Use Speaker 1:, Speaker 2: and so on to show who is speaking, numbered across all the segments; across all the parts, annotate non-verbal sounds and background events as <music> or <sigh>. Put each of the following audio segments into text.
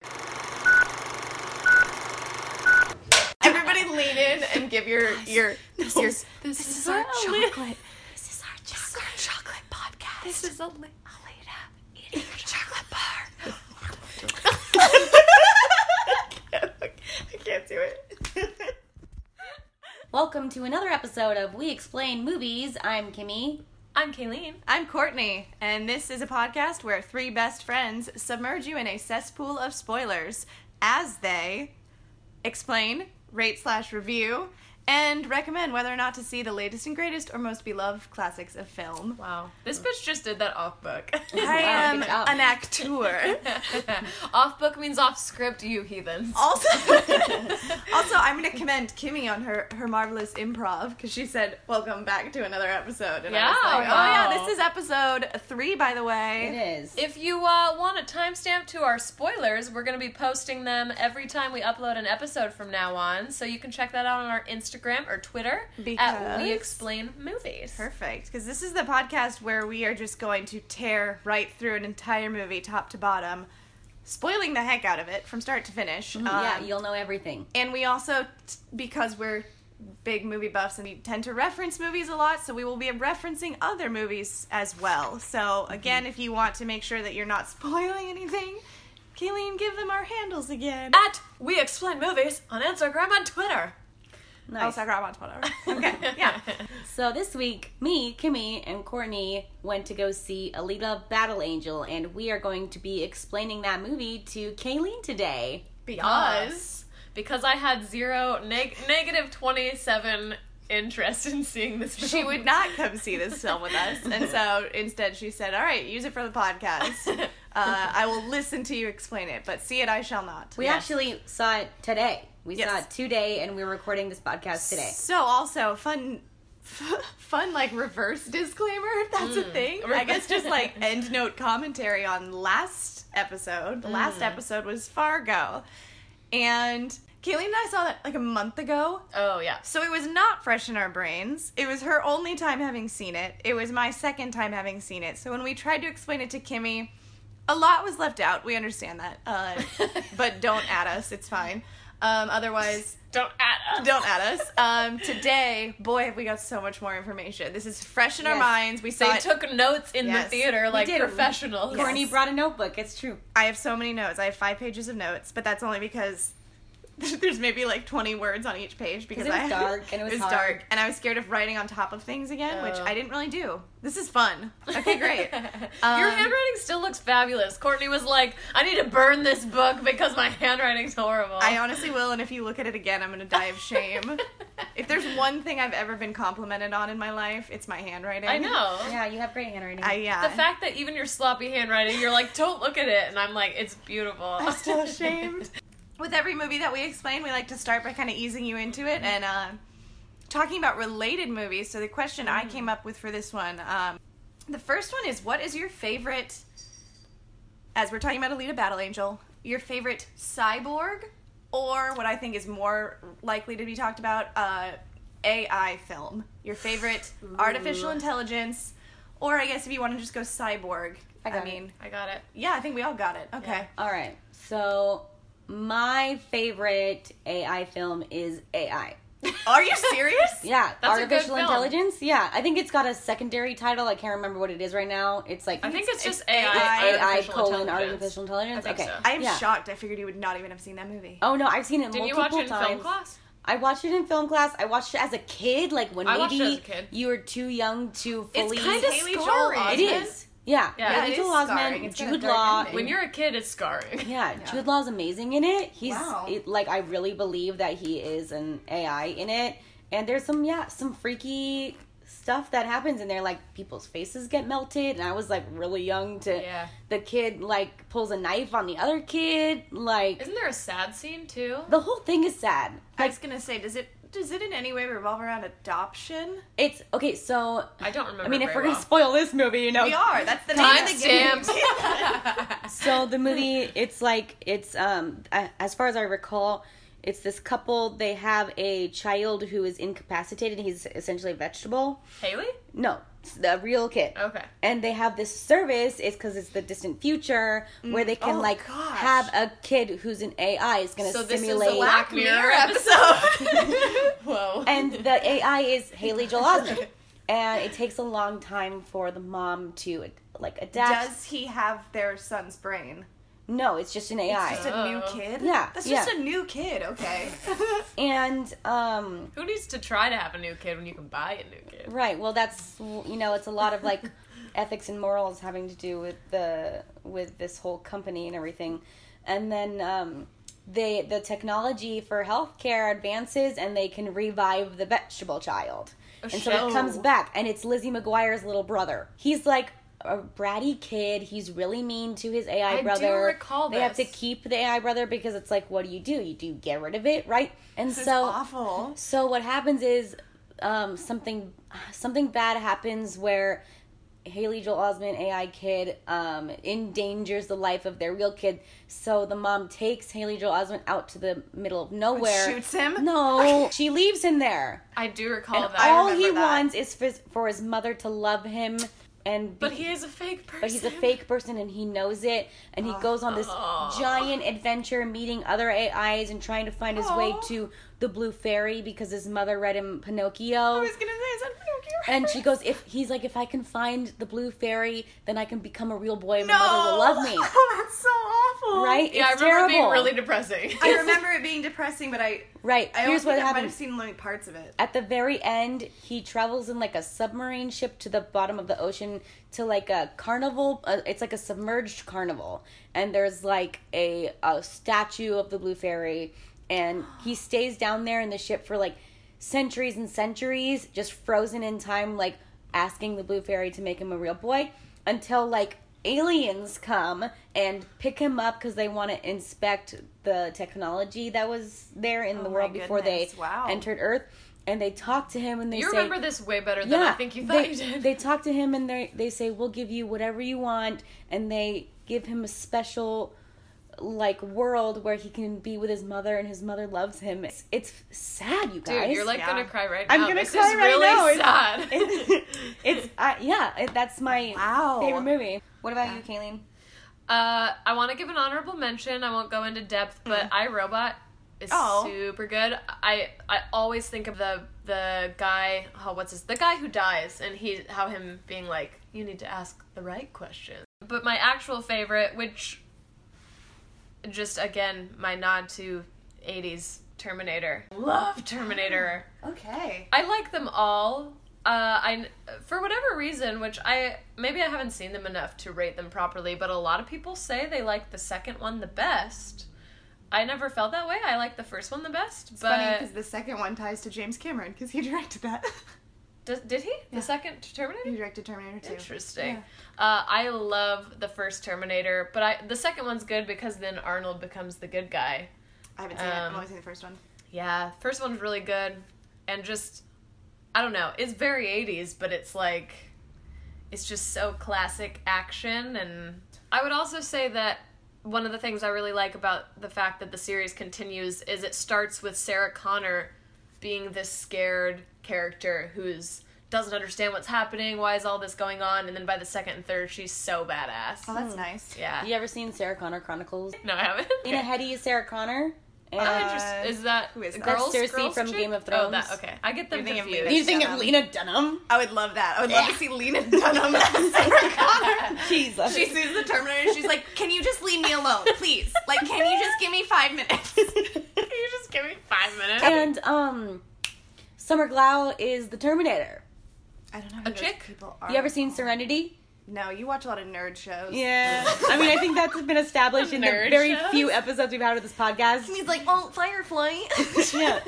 Speaker 1: <laughs>
Speaker 2: and give your your
Speaker 1: This
Speaker 2: your
Speaker 1: is, this is our
Speaker 2: li-
Speaker 1: chocolate. This is our chocolate chocolate podcast. This is a li- Alita eating a chocolate bar. <laughs>
Speaker 2: I can't do
Speaker 1: <laughs>
Speaker 2: it.
Speaker 3: Welcome to another episode of We Explain Movies. I'm Kimmy.
Speaker 1: I'm Kayleen.
Speaker 2: I'm Courtney, and this is a podcast where three best friends submerge you in a cesspool of spoilers as they explain, rate slash review, and recommend whether or not to see the latest and greatest or most beloved classics of film.
Speaker 1: Wow, this bitch just did that off book.
Speaker 2: <laughs> I
Speaker 3: Wow,
Speaker 2: am
Speaker 3: good job.
Speaker 2: an
Speaker 3: <laughs>
Speaker 2: actor.
Speaker 4: <laughs>
Speaker 1: off book means off script, you heathens.
Speaker 2: also, <laughs> also, I'm going to commend Kimmy on her, her marvelous improv because she said, "Welcome back to another episode." And I was
Speaker 1: Yeah,
Speaker 2: like,
Speaker 1: wow.
Speaker 2: "Oh yeah, this is episode three, by the
Speaker 3: It
Speaker 2: way."
Speaker 3: is.
Speaker 4: If you uh, want a timestamp to our spoilers, we're going to be posting them every time we upload an episode from now on. So you can check that out on our Instagram or Twitter
Speaker 2: Because-
Speaker 4: at We Explain Movies.
Speaker 2: Perfect, because this is the podcast where we are just going to tear right through an entire movie, top to bottom, spoiling the heck out of it from start to finish. Um,
Speaker 3: Mm-hmm. yeah, you'll know everything.
Speaker 2: and we also t- because we're big movie buffs and we tend to reference movies a lot so we will be referencing other movies as well so
Speaker 3: Mm-hmm.
Speaker 2: again if you want to make sure that you're not <laughs> spoiling anything Kayleen, give them our handles again.
Speaker 3: Ah!
Speaker 4: At We Explain Movies on Instagram and Twitter.
Speaker 3: Nice.
Speaker 2: Oh, Sakuraba on Twitter. Okay, <laughs>
Speaker 4: <laughs>
Speaker 2: yeah.
Speaker 3: So this week, me, Kimmy, and Courtney went to go see Alita Battle Angel, and we are going to be explaining that movie to Kayleen today.
Speaker 4: Because, because I had zero, neg- negative 27 interest in seeing this movie.
Speaker 2: She would not come see this film with us, and so instead she said, "All right, use it for the podcast.
Speaker 3: <laughs>
Speaker 2: Uh, I will listen to you explain it, but see it I shall not."
Speaker 3: We actually saw it today. We
Speaker 2: Yes.
Speaker 3: saw it today, and we're recording this podcast today.
Speaker 2: So also fun, f- fun like reverse disclaimer. If that's
Speaker 3: Mm.
Speaker 2: a thing, I guess just like end note commentary on last episode. The
Speaker 3: Mm.
Speaker 2: last episode was Fargo, and Kayleen and I saw that like a month ago.
Speaker 4: Oh, yeah.
Speaker 2: So it was not fresh in our brains. It was her only time having seen it. It was my second time having seen it. So when we tried to explain it to Kimmy, a lot was left out. We understand that,
Speaker 4: <laughs>
Speaker 2: uh, but don't at us. It's fine. Um, otherwise,
Speaker 4: Don't add
Speaker 2: don't at us. Um, today, boy, have we got so much more information. This is fresh in our
Speaker 3: Yes.
Speaker 2: minds. We saw
Speaker 4: They
Speaker 2: it.
Speaker 4: took notes in
Speaker 2: Yes.
Speaker 4: the theater like
Speaker 3: did.
Speaker 4: professionals.
Speaker 3: Courtney brought a notebook. It's true.
Speaker 2: I have so many notes. I have five pages of notes, but that's only because <laughs> there's maybe like 20 words on each page because
Speaker 3: it was
Speaker 2: I <laughs>
Speaker 3: dark and it was hard.
Speaker 2: dark and I was scared of writing on top of things again, which
Speaker 4: Oh.
Speaker 2: I didn't really do. This is fun. <laughs> Okay,
Speaker 3: <laughs>
Speaker 2: great.
Speaker 4: <laughs> Your
Speaker 2: Um,
Speaker 4: handwriting still looks fabulous. Courtney was like, I need to burn this book because my <laughs> handwriting's horrible.
Speaker 2: I honestly will, and if you look at it again, I'm gonna die of shame.
Speaker 3: <laughs>
Speaker 2: if there's one thing I've ever been complimented on in my life, it's my handwriting.
Speaker 4: I know.
Speaker 3: Yeah, you have great handwriting.
Speaker 2: Oh. I, yeah.
Speaker 4: The fact that even your sloppy handwriting, you're like, don't look at it. And I'm like, it's beautiful.
Speaker 2: I'm
Speaker 4: <laughs>
Speaker 2: still ashamed. With every movie that we explain, we like to start by kind of easing you into it and uh, talking about related movies. So the question I came up with for this one, um, the first one is, what is your favorite? As we're talking about Alita Battle Angel, your favorite cyborg, or what I think is more likely to be talked about, uh, AI film. Your favorite artificial intelligence, or I guess if you want to just go cyborg.
Speaker 3: I got it.
Speaker 2: mean,
Speaker 4: I got it.
Speaker 2: yeah, I think we all got it. Okay.
Speaker 3: All right. So my favorite AI film is AI.
Speaker 2: Are you serious?
Speaker 3: <laughs> Yeah,
Speaker 4: That's a good
Speaker 3: artificial
Speaker 4: film.
Speaker 3: intelligence. Yeah, I think it's got a secondary title. I can't remember what it is right now. It's like
Speaker 4: <laughs> I think it's,
Speaker 2: it's
Speaker 4: just AI.
Speaker 2: AI,
Speaker 3: AI
Speaker 4: artificial
Speaker 3: colon
Speaker 4: intelligence.
Speaker 3: artificial intelligence.
Speaker 4: I think
Speaker 3: Okay.
Speaker 4: so.
Speaker 2: I am
Speaker 3: Yeah.
Speaker 2: shocked. I figured you would not even have seen that movie.
Speaker 3: Oh no, I've seen it
Speaker 4: Didn't you
Speaker 3: multiple
Speaker 4: watch it in
Speaker 3: times.
Speaker 4: film class?
Speaker 3: I watched it in film class. I watched it as a kid, like when
Speaker 4: I watched it
Speaker 3: maybe
Speaker 4: as a kid.
Speaker 3: you were too young to fully.
Speaker 4: It's kind of
Speaker 2: Haley Joel
Speaker 4: scarring.
Speaker 2: Osment.
Speaker 3: It is. Yeah.
Speaker 4: Yeah, it
Speaker 3: Haley
Speaker 2: is
Speaker 3: Joel
Speaker 2: scarring.
Speaker 3: Osment,
Speaker 2: It's got a
Speaker 3: Jude
Speaker 2: dark
Speaker 3: Law.
Speaker 2: ending.
Speaker 4: When you're a kid, it's scarring.
Speaker 3: Yeah,
Speaker 2: Yeah.
Speaker 3: Jude Law's amazing in it. He's
Speaker 2: Wow.
Speaker 3: it, like I really believe that he is an AI in it. And there's some yeah, some freaky stuff that happens in there like people's faces get melted and I was like really young to
Speaker 4: Yeah.
Speaker 3: the kid like pulls a knife on the other kid like
Speaker 4: Isn't there a sad scene too?
Speaker 3: the whole thing is sad.
Speaker 2: I was gonna say, does it does it in any way revolve around adoption?
Speaker 3: It's okay, so
Speaker 4: I don't remember.
Speaker 3: I mean if
Speaker 4: very
Speaker 3: we're going to
Speaker 4: well.
Speaker 3: spoil this movie, you know.
Speaker 2: We are. That's the name
Speaker 4: time
Speaker 2: of the game.
Speaker 4: stamps.
Speaker 3: so the movie it's like it's um a- as far as i recall it's this couple they have a child who is incapacitated he's essentially a vegetable
Speaker 4: <laughs> Haley?
Speaker 3: No, it's the real kit.
Speaker 2: Oh.
Speaker 4: Okay.
Speaker 3: And they have this service. It's because it's the distant future where they can
Speaker 2: Oh,
Speaker 3: like
Speaker 2: gosh.
Speaker 3: have a kid who's an AI is going to
Speaker 4: So this is the
Speaker 3: simulate.
Speaker 4: last-
Speaker 2: Black Mirror
Speaker 3: <laughs>
Speaker 4: Mirror <laughs>
Speaker 2: episode.
Speaker 4: Whoa.
Speaker 3: and the
Speaker 2: <laughs>
Speaker 3: AI is Haley Joel Osment. And it takes a long time for the mom to like adapt.
Speaker 2: Does he have their son's brain?
Speaker 3: No, it's just an AI.
Speaker 2: It's just a new kid.
Speaker 3: Oh. Yeah,
Speaker 2: that's just
Speaker 3: yeah.
Speaker 2: a new kid. Okay.
Speaker 3: <laughs> and um,
Speaker 4: Who needs to try to have a new kid when you can buy a new kid?
Speaker 3: Right. Well, that's you know, it's a lot of
Speaker 4: <laughs>
Speaker 3: like ethics and morals having to do with the with this whole company and everything, and then um, they the technology for healthcare advances and they can revive the vegetable child, and so
Speaker 4: shit.
Speaker 3: it comes back, and it's Lizzie McGuire's little brother. He's like. A bratty kid. He's really mean to his AI
Speaker 4: I do
Speaker 3: brother.
Speaker 4: recall
Speaker 3: they have to
Speaker 4: this.
Speaker 3: keep the AI brother because it's like, what do you do? You do get rid of it,
Speaker 4: <laughs>
Speaker 3: right? And
Speaker 2: This is
Speaker 3: so
Speaker 2: awful. <laughs>
Speaker 3: so what happens is um, something something bad happens where Haley Joel Osment AI kid um, endangers the life of their real kid. So the mom takes Haley Joel Osment out to the middle of nowhere.
Speaker 2: Shoots him.
Speaker 3: No,
Speaker 2: <laughs>
Speaker 3: she leaves him there.
Speaker 4: I do recall
Speaker 2: And
Speaker 4: that.
Speaker 2: I
Speaker 3: All
Speaker 2: remember
Speaker 3: he
Speaker 2: that.
Speaker 3: wants is for his, for his mother to love him and
Speaker 4: but
Speaker 3: be-
Speaker 4: he is a fake person.
Speaker 3: but he's a
Speaker 4: <laughs>
Speaker 3: fake person and he knows it and he goes on this
Speaker 4: Oh.
Speaker 3: giant adventure meeting other AIs and trying to find his way
Speaker 2: Aw.
Speaker 3: to the blue fairy because his mother read him
Speaker 2: I
Speaker 3: Pinocchio.
Speaker 2: was gonna say is that Pinocchio?
Speaker 3: And she goes, if he's like, if I can find the blue fairy, then I can become a real boy and
Speaker 2: no.
Speaker 3: my mother will love me.
Speaker 2: <laughs> Oh, that's so awful.
Speaker 3: Right?
Speaker 4: Yeah,
Speaker 3: It's
Speaker 4: I remember
Speaker 3: terrible.
Speaker 4: being really depressing. <laughs>
Speaker 2: I remember it being depressing, but I
Speaker 3: Right.
Speaker 2: I
Speaker 3: Here's
Speaker 2: always
Speaker 3: what
Speaker 2: think I might have
Speaker 3: happens.
Speaker 2: seen like parts of it.
Speaker 3: At the very end, he travels in like a submarine ship to the bottom of the ocean to like a carnival. Uh, it's like a submerged carnival, and there's like a, a statue of the blue fairy, and he stays down there in the ship for like centuries and centuries, just frozen in time, like asking the blue fairy to make him a real boy until like aliens come and pick him up because they want to inspect the technology that was there in
Speaker 2: Oh
Speaker 3: the
Speaker 2: my
Speaker 3: world before
Speaker 2: goodness,
Speaker 3: they
Speaker 2: wow.
Speaker 3: enter entered Earth, and they talk to him and they
Speaker 4: You
Speaker 3: say,
Speaker 4: remember this way better than I think you thought
Speaker 3: they,
Speaker 4: you did.
Speaker 3: They talk to him and they they say, "We'll give you whatever you want," and they give him a special like world where he can be with his mother and his mother loves him. It's, it's sad, you
Speaker 4: Dude,
Speaker 3: guys.
Speaker 4: you're like
Speaker 2: Yeah.
Speaker 4: gonna cry right now.
Speaker 3: I'm gonna
Speaker 4: this
Speaker 3: cry
Speaker 4: is
Speaker 3: right
Speaker 4: really
Speaker 3: now. It's-
Speaker 4: sad.
Speaker 3: it's, it's
Speaker 4: <laughs>
Speaker 3: I yeah, it, that's my
Speaker 2: Wow.
Speaker 3: favorite movie. What about you, Kayleen?
Speaker 4: Uh, I want to give an honorable mention. I won't go into depth, but I iRobot is
Speaker 2: Oh.
Speaker 4: super good. I I always think of the the guy. Oh, what's his? The guy who dies, and he how him being like, you need to ask the right question. But my actual favorite, which just again my nod to '80s Terminator. Love Terminator.
Speaker 2: Okay.
Speaker 4: I like them all. Uh, I for whatever reason, which I maybe I haven't seen them enough to rate them properly, but a lot of people say they like the second one the best. I never felt that way. I like the first one the best,
Speaker 2: It's funny
Speaker 4: but
Speaker 2: because the second one ties to James Cameron because he <laughs> directed that.
Speaker 4: does, did he the second
Speaker 2: he
Speaker 4: Terminator?
Speaker 2: directed Terminator 2.
Speaker 4: Interesting. Uh, I love the first Terminator, but I the second one's good because then Arnold becomes the good guy.
Speaker 2: I haven't seen it.
Speaker 4: Um,
Speaker 2: I've only seen the first one.
Speaker 4: Yeah, first one's really good, and just I don't know, it's very '80s, but it's like it's just so classic action. And I would also say that one of the things I really like about the fact that the series continues is it starts with Sarah Connor being this scared character who's doesn't understand what's happening, why is all this going on, and then by the second and third, she's so badass.
Speaker 2: Oh,
Speaker 3: hmm.
Speaker 2: that's nice.
Speaker 4: yeah.
Speaker 3: You ever seen Sarah Connor Chronicles?
Speaker 4: No, I haven't.
Speaker 3: Lena
Speaker 4: <laughs>
Speaker 3: Headey is Sarah Connor. And
Speaker 4: Oh, interest- Is that
Speaker 2: who is that?
Speaker 4: girls?
Speaker 3: That's Cersei
Speaker 4: girls
Speaker 3: from
Speaker 4: chick?
Speaker 3: Game of
Speaker 4: Oh, that
Speaker 3: Thrones.
Speaker 4: okay. I get them
Speaker 2: You're thinking of
Speaker 4: confused.
Speaker 2: Lena.
Speaker 3: you think of Lena
Speaker 4: <laughs>
Speaker 3: Dunham?
Speaker 2: I would love that. I would love to see Lena Dunham as
Speaker 3: <laughs>
Speaker 2: Sarah Connor.
Speaker 3: Jesus.
Speaker 2: She
Speaker 3: <laughs>
Speaker 4: <laughs>
Speaker 2: sees the Terminator and she's like, Can you just leave me alone, please? Like, can you just give me five
Speaker 3: <laughs>
Speaker 2: minutes?
Speaker 4: Can you just give me five minutes? <laughs>
Speaker 3: and um Summer Glau is the Terminator.
Speaker 2: I don't know who
Speaker 4: A
Speaker 2: those
Speaker 4: chick?
Speaker 2: people are.
Speaker 3: You ever seen Serenity?
Speaker 2: No, you watch a lot of nerd shows.
Speaker 3: Oh. Yeah. <laughs> I mean, I think that's been established in the
Speaker 4: Nerd
Speaker 3: very
Speaker 4: shows.
Speaker 3: few episodes we've had of this podcast.
Speaker 2: He's like, Oh,
Speaker 3: <laughs>
Speaker 2: Firefly.
Speaker 3: yeah.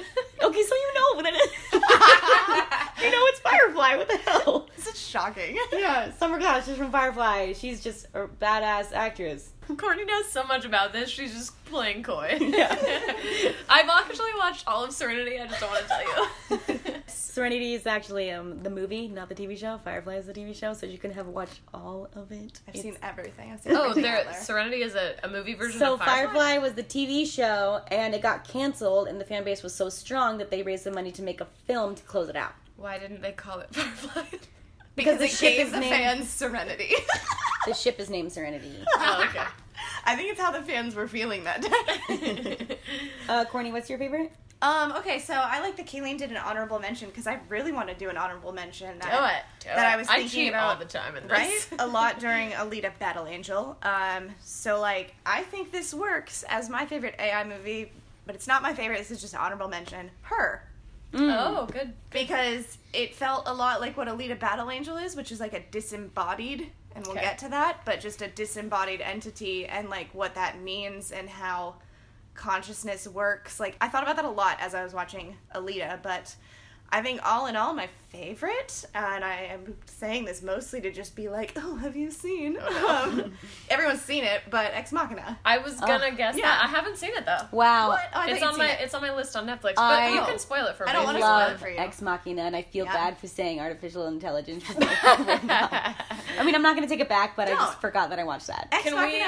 Speaker 3: Okay, so you know what it <laughs> is. you know it's Firefly. What the hell?
Speaker 2: This is shocking.
Speaker 3: Yeah, Summer Glau. She's from Firefly. She's just a badass actress.
Speaker 4: Courtney knows so much about this, she's just playing coy.
Speaker 3: Yeah.
Speaker 4: <laughs> I've actually watched all of Serenity, I just don't want to tell you.
Speaker 3: Serenity is actually um the movie, not the TV show. Firefly is the TV show, so you can have watched all of it.
Speaker 2: I've
Speaker 3: It's-
Speaker 2: seen everything. I've seen
Speaker 4: oh,
Speaker 2: everything
Speaker 4: there,
Speaker 2: out there.
Speaker 4: Serenity is a, a movie version
Speaker 3: So
Speaker 4: of Firefly.
Speaker 3: Firefly was the TV show, and it got canceled, and the fan base was so strong that they raised the money to make a film to close it out.
Speaker 4: Why didn't they call it Firefly?
Speaker 2: because,
Speaker 3: the
Speaker 2: it
Speaker 3: ship
Speaker 2: gave
Speaker 3: is
Speaker 2: the
Speaker 3: named-
Speaker 2: fans serenity.
Speaker 3: The
Speaker 2: <laughs>
Speaker 3: ship is named
Speaker 4: <laughs>
Speaker 3: Serenity.
Speaker 4: Oh, okay.
Speaker 2: I think it's how the fans were feeling that
Speaker 3: <laughs>
Speaker 2: day.
Speaker 3: Uh, Corny, what's your favorite?
Speaker 2: um, okay, so I like that Kayleen did an honorable mention because I really want to do an honorable mention. That,
Speaker 4: Do it. Do
Speaker 2: That I
Speaker 4: it.
Speaker 2: was
Speaker 4: I
Speaker 2: thinking
Speaker 4: cheat
Speaker 2: about-
Speaker 4: all the time in this. <laughs>
Speaker 2: right? a lot during Alita Battle Angel. Um, so like I think this works as my favorite AI movie, but it's not my favorite. This is just an honorable mention. Her.
Speaker 4: Oh, good.
Speaker 2: Because it felt a lot like what Alita Battle Angel is, which is like a disembodied, and we'll
Speaker 4: Okay.
Speaker 2: get to that, but just a disembodied entity and like what that means and how consciousness works. Like I thought about that a lot as I was watching Alita, but I think all in all my favorite, and I am saying this mostly to just be like, oh, have you seen? Um, everyone's seen it, but Ex Machina.
Speaker 4: I was gonna guess
Speaker 2: yeah.
Speaker 4: that. I haven't seen it though.
Speaker 3: Wow.
Speaker 2: What? Oh, I
Speaker 4: it's
Speaker 2: thought
Speaker 4: on
Speaker 2: you'd
Speaker 4: my
Speaker 2: seen it.
Speaker 4: it's on my list on Netflix. But
Speaker 3: I-
Speaker 4: you can spoil it for me.
Speaker 2: I don't
Speaker 3: I
Speaker 2: wanna spoil it
Speaker 3: love
Speaker 2: for you.
Speaker 3: Ex Machina, and I feel
Speaker 2: Yeah.
Speaker 3: bad for saying
Speaker 2: <laughs>
Speaker 3: artificial intelligence. <laughs> I mean, I'm not going to take it back, but I
Speaker 2: Don't.
Speaker 3: just forgot that I watched that.
Speaker 2: Ex
Speaker 4: Can we
Speaker 2: Machina.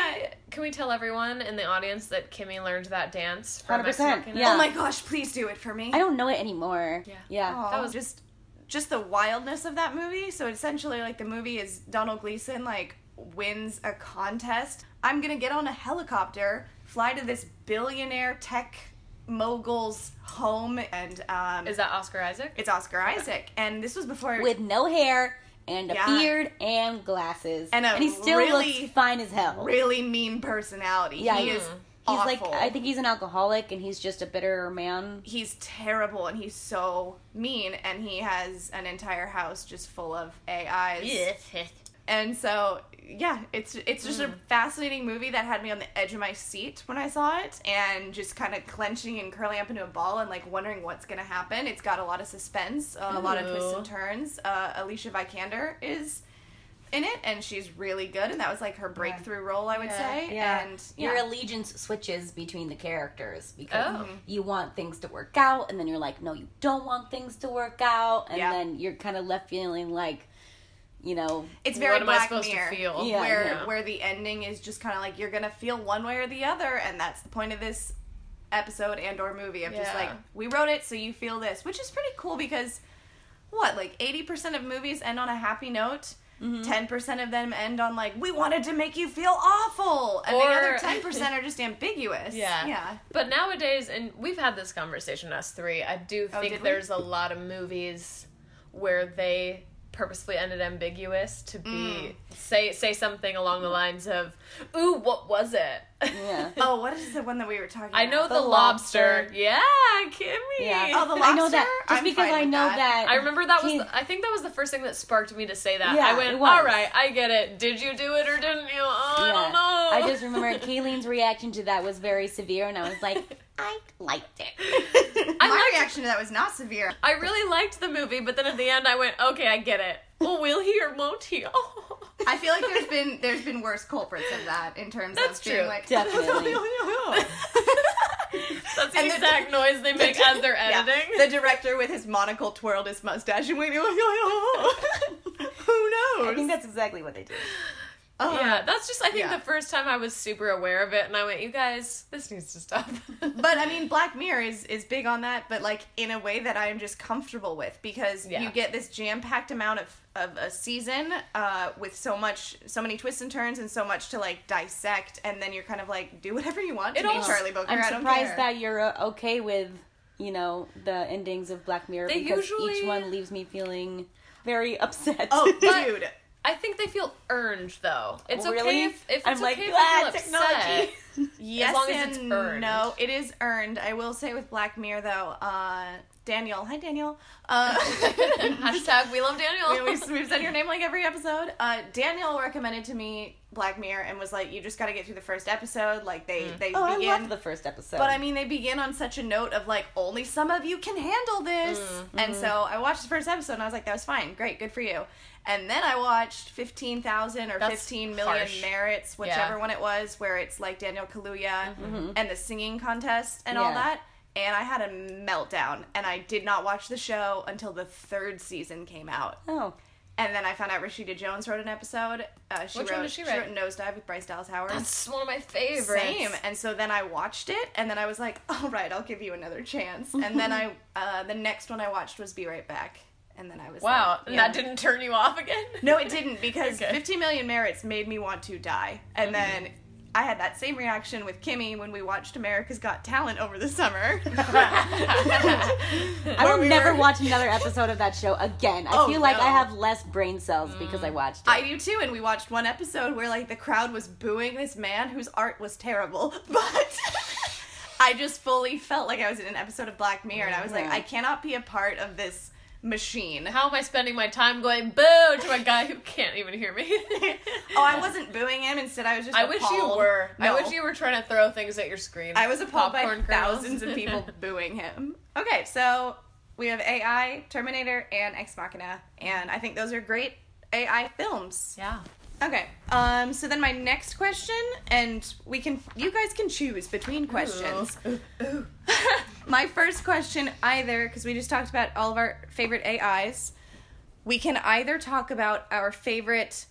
Speaker 4: can we tell everyone in the audience that Kimmy learned that dance? from
Speaker 3: 100%,
Speaker 4: Ex Machina?
Speaker 3: yeah.
Speaker 2: Oh my gosh, please do it for me.
Speaker 3: I don't know it anymore.
Speaker 4: Yeah.
Speaker 3: Yeah.
Speaker 2: Aw,
Speaker 4: That was-
Speaker 2: just just the wildness of that movie. So essentially, like the movie is Donald Gleason like wins a contest. I'm gonna get on a helicopter, fly to this billionaire tech mogul's home, and um,
Speaker 4: Is that Oscar Isaac?
Speaker 2: it's Oscar Isaac. And this was before
Speaker 3: With no hair and a
Speaker 2: Yeah.
Speaker 3: beard and glasses.
Speaker 2: And a
Speaker 3: he still
Speaker 2: really-
Speaker 3: looks fine as hell.
Speaker 2: really mean personality.
Speaker 3: Yeah,
Speaker 2: he
Speaker 3: he-
Speaker 2: is.
Speaker 3: he's
Speaker 2: awful.
Speaker 3: He's like, I think he's an alcoholic and he's just a bitter man.
Speaker 2: he's terrible and he's so mean and he has an entire house just full of AIs. And so yeah, it's it's just a
Speaker 4: Mm.
Speaker 2: fascinating movie that had me on the edge of my seat when I saw it and just kind of clenching and curling up into a ball and like wondering what's going to happen. It's got a lot of suspense, a lot of twists and
Speaker 4: Ooh.
Speaker 2: turns. Uh, Alicia Vikander is in it and she's really good and that was like her breakthrough role I would
Speaker 4: Yeah.
Speaker 2: say
Speaker 3: Yeah.
Speaker 2: and
Speaker 3: Your
Speaker 2: yeah.
Speaker 3: allegiance switches between the characters because
Speaker 4: Oh.
Speaker 3: you want things to work out, and then you're like, no, you don't want things to work out, and
Speaker 2: Yeah.
Speaker 3: then you're kind of left feeling like, you know,
Speaker 2: it's very
Speaker 4: what am
Speaker 2: Black
Speaker 4: I supposed
Speaker 2: Mirror.
Speaker 4: to feel?
Speaker 3: Yeah,
Speaker 2: where
Speaker 4: yeah.
Speaker 2: where the ending is just kind of like you're gonna feel one way or the other, and that's the point of this episode and or movie. I'm just
Speaker 4: Yeah.
Speaker 2: like, we wrote it, so you feel this, which is pretty cool because what like eighty percent of movies end on a happy note. 10% of them end on like we wanted to make you feel awful and the
Speaker 4: Or- <laughs>
Speaker 2: other 10% are just ambiguous
Speaker 4: Yeah.
Speaker 2: yeah
Speaker 4: But nowadays, and we've had this conversation, us three, I do
Speaker 2: Oh,
Speaker 4: think
Speaker 2: did we?
Speaker 4: there's a lot of movies where they purposefully ended ambiguous to be
Speaker 2: Mm.
Speaker 4: say say something along the lines of, "Ooh, what was it?"
Speaker 3: Yeah.
Speaker 2: <laughs> oh what is the one that we were talking
Speaker 4: <laughs> I know
Speaker 2: about
Speaker 4: the, lobster. Yeah, Kimmy.
Speaker 3: yeah.
Speaker 2: Oh, the
Speaker 3: I know
Speaker 2: lobster?
Speaker 3: that just
Speaker 2: I'm
Speaker 3: because
Speaker 2: fine
Speaker 3: I
Speaker 2: with
Speaker 3: know
Speaker 2: that.
Speaker 3: that.
Speaker 4: I remember that was.
Speaker 3: Keith-
Speaker 4: The, I think that was the first thing that sparked me to say that.
Speaker 3: Yeah,
Speaker 4: I went,
Speaker 3: it was.
Speaker 4: "All right, I get it. Did you do it or didn't you? Oh, I don't
Speaker 3: I
Speaker 4: know."
Speaker 3: just
Speaker 4: <laughs>
Speaker 3: remember Kayleen's reaction to that was very severe, and I was like, I liked it.
Speaker 4: I
Speaker 2: my
Speaker 4: liked-
Speaker 2: reaction to that was not severe
Speaker 4: I really liked the movie, but then at the end, I went, "Okay, I
Speaker 2: <laughs>
Speaker 4: get it. "Oh, Well, will he or won't he?" <laughs> Oh,
Speaker 2: I feel like there's been there's been worse culprits of that in terms
Speaker 4: That's
Speaker 2: of being
Speaker 4: true.
Speaker 2: like
Speaker 3: Definitely.
Speaker 2: <laughs>
Speaker 4: That's the
Speaker 2: And the- <laughs>
Speaker 4: exact noise they make as they're
Speaker 2: Yeah.
Speaker 4: editing.
Speaker 2: The director with his monocle twirled his mustache and went, <laughs> yo, yo, yo. who knows?
Speaker 3: <laughs> I think that's exactly what they did.
Speaker 2: Uh,
Speaker 4: <laughs> yeah, that's just I think
Speaker 2: Yeah.
Speaker 4: the first time I was super aware of it, and I went, "You guys, this needs to stop." <laughs>
Speaker 2: But I mean, Black Mirror is is big on that, but like in a way that I am just comfortable with because
Speaker 4: Yeah.
Speaker 2: you get this jam packed amount of of a season uh, with so much, so many twists and turns, and so much to like dissect, and then you're kind of like, do whatever you want to
Speaker 4: It
Speaker 2: be
Speaker 4: also-
Speaker 2: Charlie Booker.
Speaker 3: Oh, I'm
Speaker 2: I don't
Speaker 3: surprised
Speaker 2: care.
Speaker 3: that you're uh, okay with, you know, the endings of Black Mirror
Speaker 4: They
Speaker 3: because each
Speaker 4: usually-
Speaker 3: one leaves me feeling very upset. <laughs>
Speaker 4: <laughs>
Speaker 2: Oh,
Speaker 4: But-
Speaker 2: dude.
Speaker 4: I think they feel earned though. It's
Speaker 3: Really?
Speaker 4: okay if, if it's
Speaker 3: I'm
Speaker 4: okay
Speaker 3: like,
Speaker 4: if you
Speaker 3: "Ah,
Speaker 4: feel
Speaker 3: technology."
Speaker 4: <laughs> upset.
Speaker 2: Yes
Speaker 4: long as
Speaker 2: and
Speaker 4: it's earned.
Speaker 2: No, it is earned. I will say with Black Mirror though, uh, Daniel. Hi, Daniel. Uh,
Speaker 4: <laughs>
Speaker 2: <laughs>
Speaker 4: Hashtag we love
Speaker 2: we,
Speaker 4: Daniel.
Speaker 2: we've, we've said your name like every episode. Uh, Daniel recommended to me Black Mirror and was like, "You just got to get through the first episode." Like they
Speaker 4: Mm.
Speaker 2: they
Speaker 3: Oh, I
Speaker 2: begin,
Speaker 3: loved the first episode.
Speaker 2: but I mean they begin on such a note of like only some of you can handle this,
Speaker 4: Mm-hmm.
Speaker 2: and so I watched the first episode and I was like, "That was fine, great, good for you." And then I watched fifteen thousand or
Speaker 4: That's
Speaker 2: fifteen million
Speaker 4: harsh.
Speaker 2: merits, whichever one it was, where it's like Daniel Kaluuya
Speaker 4: Mm-hmm.
Speaker 2: and the singing contest and all
Speaker 3: Yeah.
Speaker 2: that. And I had a meltdown, and I did not watch the show until the third season came out. <laughs>
Speaker 3: oh,
Speaker 2: And then I found out Rashida Jones wrote an episode. Uh, she
Speaker 4: Which
Speaker 2: wrote,
Speaker 4: one did she
Speaker 2: wrote Nosedive with Bryce Dallas Howard.
Speaker 4: <laughs> That's one of my favorites.
Speaker 2: Same. And so then I watched it, and then I <laughs>
Speaker 4: <laughs>
Speaker 2: was like, all right, I'll give you another chance. And then I, uh, the next one I watched was Be Right Back. And then I was
Speaker 4: Wow,
Speaker 2: like,
Speaker 4: and
Speaker 2: yeah.
Speaker 4: that didn't turn you off again? <laughs>
Speaker 2: No, it didn't because
Speaker 4: Okay. Mm-hmm.
Speaker 2: 50 Million Merits made me want to die. And then I had that same reaction with Kimmy when we watched America's Got Talent over the
Speaker 4: <laughs>
Speaker 2: summer.
Speaker 3: I will
Speaker 2: we
Speaker 3: never
Speaker 2: were-
Speaker 3: watch another episode of that show again. I
Speaker 2: Oh,
Speaker 3: feel like I
Speaker 2: no.
Speaker 3: have less brain cells
Speaker 4: Mm.
Speaker 3: because I watched it.
Speaker 2: I do too, and we watched one episode where like the crowd was booing this man whose art was terrible, <laughs> but I just fully felt like I was in an episode of Black Mirror, and I was like,
Speaker 3: Yeah.
Speaker 2: I cannot be a part of this machine.
Speaker 4: How am I spending my time going boo to a guy who can't even hear me?
Speaker 2: <laughs> Oh, I wasn't booing him. Instead, I was just.
Speaker 4: <laughs> I wish you
Speaker 2: appalled.
Speaker 4: were.
Speaker 2: No.
Speaker 4: I wish you were trying to throw things at your screen.
Speaker 2: I was appalled by
Speaker 4: Popcorn kernels.
Speaker 2: thousands of
Speaker 4: <laughs>
Speaker 2: people booing him. Okay, so we have AI, Terminator, and Ex Machina, and I think those are great AI films.
Speaker 4: yeah.
Speaker 2: Okay. Um. So then my next question, and we can you guys can choose between questions. <laughs> my first question, either because we just talked about all of our favorite AIs, we can either talk about our favorite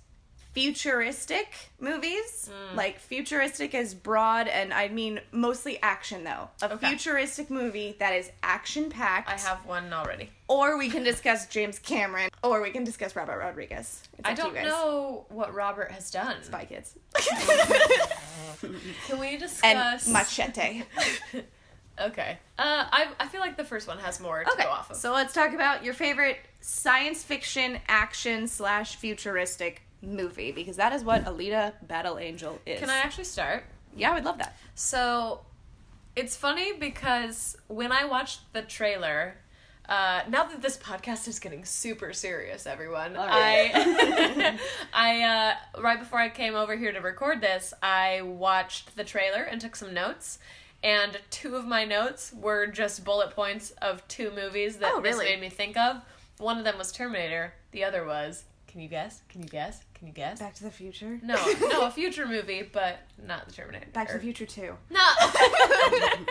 Speaker 2: futuristic movies,
Speaker 4: Hmm.
Speaker 2: like futuristic is broad, and I mean mostly action though. A
Speaker 4: Okay.
Speaker 2: futuristic movie that is action packed.
Speaker 4: I have one already.
Speaker 2: Or we can discuss James Cameron, or we can discuss Robert Rodriguez. It's
Speaker 4: I
Speaker 2: up to
Speaker 4: don't
Speaker 2: you guys.
Speaker 4: know what Robert has done.
Speaker 2: Spy Kids.
Speaker 4: Can
Speaker 2: <laughs>
Speaker 4: we
Speaker 2: and
Speaker 4: discuss?
Speaker 2: machete.
Speaker 4: <laughs> okay. Uh, I I feel like the first one has more to
Speaker 2: Okay,
Speaker 4: go off of.
Speaker 2: so let's talk about your favorite science fiction action slash futuristic movie because that is what Alita: Battle Angel is.
Speaker 4: Can I actually start?
Speaker 2: Yeah, I would love that.
Speaker 4: So it's funny because when I watched the trailer, uh, now that this podcast is getting super serious, everyone,
Speaker 3: right.
Speaker 2: <laughs>
Speaker 4: I, <laughs> I uh, right before I came over here to record this, I watched the trailer and took some notes. And two of my notes were just bullet points of two movies that
Speaker 2: Oh, really?
Speaker 4: this made me think of. One of them was Terminator. The other was, can you guess? Can you guess? Can you guess?
Speaker 2: Back to the Future.
Speaker 4: No, no, a future movie, but not the Terminator.
Speaker 2: Back to the Future Two.
Speaker 4: No. <laughs>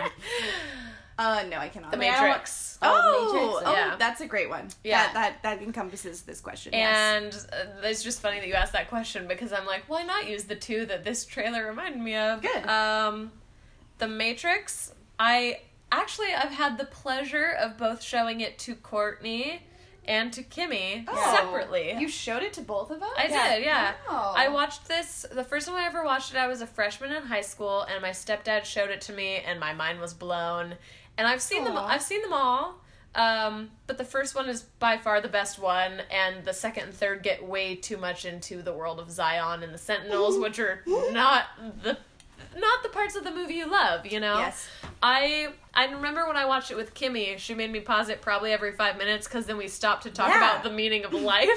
Speaker 2: Uh, no, I cannot.
Speaker 4: The
Speaker 2: Wait, I don't want-
Speaker 4: Matrix.
Speaker 2: Oh,
Speaker 3: Oh, Matrix,
Speaker 2: oh,
Speaker 4: yeah.
Speaker 2: that's a great one.
Speaker 4: Yeah.
Speaker 2: that that, that encompasses this question. yes.
Speaker 4: And uh, it's just funny that you asked that question because I'm like, why not use the two that this trailer reminded me of?
Speaker 2: Good.
Speaker 4: Um, the Matrix. I actually I've had the pleasure of both showing it to Courtney and to Kimmy
Speaker 2: Oh.
Speaker 4: separately.
Speaker 2: you showed it to both of us.
Speaker 4: I did, yeah. Oh.
Speaker 2: Wow.
Speaker 4: I watched this. The first time I ever watched it, I was a freshman in high school, and my stepdad showed it to me, and my mind was blown. And I've seen them.
Speaker 2: Aw.
Speaker 4: I've seen them all. Um, but the first one is by far the best one, and the second and third get way too much into the world of Zion and
Speaker 2: <gasps>
Speaker 4: the Sentinels, which are not the not the parts of the movie you love, you know.
Speaker 2: Yes.
Speaker 4: I I remember when I watched it with Kimmy, she made me pause it probably every five minutes because then we stopped to talk
Speaker 2: Yeah.
Speaker 4: about the meaning
Speaker 2: <laughs>
Speaker 4: of life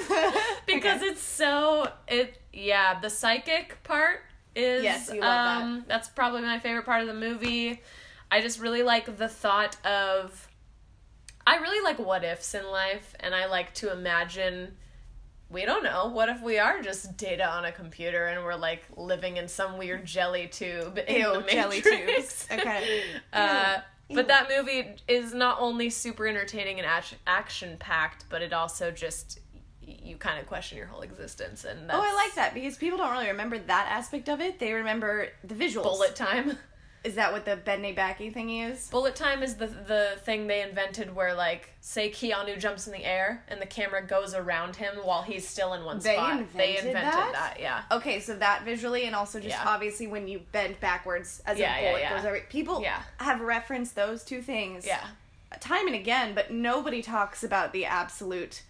Speaker 4: because it's so it yeah the psychic part is
Speaker 2: Yes, you love
Speaker 4: um that's probably my favorite part of the movie. I just really like the thought of I really like what ifs in life and I like to imagine we don't know. What if we are just data on a computer and we're like living in some weird jelly tube in
Speaker 2: Ew,
Speaker 4: the Matrix?
Speaker 2: jelly
Speaker 4: <laughs>
Speaker 2: tubes. Okay.
Speaker 4: Uh, but that movie is not only super entertaining and action packed, but it also just y- you kind of question your whole existence and that's
Speaker 2: Oh, I like that because people don't really remember that aspect of it. They remember the visuals.
Speaker 4: bullet time. <laughs>
Speaker 2: Is that what the Benny Backy thing is?
Speaker 4: Bullet time is the the thing they invented where like say Keanu jumps in the air and the camera goes around him while he's still in one
Speaker 2: They
Speaker 4: spot. they
Speaker 2: invented
Speaker 4: invented
Speaker 2: that? Oh,
Speaker 4: that, yeah.
Speaker 2: Okay, so that visually and also just
Speaker 4: Yeah.
Speaker 2: obviously when you bend backwards as
Speaker 4: Yeah,
Speaker 2: a
Speaker 4: yeah,
Speaker 2: bullet
Speaker 4: yeah.
Speaker 2: goes over. People
Speaker 4: Yeah.
Speaker 2: have referenced those two things
Speaker 4: Yeah.
Speaker 2: time and again, but nobody talks about the absolute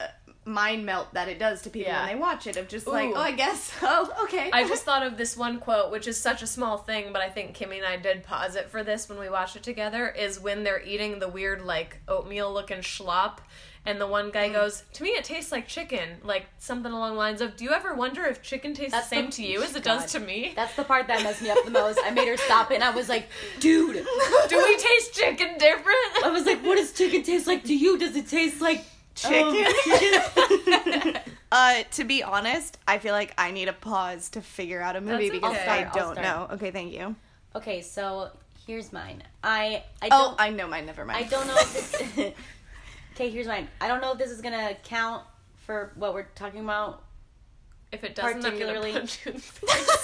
Speaker 2: uh, mind melt that it does to people
Speaker 4: Yeah.
Speaker 2: when they watch it of just like,
Speaker 4: Ooh.
Speaker 2: oh, I guess, <laughs> oh, okay.
Speaker 4: I
Speaker 2: <laughs>
Speaker 4: just thought of this one quote, which is such a small thing, but I think Kimmy and I did pause it for this when we watched it together. Is when they're eating the weird, like, oatmeal looking schlop, and the one guy goes, To me, it tastes like chicken. Like, something along the lines of, Do you ever wonder if chicken tastes
Speaker 3: That's
Speaker 4: the same
Speaker 3: the-
Speaker 4: to you as it
Speaker 3: God.
Speaker 4: does to me?
Speaker 3: That's the part that messed me up the most. I made her stop it and I was like,
Speaker 2: <laughs>
Speaker 3: dude.
Speaker 4: Do <laughs> we taste chicken
Speaker 3: I
Speaker 4: <laughs> different?
Speaker 3: was like, what does chicken taste like to you? Does it taste like
Speaker 2: Chicken?
Speaker 3: um,
Speaker 2: <laughs>
Speaker 3: chicken? <laughs>
Speaker 2: uh, to be honest, I feel like I need a pause to figure out a movie
Speaker 4: That's
Speaker 2: because
Speaker 4: okay.
Speaker 2: I
Speaker 3: I'll
Speaker 2: don't
Speaker 3: start.
Speaker 2: know. Okay, thank you.
Speaker 3: okay, so here's mine. I I don't
Speaker 2: Oh, I know mine. Never mind.
Speaker 3: I don't know
Speaker 2: <laughs>
Speaker 3: if
Speaker 4: <laughs>
Speaker 3: this. okay, here's mine. I don't know if this is gonna count for what we're talking about.
Speaker 4: If it doesn't, I'm gonna
Speaker 3: Particularly-
Speaker 4: punch <laughs> you in the face.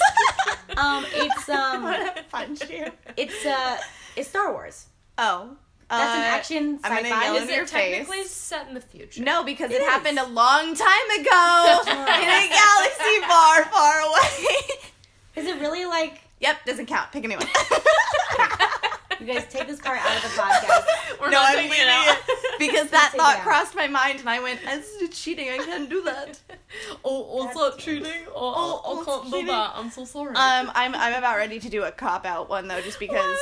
Speaker 3: Um, <laughs> it's um,
Speaker 2: Punch you.
Speaker 3: it's uh, it's Star Wars.
Speaker 2: Oh,
Speaker 3: That's an
Speaker 2: Uh,
Speaker 3: action
Speaker 2: I'm gonna
Speaker 3: sci-fi.
Speaker 2: yell
Speaker 3: Is
Speaker 2: in
Speaker 3: it-
Speaker 2: your
Speaker 4: technically
Speaker 2: face.
Speaker 4: set in the future.
Speaker 2: No, because it, happened a long time ago <laughs> in a galaxy far, far away. <laughs>
Speaker 3: is it really like
Speaker 2: yep, doesn't count. Pick a new
Speaker 3: <laughs>
Speaker 2: one.
Speaker 3: you guys take this part out of the podcast?
Speaker 4: We're
Speaker 2: no,
Speaker 4: not
Speaker 2: I'm
Speaker 4: taking
Speaker 2: leaving
Speaker 4: it out.
Speaker 2: it because that
Speaker 3: Take it
Speaker 2: thought
Speaker 3: out.
Speaker 2: crossed my mind, and I went, "That's cheating. I can't do that."
Speaker 4: <laughs> Oh, it's not cheating. Oh,
Speaker 2: oh,
Speaker 4: I can't do
Speaker 2: cheating.
Speaker 4: that. I'm so sorry.
Speaker 2: Um, I'm I'm about ready to do a cop out one though, just because.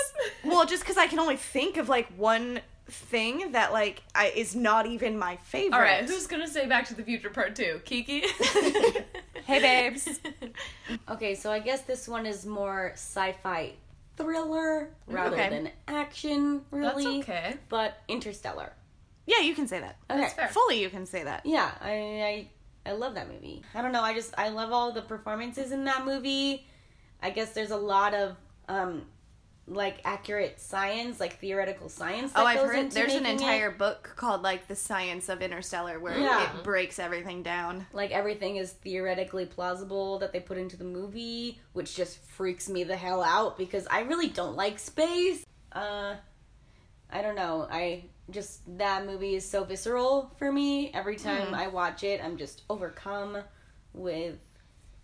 Speaker 4: What? <laughs>
Speaker 2: Well, just because I can only think of like one thing that like I, is not even my favorite.
Speaker 4: All right, who's gonna say Back to the Future Part Two? <laughs> Kiki. <laughs> hey,
Speaker 2: babes.
Speaker 3: <laughs> Okay, so I guess this one is more sci-fi thriller rather
Speaker 2: Okay.
Speaker 3: than action,
Speaker 4: That's
Speaker 3: really.
Speaker 4: okay.
Speaker 3: But Interstellar.
Speaker 2: Yeah, you can say that.
Speaker 3: Okay.
Speaker 4: That's fair.
Speaker 2: Fully, you can say that.
Speaker 3: Yeah, I, I I love that movie. I don't know. I just I love all the performances in that movie. I guess there's a lot of um like accurate science, like theoretical science. That
Speaker 2: Oh, I've
Speaker 3: goes
Speaker 2: heard
Speaker 3: into
Speaker 2: there's an
Speaker 3: making it.
Speaker 2: entire book called like The Science of Interstellar where
Speaker 3: Yeah.
Speaker 2: it breaks everything down.
Speaker 3: like everything is theoretically plausible that they put into the movie, which just freaks me the hell out because I really don't like space. Uh I don't know. I just that movie is so visceral for me. Every time I watch it, I'm just overcome with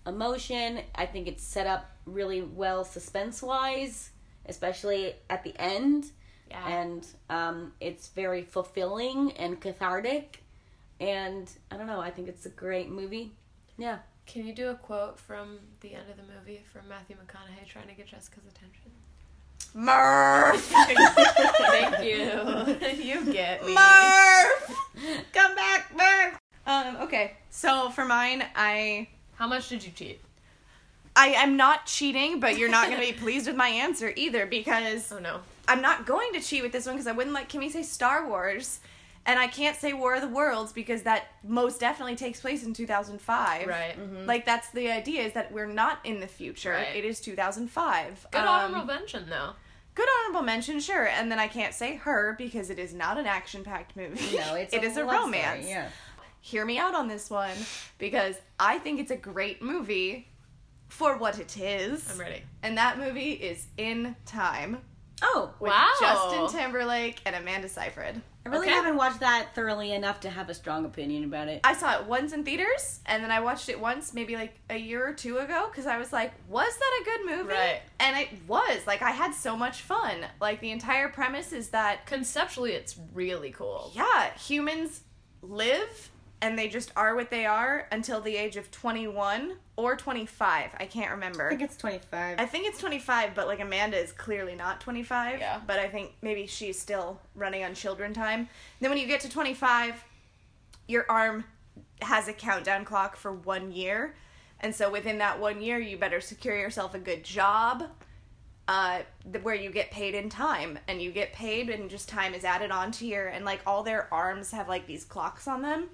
Speaker 3: emotion. I think it's set up really well suspense-wise, especially at the end
Speaker 4: Yeah.
Speaker 3: and um, it's very fulfilling and cathartic. And I don't know, I think it's a great movie. Yeah.
Speaker 4: Can you do a quote from the end of the movie from Matthew McConaughey trying to get Jessica's attention?
Speaker 2: Murph!
Speaker 4: <laughs> Thank you. <laughs> you get me.
Speaker 2: Murph! Come back, Murph! Um, okay. So for mine, I
Speaker 4: How much did you cheat?
Speaker 2: I am not cheating, but you're not going
Speaker 4: <laughs>
Speaker 2: to be pleased with my answer either because
Speaker 4: Oh no.
Speaker 2: I'm not going to cheat with this one because I wouldn't let Kimmy say Star Wars, and I can't say War of the Worlds because that most definitely takes place in 2005.
Speaker 4: Right.
Speaker 3: Mm-hmm.
Speaker 2: Like that's the idea is that we're not in the future.
Speaker 4: Right.
Speaker 2: It is 2005.
Speaker 4: Good
Speaker 2: Um,
Speaker 4: honorable mention though.
Speaker 2: Good honorable mention, sure. And then I can't say her because it is not an action-packed movie.
Speaker 3: No, it's
Speaker 2: <laughs> it is a
Speaker 3: love story,
Speaker 2: romance
Speaker 3: Yeah.
Speaker 2: hear me out on this one because I think it's a great movie for what it is.
Speaker 4: I'm ready.
Speaker 2: And that movie is In Time
Speaker 3: Oh,
Speaker 2: with
Speaker 4: Wow.
Speaker 2: Justin Timberlake and Amanda Seyfried.
Speaker 3: I really
Speaker 4: Okay.
Speaker 3: haven't watched that thoroughly enough to have a strong opinion about it.
Speaker 2: I saw it once in theaters and then I watched it once maybe like a year or two ago because I was like, was that a good movie?
Speaker 4: Right.
Speaker 2: And it was. Like, I had so much fun. Like, the entire premise is that
Speaker 4: Conceptually, it's really cool.
Speaker 2: yeah, humans live and they just are what they are until the age of 21 or 25. I can't remember.
Speaker 3: I think it's 25.
Speaker 2: I think it's 25, but like Amanda is clearly not 25.
Speaker 4: Yeah.
Speaker 2: But I think maybe she's still running on children time. Then when you get to 25, your arm has a countdown clock for one year. And so within that one year, you better secure yourself a good job uh, th- where you get paid in time. And you get paid, and just time is added on to your. And like all their arms have like these clocks on them.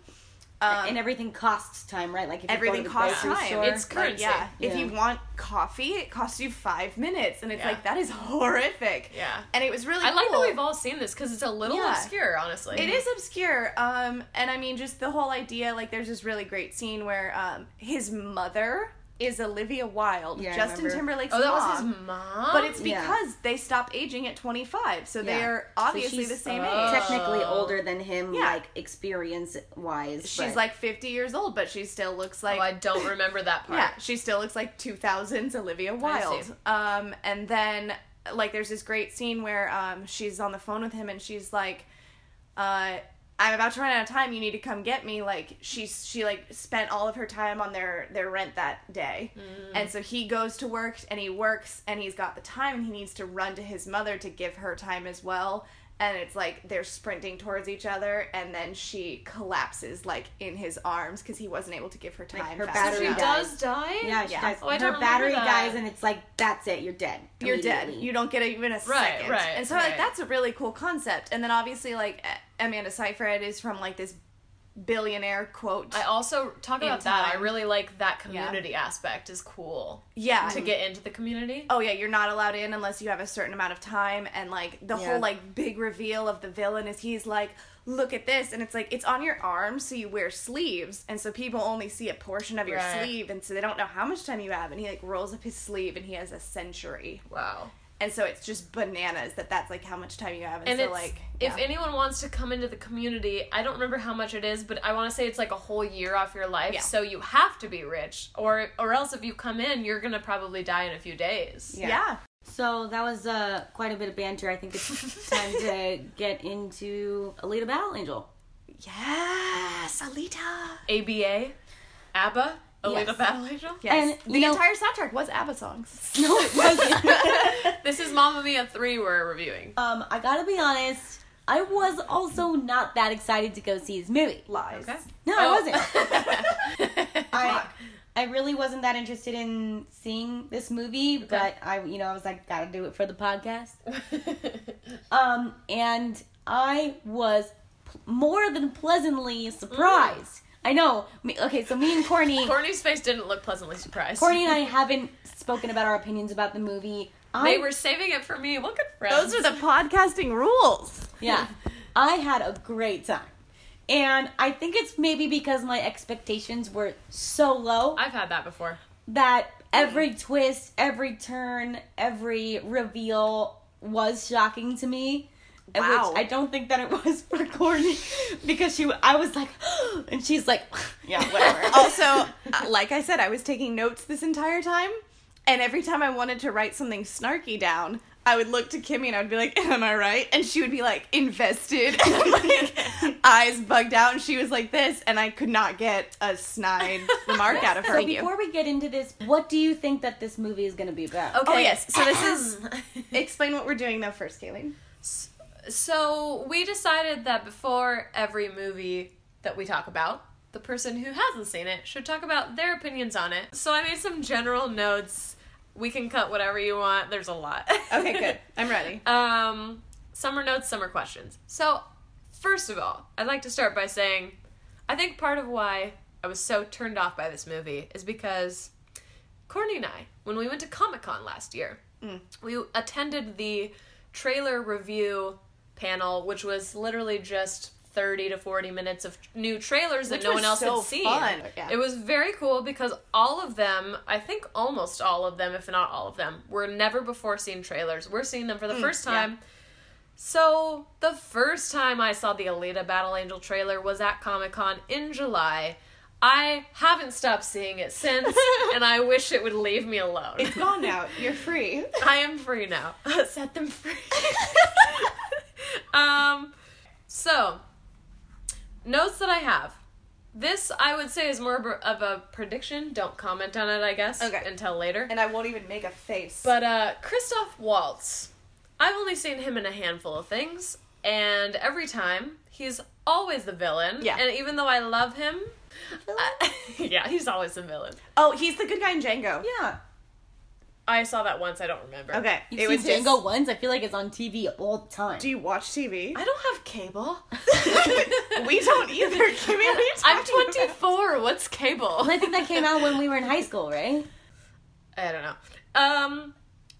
Speaker 2: Um,
Speaker 3: and everything costs time, right? Like if
Speaker 2: everything
Speaker 3: you go to the
Speaker 2: costs
Speaker 3: grocery
Speaker 2: time.
Speaker 3: Store,
Speaker 4: It's
Speaker 2: Like,
Speaker 4: currency.
Speaker 2: yeah. If
Speaker 3: Yeah.
Speaker 2: you want coffee, it costs you five minutes, and it's
Speaker 4: Yeah.
Speaker 2: like that is <laughs> horrific.
Speaker 4: Yeah.
Speaker 2: And it was really.
Speaker 4: I like
Speaker 2: cool.
Speaker 4: that we've all seen this because it's a little
Speaker 2: Yeah.
Speaker 4: obscure, honestly.
Speaker 2: It is obscure, um, and I mean, just the whole idea. Like, there's this really great scene where um, his mother is Olivia Wilde,
Speaker 3: Yeah, I
Speaker 2: Justin
Speaker 3: remember.
Speaker 2: Timberlake's
Speaker 4: Oh, that
Speaker 2: mom.
Speaker 4: was his mom.
Speaker 2: But it's because
Speaker 3: Yeah.
Speaker 2: they stop aging at 25, so they
Speaker 3: Yeah.
Speaker 2: are
Speaker 3: So
Speaker 2: obviously
Speaker 3: she's
Speaker 2: the same
Speaker 4: Oh.
Speaker 2: age.
Speaker 3: Technically older than him,
Speaker 2: Yeah.
Speaker 3: like experience wise.
Speaker 2: She's like 50 years old, but she still looks like
Speaker 4: oh, I don't remember that part.
Speaker 2: Yeah, she still looks like 2000s Olivia Wilde.
Speaker 4: see.
Speaker 2: Um, and then like there's this great scene where um, she's on the phone with him and she's like, uh, "I'm about to run out of time. You need to come get me." Like she's she like spent all of her time on their their rent that day, and so he goes to work and he works and he's got the time and he needs to run to his mother to give her time as well. And it's like they're sprinting towards each other, and then she collapses like in his arms because he wasn't able to give her time.
Speaker 3: her
Speaker 2: fast
Speaker 3: battery
Speaker 2: enough.
Speaker 4: She does die?
Speaker 3: Yeah, she
Speaker 2: Yeah.
Speaker 3: dies.
Speaker 4: Oh, I don't
Speaker 3: her
Speaker 4: remember
Speaker 3: battery
Speaker 4: that.
Speaker 3: dies, and it's like that's it. You're dead.
Speaker 2: you're dead.
Speaker 3: immediately.
Speaker 2: You don't get even a
Speaker 4: Right,
Speaker 2: second.
Speaker 4: right,
Speaker 2: And so
Speaker 4: right.
Speaker 2: like that's a really cool concept. And then obviously like A- Amanda Seyfried is from like this billionaire quote.
Speaker 4: I also talk
Speaker 2: In
Speaker 4: about that. I
Speaker 2: time.
Speaker 4: really like that community aspect is cool
Speaker 2: yeah.
Speaker 4: to get into the community.
Speaker 2: oh yeah, you're not allowed in unless you have a certain amount of time and like the
Speaker 3: Yeah.
Speaker 2: whole like big reveal of the villain is he's like look at this and it's like it's on your arm so you wear sleeves and so people only see a portion of your
Speaker 4: Right.
Speaker 2: sleeve and so they don't know how much time you have and he like rolls up his sleeve and he has a century
Speaker 4: Wow.
Speaker 2: and so it's just bananas that that's like how much time you have. And,
Speaker 4: And
Speaker 2: so
Speaker 4: it's
Speaker 2: like
Speaker 4: if
Speaker 2: yeah.
Speaker 4: anyone wants to come into the community, I don't remember how much it is, but I want to say it's like a whole year off your life.
Speaker 2: Yeah.
Speaker 4: So you have to be rich, or or else if you come in, you're gonna probably die in a few days.
Speaker 2: yeah.
Speaker 3: So that was uh, quite a bit of banter. I think <laughs> it's time to get into Alita Battle Angel.
Speaker 1: Yes, Alita.
Speaker 4: ABA, ABBA, Alita
Speaker 3: Yes.
Speaker 4: Battle Angel.
Speaker 2: Yes.
Speaker 3: And,
Speaker 2: the
Speaker 3: you know-
Speaker 2: entire soundtrack was ABBA songs.
Speaker 3: <laughs> No, it wasn't.
Speaker 4: This is Mamma Mia three we're reviewing.
Speaker 3: <laughs> um, I gotta be honest. I was also not that excited to go see this movie.
Speaker 2: Lies.
Speaker 4: Okay.
Speaker 3: No, I <laughs> wasn't.
Speaker 4: wasn't.
Speaker 3: I, I really wasn't that interested in seeing this movie, but I, you know, I was like, gotta do it for the podcast.
Speaker 2: Oh.
Speaker 3: Um, and I was p- more than pleasantly surprised. I know. Me, okay, so me and <laughs> Courtney,
Speaker 4: <laughs> Courtney's face didn't look pleasantly surprised.
Speaker 3: Courtney and I haven't spoken about our opinions about the movie. I,
Speaker 4: They were saving it for me. Look at friends.
Speaker 2: Those are the podcasting rules.
Speaker 3: yeah. I had a great time. And I think it's maybe because my expectations were so low
Speaker 4: I've had that before.
Speaker 3: that every twist, every turn, every reveal was shocking to me. and
Speaker 2: Wow.
Speaker 3: Which I don't think that it was for Courtney because she, I was like, <gasps> and she's like, Oh, yeah, <laughs> whatever.
Speaker 2: <laughs> also, uh, like I said, I was taking notes this entire time, and every time I wanted to write something snarky down, I would look to Kimmy and I would be like, <laughs> "Am I right?" And she would be like, "Invested," <laughs> and like eyes bugged out, and she was like this, and I could not get a snide <laughs> remark out of her.
Speaker 3: so before we get into this, what do you think that this movie is going to be about?
Speaker 4: Okay.
Speaker 2: Oh, yes. So this is-
Speaker 4: is
Speaker 2: Explain what we're doing though first, Kayleen.
Speaker 4: So we decided that before every movie that we talk about, the person who hasn't seen it should talk about their opinions on it. So I made some general notes. We can cut whatever you want. There's a lot.
Speaker 2: Okay,
Speaker 4: <laughs>
Speaker 2: good. I'm ready.
Speaker 4: um, some are notes, some are questions. So first of all, I'd like to start by saying I think part of why I was so turned off by this movie is because Courtney and I, when we went to Comic Con last year,
Speaker 2: Mm.
Speaker 4: we attended the trailer review panel, which was literally just 30 to 40 minutes of new trailers
Speaker 2: Which
Speaker 4: that no
Speaker 2: was
Speaker 4: one else
Speaker 2: so
Speaker 4: had seen.
Speaker 2: fun, yeah.
Speaker 4: It was very cool because all of them, I think almost all of them, if not all of them, were never before seen trailers. We're seeing them for the first
Speaker 2: yeah.
Speaker 4: time. So, the first time I saw the Alita Battle Angel trailer was at Comic Con in July. I haven't stopped seeing it since, and I wish it would leave me alone.
Speaker 2: It's gone now. You're free.
Speaker 4: I am free now. <laughs> Set
Speaker 2: <laughs>
Speaker 4: them free. um, so, notes that I have. This, I would say, is more of a prediction. Don't comment on it, I guess,
Speaker 2: Okay.
Speaker 4: until later.
Speaker 2: And I won't even make a face.
Speaker 4: But uh Christoph Waltz, I've only seen him in a handful of things, and every time he's always the villain.
Speaker 2: Yeah.
Speaker 4: And even though I love him, <laughs> I- yeah, he's always the villain.
Speaker 2: oh, he's the good guy in Django.
Speaker 3: Yeah.
Speaker 4: I saw that once. I don't remember.
Speaker 2: Okay.
Speaker 3: You've seen
Speaker 2: his-
Speaker 3: Django once? I feel like it's on TV all the time.
Speaker 2: Do you watch TV?
Speaker 4: I don't have cable.
Speaker 2: <laughs>
Speaker 4: <laughs>
Speaker 2: we don't either, Kimmy. What are you
Speaker 4: I'm
Speaker 2: talking about?
Speaker 4: 24. What's cable?
Speaker 3: I think that came out when we were in high school, right?
Speaker 4: I don't know. Um,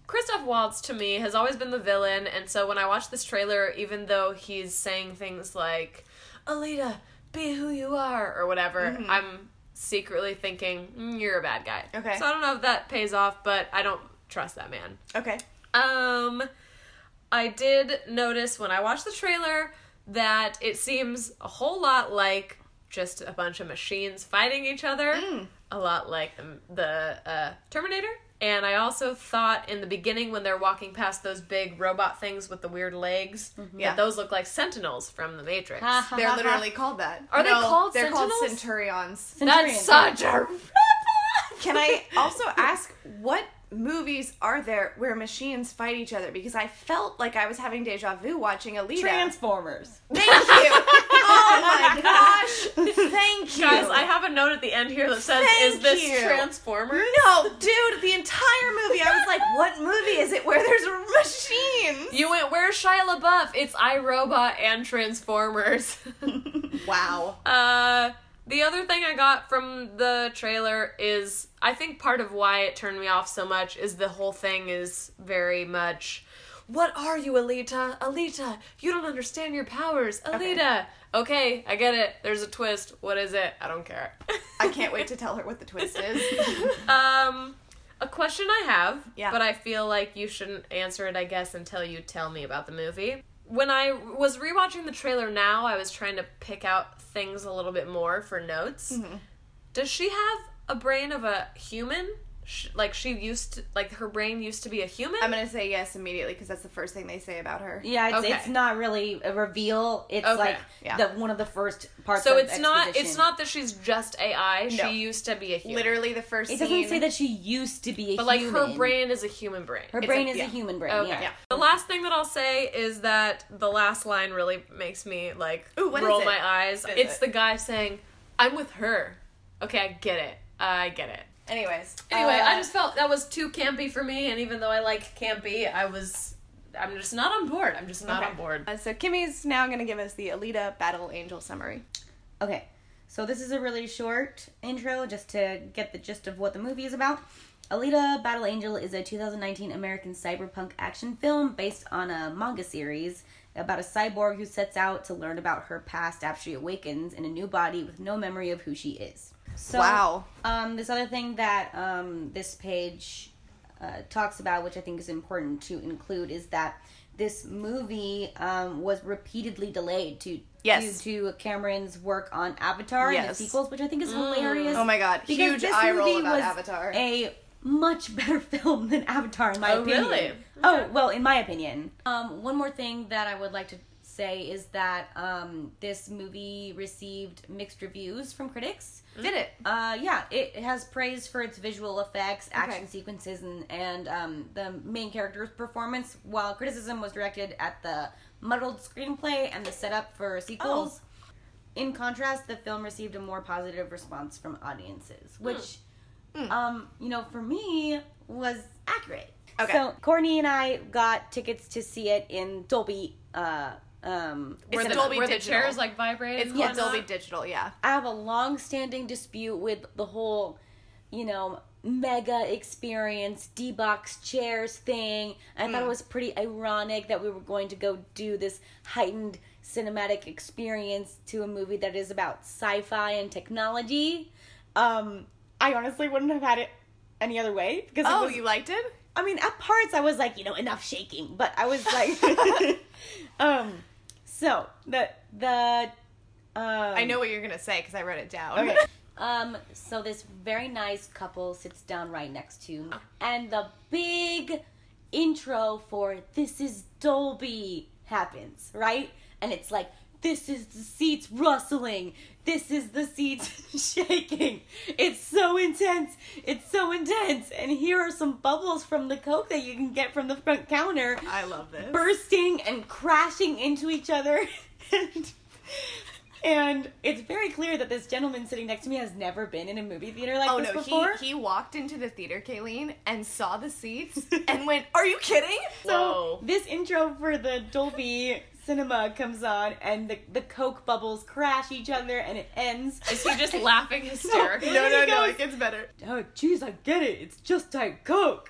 Speaker 4: Christoph Waltz to me has always been the villain, and so when I watch this trailer, even though he's saying things like "Alita, be who you are" or whatever,
Speaker 2: Mm-hmm.
Speaker 4: I'm secretly thinking mm, you're a bad guy.
Speaker 2: Okay.
Speaker 4: So I don't know if that pays off, but I don't trust that man.
Speaker 2: Okay.
Speaker 4: Um, I did notice when I watched the trailer that it seems a whole lot like just a bunch of machines fighting each other,
Speaker 2: Mm.
Speaker 4: a lot like the, the uh, Terminator. And I also thought in the beginning when they're walking past those big robot things with the weird legs,
Speaker 2: Mm-hmm. Yeah.
Speaker 4: that those look like Sentinels from the Matrix.
Speaker 3: Ha, ha,
Speaker 2: They're
Speaker 3: ha,
Speaker 2: literally
Speaker 3: ha.
Speaker 2: called that.
Speaker 4: Are they called
Speaker 2: They're called
Speaker 4: Sentinels?
Speaker 2: Centurions.
Speaker 4: That's
Speaker 3: Centurion.
Speaker 4: such a
Speaker 2: Can <laughs> I also ask what movies are there where machines fight each other? Because I felt like I was having deja vu watching Alita.
Speaker 3: Transformers.
Speaker 2: Thank
Speaker 4: <laughs>
Speaker 2: you. oh my gosh. Thank you.
Speaker 4: Guys, I have a note at the end here that says,
Speaker 2: Thank
Speaker 4: "Is this
Speaker 2: you.
Speaker 4: Transformers?"
Speaker 2: no, dude, the entire movie, I was like, what movie is it where there's machines?
Speaker 4: You went, where's Shia LaBeouf? It's iRobot and Transformers. <laughs>
Speaker 2: Wow.
Speaker 4: uh, the other thing I got from the trailer is I think part of why it turned me off so much is the whole thing is very much, what are you, Alita? Alita, you don't understand your powers. Alita. Okay, I get it. There's a twist. What is it? I don't care.
Speaker 2: <laughs> I can't wait to tell her what the twist is.
Speaker 4: Um, A question I have,
Speaker 2: Yeah.
Speaker 4: but I feel like you shouldn't answer it, I guess, until you tell me about the movie. When I was rewatching the trailer now, I was trying to pick out things a little bit more for notes.
Speaker 2: Mm-hmm.
Speaker 4: Does she have a brain of a human? Sh- Like she used to, like her brain used to be a human?
Speaker 2: I'm gonna say yes immediately because that's the first thing they say about her.
Speaker 3: <laughs> Yeah, it's,
Speaker 4: Okay.
Speaker 3: it's not really a reveal. It's
Speaker 4: Okay,
Speaker 3: like
Speaker 2: yeah.
Speaker 3: the one of the first parts.
Speaker 4: so
Speaker 3: of
Speaker 4: it's not it's
Speaker 3: Exposition.
Speaker 4: not that she's just AI.
Speaker 2: No.
Speaker 4: She used to be a human.
Speaker 2: Literally the first.
Speaker 3: It
Speaker 2: scene,
Speaker 3: doesn't say that she used to be a
Speaker 4: But like
Speaker 3: human.
Speaker 4: her brain is a human brain.
Speaker 3: Her
Speaker 2: It's
Speaker 3: brain
Speaker 2: a-
Speaker 3: is
Speaker 2: yeah.
Speaker 3: a human brain.
Speaker 4: Okay.
Speaker 3: Yeah.
Speaker 2: Yeah.
Speaker 4: The last thing that I'll say is that the last line really makes me like
Speaker 2: Ooh, what is
Speaker 4: roll
Speaker 2: it?
Speaker 4: my eyes.
Speaker 2: What is
Speaker 4: it's
Speaker 2: it?
Speaker 4: the guy saying, "I'm with her." Okay, I get it. I get it.
Speaker 2: Anyways,
Speaker 4: Anyway,
Speaker 2: uh,
Speaker 4: I just felt that was too campy for me, and even though I like campy, I was, I'm just not on board. I'm just not
Speaker 2: Okay.
Speaker 4: on board.
Speaker 2: Uh, so Kimmy's now gonna give us the Alita Battle Angel summary.
Speaker 3: Okay, so this is a really short intro just to get the gist of what the movie is about. Alita Battle Angel is a 2019 American cyberpunk action film based on a manga series about a cyborg who sets out to learn about her past after she awakens in a new body with no memory of who she is. So,
Speaker 2: Wow.
Speaker 3: Um, this other thing that um, this page uh, talks about, which I think is important to include, is that this movie um, was repeatedly delayed to
Speaker 2: Yes.
Speaker 3: due to Cameron's work on Avatar and the
Speaker 2: Yes.
Speaker 3: sequels, which I think is hilarious.
Speaker 2: Oh my god,
Speaker 3: because
Speaker 2: huge
Speaker 3: this
Speaker 2: eye roll
Speaker 3: movie
Speaker 2: about
Speaker 3: was
Speaker 2: Avatar.
Speaker 3: A much better <laughs> film than Avatar, in my
Speaker 4: Oh,
Speaker 3: opinion.
Speaker 4: really?
Speaker 3: Oh well, in my opinion. Um, one more thing that I would like to say is that um, this movie received mixed reviews from critics.
Speaker 2: Did it?
Speaker 3: Uh, yeah, it has praise for its visual effects, action
Speaker 2: Okay.
Speaker 3: sequences, and, and um, the main character's performance, while criticism was directed at the muddled screenplay and the setup for sequels.
Speaker 2: Oh.
Speaker 3: In contrast, the film received a more positive response from audiences,
Speaker 2: Hmm.
Speaker 3: which, um, you know, for me, was accurate.
Speaker 2: Okay.
Speaker 3: So, Courtney and I got tickets to see it in Dolby. Uh, um,
Speaker 2: It's
Speaker 4: were the,
Speaker 2: Dolby
Speaker 4: were the
Speaker 2: Digital.
Speaker 4: chairs like vibrating?
Speaker 2: It's
Speaker 4: and
Speaker 2: called
Speaker 4: whatnot?
Speaker 2: Dolby Digital. Yeah.
Speaker 3: I have a long-standing dispute with the whole, you know, mega experience D-box chairs thing. I thought it
Speaker 2: Hmm.
Speaker 3: was pretty ironic that we were going to go do this heightened cinematic experience to a movie that is about sci-fi and technology. Um, I honestly wouldn't have had it any other way because
Speaker 2: <gasps>
Speaker 3: it
Speaker 2: Oh,
Speaker 3: was
Speaker 2: you liked it?
Speaker 3: I mean, at parts I was like, you know, enough shaking, but I was
Speaker 2: <laughs>
Speaker 3: like, <laughs> um, so the the. Um,
Speaker 2: I know what you're gonna say because I wrote it down.
Speaker 3: Okay. Um, so this very nice couple sits down right next to me, and the big intro for "This is Dolby" happens, right? And it's like, "This is the seats rustling. This is the seats <laughs> shaking. It's so intense. It's so intense." And here are some bubbles from the coke that you can get from the front counter
Speaker 2: <laughs> I love this.
Speaker 3: bursting and crashing into each other. <laughs> and, and it's very clear that this gentleman sitting next to me has never been in a movie theater like
Speaker 2: Oh
Speaker 3: this
Speaker 2: no,
Speaker 3: before.
Speaker 2: he he walked into the theater, Kayleen, and saw the <laughs> seats and went, "Are you kidding?"
Speaker 3: so
Speaker 4: Whoa.
Speaker 3: this intro for the Dolby cinema comes on and the, the Coke bubbles crash each other and it ends.
Speaker 4: <laughs> Is he just laughing hysterically?
Speaker 2: <laughs> No, no,
Speaker 3: He
Speaker 2: no,
Speaker 3: goes-
Speaker 2: it gets better.
Speaker 3: oh jeez, I get it. It's just Diet Coke.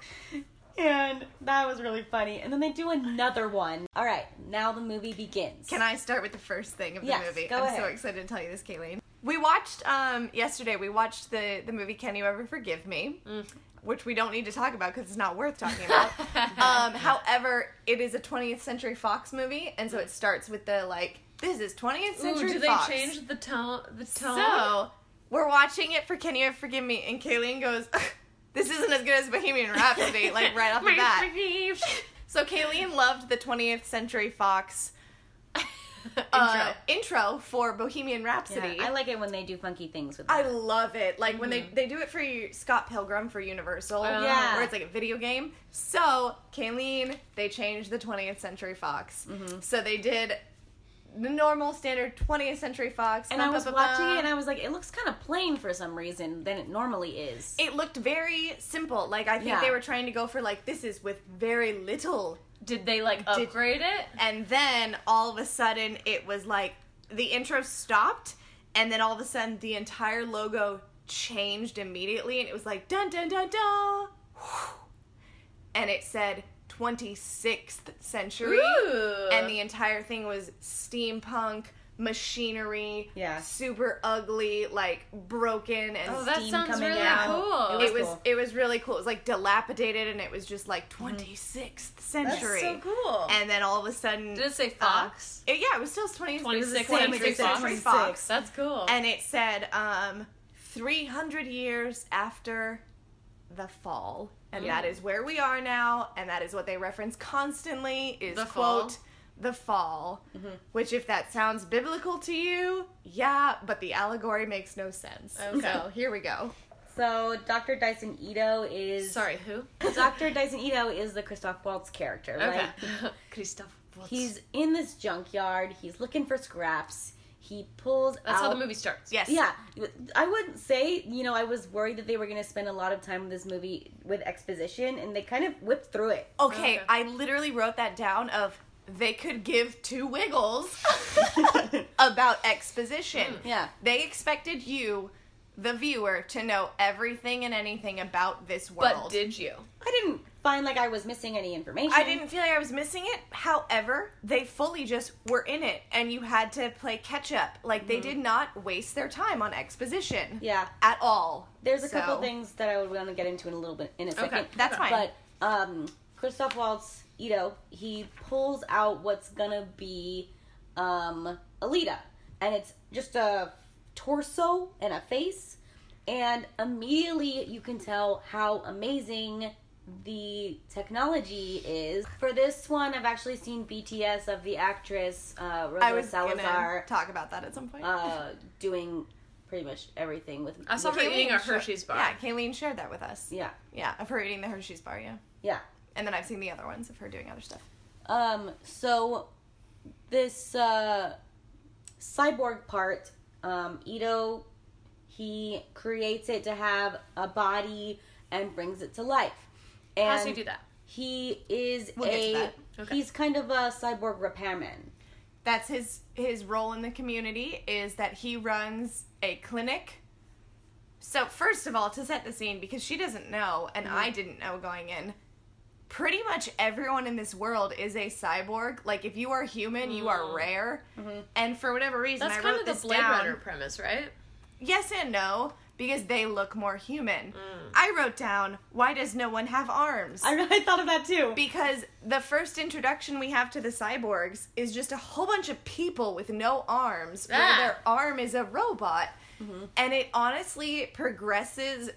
Speaker 3: And that was really funny. And then they do another one. All right, now the movie begins.
Speaker 2: Can I start with the first thing of the
Speaker 3: Yes,
Speaker 2: movie?
Speaker 3: go
Speaker 2: I'm so
Speaker 3: ahead.
Speaker 2: excited to tell you this, Kayleen. We watched um yesterday. We watched the the movie Can You Ever Forgive Me,
Speaker 4: Mm.
Speaker 2: which we don't need to talk about because it's not worth talking
Speaker 4: <laughs>
Speaker 2: about. um, however, it is a 20th Century Fox movie, and so it starts with the like, "This is 20th
Speaker 4: Ooh,
Speaker 2: Century
Speaker 4: do they
Speaker 2: Fox."
Speaker 4: change the tone? The tone.
Speaker 2: So we're watching it for Can You Ever Forgive Me? And Kayleen goes, <laughs> This isn't as good as Bohemian Rhapsody, like right
Speaker 4: <laughs>
Speaker 2: off the bat. So Kayleen loved the 20th Century Fox <laughs> uh, intro for Bohemian Rhapsody.
Speaker 3: Yeah, I like it when they do funky things with
Speaker 2: I
Speaker 3: that.
Speaker 2: love it. Like when they they do it for you- Scott Pilgrim for Universal,
Speaker 3: Oh, Yeah.
Speaker 2: where it's like a video game. So Kayleen, they changed the 20th Century Fox.
Speaker 3: Mm-hmm.
Speaker 2: So they did the normal standard 20th Century Fox.
Speaker 3: and I was watching it and I was like, it looks kind of plain for some reason than it normally is.
Speaker 2: it looked very simple. Like I think
Speaker 3: Yeah.
Speaker 2: they were trying to go for like this is with very little,
Speaker 4: Did they like upgrade it?
Speaker 2: and then all of a sudden it was like the intro stopped, and then all of a sudden the entire logo changed immediately, and it was like dun dun dun dun, Whew. and it said 26th century,
Speaker 4: Ooh.
Speaker 2: and the entire thing was steampunk machinery.
Speaker 3: Yeah.
Speaker 2: Super ugly, like broken and
Speaker 4: Oh, that
Speaker 3: steam
Speaker 4: sounds
Speaker 3: coming
Speaker 4: really
Speaker 2: out.
Speaker 4: cool.
Speaker 2: it was
Speaker 3: cool.
Speaker 2: it was really cool. It was like dilapidated and it was just like 26th century.
Speaker 3: cool.
Speaker 2: And then all of a sudden
Speaker 4: Oh.
Speaker 2: uh,
Speaker 4: Did it say Fox?
Speaker 2: it- yeah, it was still 20th
Speaker 4: 26th
Speaker 2: century,
Speaker 4: century
Speaker 2: century
Speaker 3: Fox.
Speaker 2: Fox.
Speaker 4: That's cool.
Speaker 2: And it said um 300 years after the fall. And that is where we are now and that is what they reference constantly is
Speaker 4: The
Speaker 2: quote
Speaker 4: fall. Mm-hmm.
Speaker 2: the fall, which if that sounds biblical to you, yeah, but the allegory makes no sense.
Speaker 4: Okay.
Speaker 2: So, here we go.
Speaker 3: So Dr. Dyson Ito is <laughs>
Speaker 4: <laughs> Sorry, who?
Speaker 3: Dr. Dyson Ito is the Christoph Waltz character.
Speaker 4: Okay.
Speaker 3: Like
Speaker 2: <laughs>
Speaker 4: Christoph Waltz.
Speaker 3: he's in this junkyard. He's looking for scraps. He pulls
Speaker 4: That's
Speaker 3: out.
Speaker 4: how the movie starts.
Speaker 2: Yes.
Speaker 3: Yeah, I would say you know I was worried that they were going to spend a lot of time with this movie with exposition, and they kind of whipped through it.
Speaker 2: Okay,
Speaker 4: Okay.
Speaker 2: I literally wrote that down of they could give two
Speaker 3: <laughs>
Speaker 2: wiggles about exposition.
Speaker 3: Hmm. Yeah.
Speaker 2: They expected you, the viewer, to know everything and anything about this world.
Speaker 4: But did you?
Speaker 3: I didn't find like I was missing any information.
Speaker 2: I didn't feel like I was missing it. However, they fully just were in it and you had to play catch up. Like they did not waste their time on exposition.
Speaker 3: Hmm. Yeah,
Speaker 2: At all.
Speaker 3: there's a
Speaker 2: So,
Speaker 3: couple things that I would want to get into in a little bit in a second.
Speaker 2: That's fine.
Speaker 3: But um, Christoph Waltz, you know, he pulls out what's gonna be um, Alita, and it's just a torso and a face, and immediately you can tell how amazing the technology is. For this one, I've actually seen BTS of the actress uh, Rosa
Speaker 2: I was
Speaker 3: Salazar
Speaker 2: gonna talk about that at some point.
Speaker 3: uh, doing pretty much everything with.
Speaker 4: I saw
Speaker 3: with-
Speaker 4: her eating a
Speaker 2: sure.
Speaker 4: Hershey's bar.
Speaker 2: yeah, Kayleen shared that with us.
Speaker 3: Yeah,
Speaker 2: Yeah, of her eating the Hershey's bar, yeah.
Speaker 3: yeah.
Speaker 2: And then I've seen the other ones of her doing other stuff.
Speaker 3: Um, so this uh, cyborg part, um, Ito, he creates it to have a body and brings it to life. And
Speaker 4: How does he do that?
Speaker 3: He is
Speaker 2: We'll
Speaker 3: a
Speaker 2: get to that.
Speaker 4: Okay.
Speaker 3: he's kind of a cyborg repairman.
Speaker 2: That's his his role in the community is that he runs a clinic. So first of all, to set the scene because she doesn't know
Speaker 4: Mm-hmm.
Speaker 2: and I didn't know going in. Pretty much everyone in this world is a cyborg. Like if you are human, you are rare. And for whatever reason,
Speaker 4: Mm-hmm. That's
Speaker 2: I
Speaker 4: kind
Speaker 2: wrote
Speaker 4: of the
Speaker 2: this
Speaker 4: Blade
Speaker 2: down.
Speaker 4: Runner premise, right?
Speaker 2: Yes and no because they look more human.
Speaker 4: Mm.
Speaker 2: I wrote down why does no one have arms?
Speaker 3: I, I thought of that too.
Speaker 2: Because the first introduction we have to the cyborgs is just a whole bunch of people with no arms, where
Speaker 4: Ah. Mm-hmm.
Speaker 2: their arm is a robot. And it honestly progresses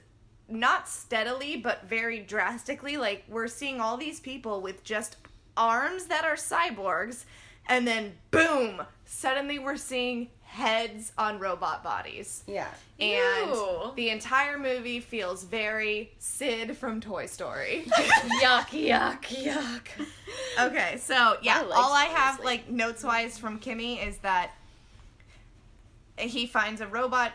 Speaker 2: not steadily, but very drastically. Like, we're seeing all these people with just arms that are cyborgs, and then boom, suddenly we're seeing heads on robot bodies.
Speaker 3: yeah.
Speaker 2: And
Speaker 4: Ew.
Speaker 2: the entire movie feels very Sid from Toy
Speaker 4: <laughs>
Speaker 2: Story.
Speaker 4: yuck, yuck, yuck.
Speaker 2: Okay, so yeah,
Speaker 3: I like
Speaker 2: all I
Speaker 3: Sirius
Speaker 2: have
Speaker 3: Lee.
Speaker 2: like notes wise from Kimmy is that he finds a robot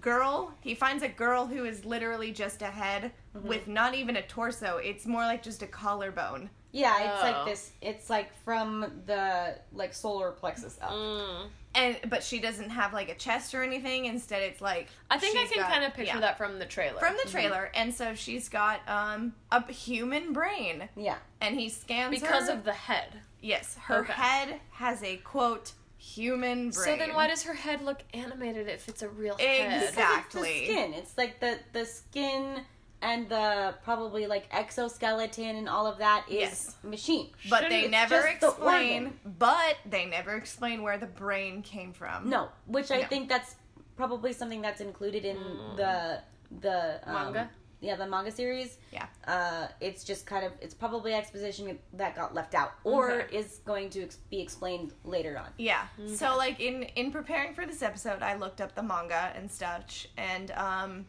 Speaker 2: girl. He finds a girl who is literally just a head
Speaker 4: Mm-hmm.
Speaker 2: with not even a torso. It's more like just a collarbone.
Speaker 3: Yeah, it's
Speaker 4: Oh.
Speaker 3: like this. It's like from the like solar plexus up.
Speaker 4: Mm.
Speaker 2: And but she doesn't have like a chest or anything. Instead, it's like
Speaker 4: <laughs> I think
Speaker 2: she's
Speaker 4: I can
Speaker 2: got-
Speaker 4: kind of picture
Speaker 2: yeah.
Speaker 4: that Mm-hmm. from the trailer.
Speaker 2: from the trailer. And so she's got um a human brain,
Speaker 3: Yeah,
Speaker 2: and he scans
Speaker 4: because
Speaker 2: her.
Speaker 4: of the head.
Speaker 2: yes, her
Speaker 4: Okay.
Speaker 2: head has a quote human brain.
Speaker 4: So then, why does her head look animated if it's a real
Speaker 2: Exactly.
Speaker 4: head?
Speaker 2: Exactly.
Speaker 3: It's the skin. It's like the the skin and the probably like exoskeleton and all of that is
Speaker 2: Yes.
Speaker 3: machine.
Speaker 2: But
Speaker 4: Shouldn't
Speaker 2: they
Speaker 4: it
Speaker 2: never
Speaker 3: just the
Speaker 2: explain.
Speaker 3: organ?
Speaker 2: but they never explain where the brain came from.
Speaker 3: No, which I
Speaker 2: No.
Speaker 3: think that's probably something that's included in the the um,
Speaker 4: Manga?
Speaker 3: Yeah, the manga series.
Speaker 2: Yeah.
Speaker 3: Uh, it's just kind of it's probably exposition that got left out or
Speaker 4: Okay.
Speaker 3: is going to ex- be explained later on.
Speaker 2: Yeah. So like in in preparing for this episode, I looked up the manga and such, and um,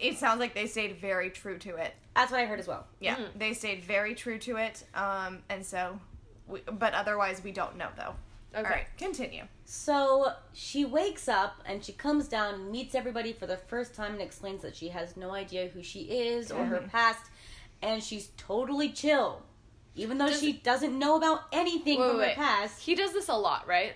Speaker 2: it sounds like they stayed very true to it.
Speaker 3: That's what I heard as well.
Speaker 2: Yeah, they stayed very true to it. Um, and so, we, but otherwise we don't know though.
Speaker 4: Okay.
Speaker 2: All right, continue.
Speaker 3: So she wakes up and she comes down and meets everybody for the first time and explains that she has no idea who she is or
Speaker 4: Mm-hmm.
Speaker 3: her past, and she's totally chill, even though
Speaker 4: Does-
Speaker 3: she doesn't know about anything
Speaker 4: Wait,
Speaker 3: from
Speaker 4: wait,
Speaker 3: her
Speaker 4: wait.
Speaker 3: past.
Speaker 4: He does this a lot, right?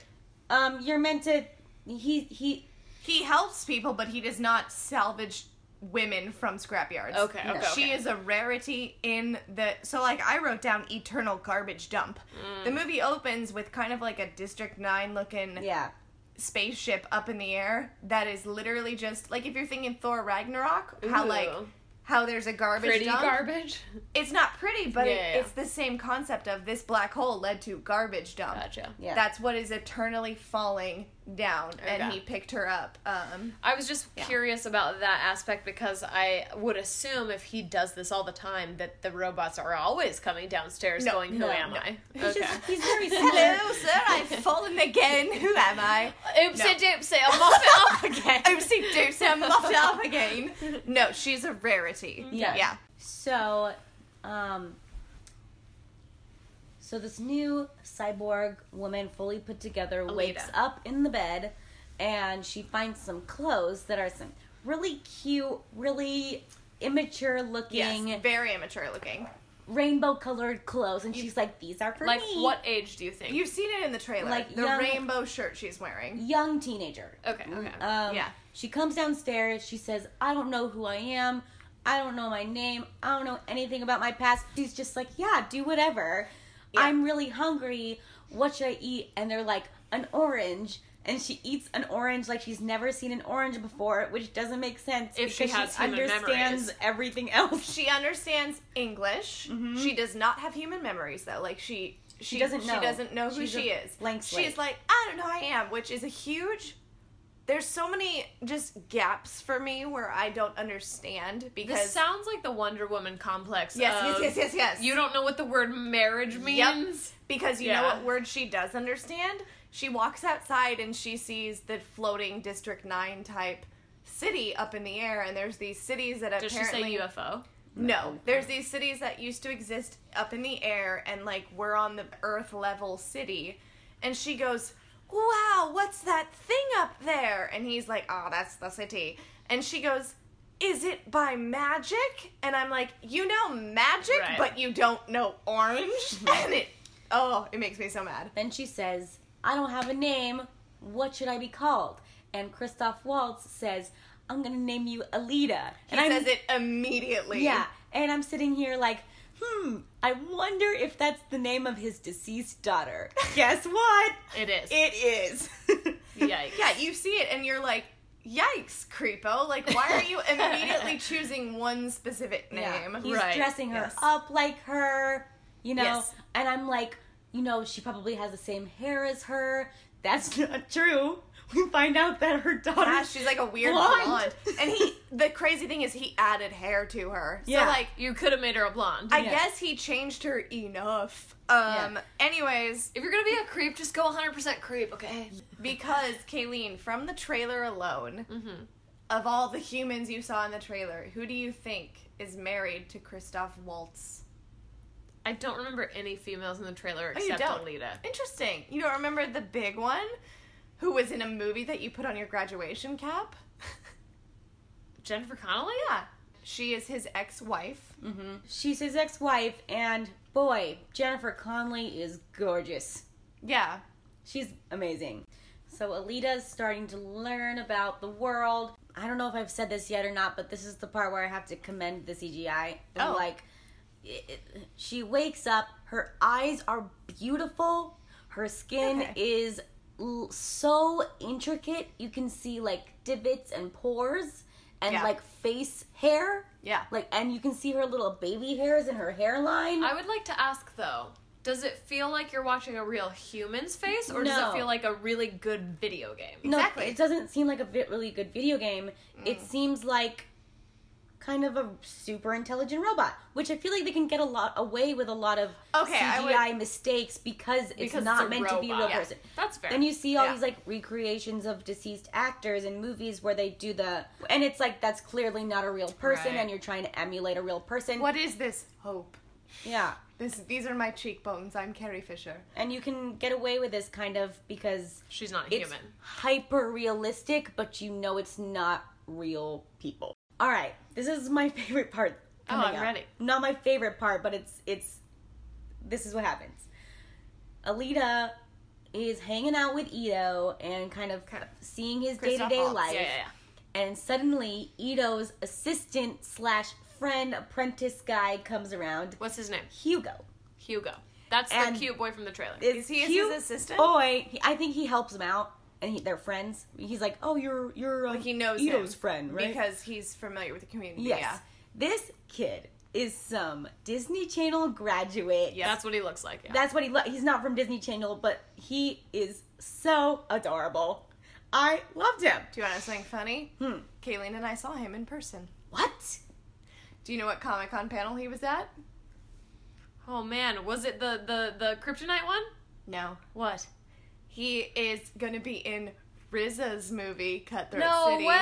Speaker 3: Um, you're meant to. He he.
Speaker 2: He helps people, but he does not salvage women from scrapyards.
Speaker 4: Okay, okay,
Speaker 2: She
Speaker 4: okay.
Speaker 2: is a rarity in the so like I wrote down eternal garbage dump.
Speaker 4: Mm.
Speaker 2: The movie opens with kind of like a District 9 looking
Speaker 3: Yeah.
Speaker 2: spaceship up in the air that is literally just like if you're thinking Thor Ragnarok, how like
Speaker 4: Ooh.
Speaker 2: how there's a garbage
Speaker 4: pretty
Speaker 2: dump.
Speaker 4: garbage. <laughs>
Speaker 2: it's not pretty, but
Speaker 4: Yeah,
Speaker 2: it,
Speaker 4: yeah, yeah.
Speaker 2: it's the same concept of this black hole led to garbage dump.
Speaker 4: Gotcha.
Speaker 3: Yeah.
Speaker 2: That's what is eternally falling down, and
Speaker 4: Okay.
Speaker 2: he picked her up. Um,
Speaker 4: I was just curious about that aspect because I would assume if he does this all the time that the robots are always coming downstairs
Speaker 2: No,
Speaker 4: going, Who
Speaker 3: no,
Speaker 4: am
Speaker 3: no.
Speaker 4: <laughs> I?
Speaker 3: He's
Speaker 4: Okay.
Speaker 3: just he's
Speaker 4: <laughs>
Speaker 3: very smart.
Speaker 2: Hello, sir. I've
Speaker 3: <laughs>
Speaker 2: fallen again. Who am I?
Speaker 4: Oopsie doopsie, I'll mop
Speaker 2: <laughs>
Speaker 4: it up again.
Speaker 2: Oopsie doopsie, I'm
Speaker 3: <laughs>
Speaker 2: muffed up again. No, she's a rarity.
Speaker 3: Yeah.
Speaker 2: Yeah.
Speaker 3: So, um, so this new cyborg woman, fully put together, wakes up in the bed, and she finds some clothes that are some really cute, really immature
Speaker 2: Yes.
Speaker 3: looking
Speaker 2: Very immature looking.
Speaker 3: rainbow colored clothes, and she's like, "These are for
Speaker 4: <laughs> Like,
Speaker 3: me."
Speaker 4: what age do you think?
Speaker 2: You've seen it in the trailer.
Speaker 3: Like
Speaker 2: the
Speaker 3: young-
Speaker 2: rainbow shirt she's wearing.
Speaker 3: Young teenager.
Speaker 4: Okay, okay.
Speaker 3: Um,
Speaker 2: Yeah.
Speaker 3: She comes downstairs. She says, I don't know who I am. I don't know my name. I don't know anything about my past. She's just like, Yeah, do whatever. I'm really hungry. What should I eat? And they're like, An orange. And she eats an orange like she's never seen an orange before, which doesn't make sense
Speaker 4: If she has human
Speaker 3: understands
Speaker 4: memories.
Speaker 3: everything else. <laughs>
Speaker 2: She understands English. She does not have human memories though. Like she she,
Speaker 3: Mm-hmm. doesn't
Speaker 2: She
Speaker 3: know.
Speaker 2: doesn't know who
Speaker 3: She's
Speaker 2: she
Speaker 3: a
Speaker 2: is.
Speaker 3: blank slate.
Speaker 2: She's like, I don't know who I am, which is a huge there's so many just gaps for me where I don't understand because
Speaker 4: this sounds like the Wonder Woman complex.
Speaker 2: Yes, yes,
Speaker 4: of
Speaker 2: yes, yes, yes.
Speaker 4: You don't know what the word marriage means.
Speaker 2: because you know
Speaker 4: Yeah.
Speaker 2: what word she does understand. She walks outside and she sees the floating District Nine type city up in the air, and there's these cities that
Speaker 4: Does she
Speaker 2: apparently
Speaker 4: say UFO?
Speaker 2: no. There's these cities that used to exist up in the air, and like we're on the Earth level city, and she goes, "Wow, what's that thing up there?" And he's like, "Oh, that's the city," and she goes. Is it by magic? And I'm like, you know magic,
Speaker 4: Right.
Speaker 2: but you don't know orange. <laughs> and it, oh, it makes me so mad.
Speaker 3: Then she says, I don't have a name. What should I be called? And Christoph Waltz says, I'm going to name you Alita.
Speaker 2: He
Speaker 3: and
Speaker 2: says
Speaker 3: I'm,
Speaker 2: it immediately.
Speaker 3: Yeah, and I'm sitting here like, hmm, I wonder if that's the name of his deceased daughter. <laughs> Guess what?
Speaker 4: It is.
Speaker 2: It
Speaker 3: <laughs>
Speaker 2: is.
Speaker 4: Yikes.
Speaker 2: Yeah, you see it and you're like, yikes, creepo. Like, why are
Speaker 3: <laughs>
Speaker 2: you immediately choosing one specific name?
Speaker 3: He's
Speaker 4: Right,
Speaker 3: dressing her
Speaker 2: yes.
Speaker 3: up like her, you know,
Speaker 2: Yes.
Speaker 3: and I'm like, you know, she probably has the same hair as her. That's not true. We find out that her daughter.
Speaker 2: Yeah, she's like a weird blonde.
Speaker 3: Blonde.
Speaker 2: And he, the crazy thing is, he added hair to her. So,
Speaker 3: Yeah.
Speaker 2: like,
Speaker 4: You could have made her a blonde.
Speaker 2: I
Speaker 3: Yeah.
Speaker 2: guess he changed her enough. Um,
Speaker 3: Yeah.
Speaker 2: anyways,
Speaker 4: if you're gonna be a creep, just go 100% creep, <laughs> okay?
Speaker 2: because Kayleen, from the trailer alone,
Speaker 3: Mm-hmm.
Speaker 2: of all the humans you saw in the trailer, who do you think is married to Christoph Waltz?
Speaker 4: I don't remember any females in the trailer
Speaker 3: Oh,
Speaker 2: you
Speaker 4: except
Speaker 2: don't?
Speaker 4: Alita.
Speaker 2: Interesting. You don't remember the big one who was in a movie that you put on your graduation cap? <laughs>
Speaker 4: Jennifer Connelly?
Speaker 2: yeah. She is his ex wife.
Speaker 3: Mm. Mm-hmm. she's his ex-wife, and boy, Jennifer Conley is gorgeous.
Speaker 2: Yeah.
Speaker 3: She's amazing. So Alita's starting to learn about the world. I don't know if I've said this yet or not, but this is the part where I have to commend the CGI. And
Speaker 2: Oh.
Speaker 3: Like, it, it- she wakes up, her eyes are beautiful, her skin
Speaker 2: Okay.
Speaker 3: is l- so intricate. You can see like divots and pores and
Speaker 2: Yeah.
Speaker 3: like face hair.
Speaker 2: Yeah.
Speaker 3: Like, and you can see her little baby hairs in her hairline.
Speaker 4: I would like to ask though, does it feel like you're watching a real human's face or does
Speaker 3: No.
Speaker 4: it feel like a really good video game?
Speaker 3: No,
Speaker 2: Exactly.
Speaker 3: it doesn't seem like a vi- really good video game. It
Speaker 4: Mm.
Speaker 3: seems like kind of a super intelligent robot, which I feel like they can get a lot away with a lot of
Speaker 2: Okay, I would-
Speaker 3: CGI mistakes because it's
Speaker 4: Because it's
Speaker 3: not
Speaker 4: a
Speaker 3: meant to be a real
Speaker 4: robot. Yeah,
Speaker 3: person.
Speaker 4: that's fair.
Speaker 3: Then you see all
Speaker 2: Yeah.
Speaker 3: these like recreations of deceased actors in movies where they do the, and it's like that's clearly not a real person,
Speaker 4: Right.
Speaker 3: and you're trying to emulate a real person.
Speaker 2: What is this hope?
Speaker 3: Yeah.
Speaker 2: This, these are my cheekbones. I'm Carrie Fisher.
Speaker 3: And you can get away with this kind of because
Speaker 4: She's not
Speaker 3: it's
Speaker 4: human.
Speaker 3: hyper realistic, but you know it's not real people. All right, this is my <laughs> favorite part.
Speaker 4: Oh,
Speaker 3: coming
Speaker 4: I'm
Speaker 3: up.
Speaker 4: ready.
Speaker 3: Not my favorite part, but it's it's. This is what happens. Alita is hanging out with Ito and kind of
Speaker 2: Kind of.
Speaker 3: seeing his day to
Speaker 2: Christoph
Speaker 3: day
Speaker 2: Waltz,
Speaker 3: life,
Speaker 4: Yeah, yeah, yeah.
Speaker 3: and suddenly Ito's assistant slash friend apprentice guy comes around.
Speaker 4: What's his name?
Speaker 3: Hugo.
Speaker 4: Hugo. That's
Speaker 3: And-
Speaker 4: the cute boy from the trailer.
Speaker 2: Is he his
Speaker 3: Hu-
Speaker 2: assistant?
Speaker 3: Boy, Oh, he- I think he helps him out, and he, they're friends. He's like, "Oh, you're you're um,
Speaker 2: he knows
Speaker 3: Ito's
Speaker 2: him
Speaker 3: friend, right?"
Speaker 2: because he's familiar with the community.
Speaker 3: yes,
Speaker 2: Yeah.
Speaker 3: this kid is some Disney Channel graduate.
Speaker 2: Yeah.
Speaker 4: That's what he looks like. Yeah.
Speaker 3: That's what he lo- he's not from Disney Channel, but he is so adorable. I loved him.
Speaker 2: Do you want to know something funny?
Speaker 3: Hmm.
Speaker 2: Kayleen and I saw him in person.
Speaker 3: What?
Speaker 2: Do you know what Comic Con panel he was at?
Speaker 4: oh man, was it the the the kryptonite one?
Speaker 2: No.
Speaker 4: What?
Speaker 2: He is going to be in Rizza's movie, Cutthroat
Speaker 4: No
Speaker 2: City.
Speaker 4: way.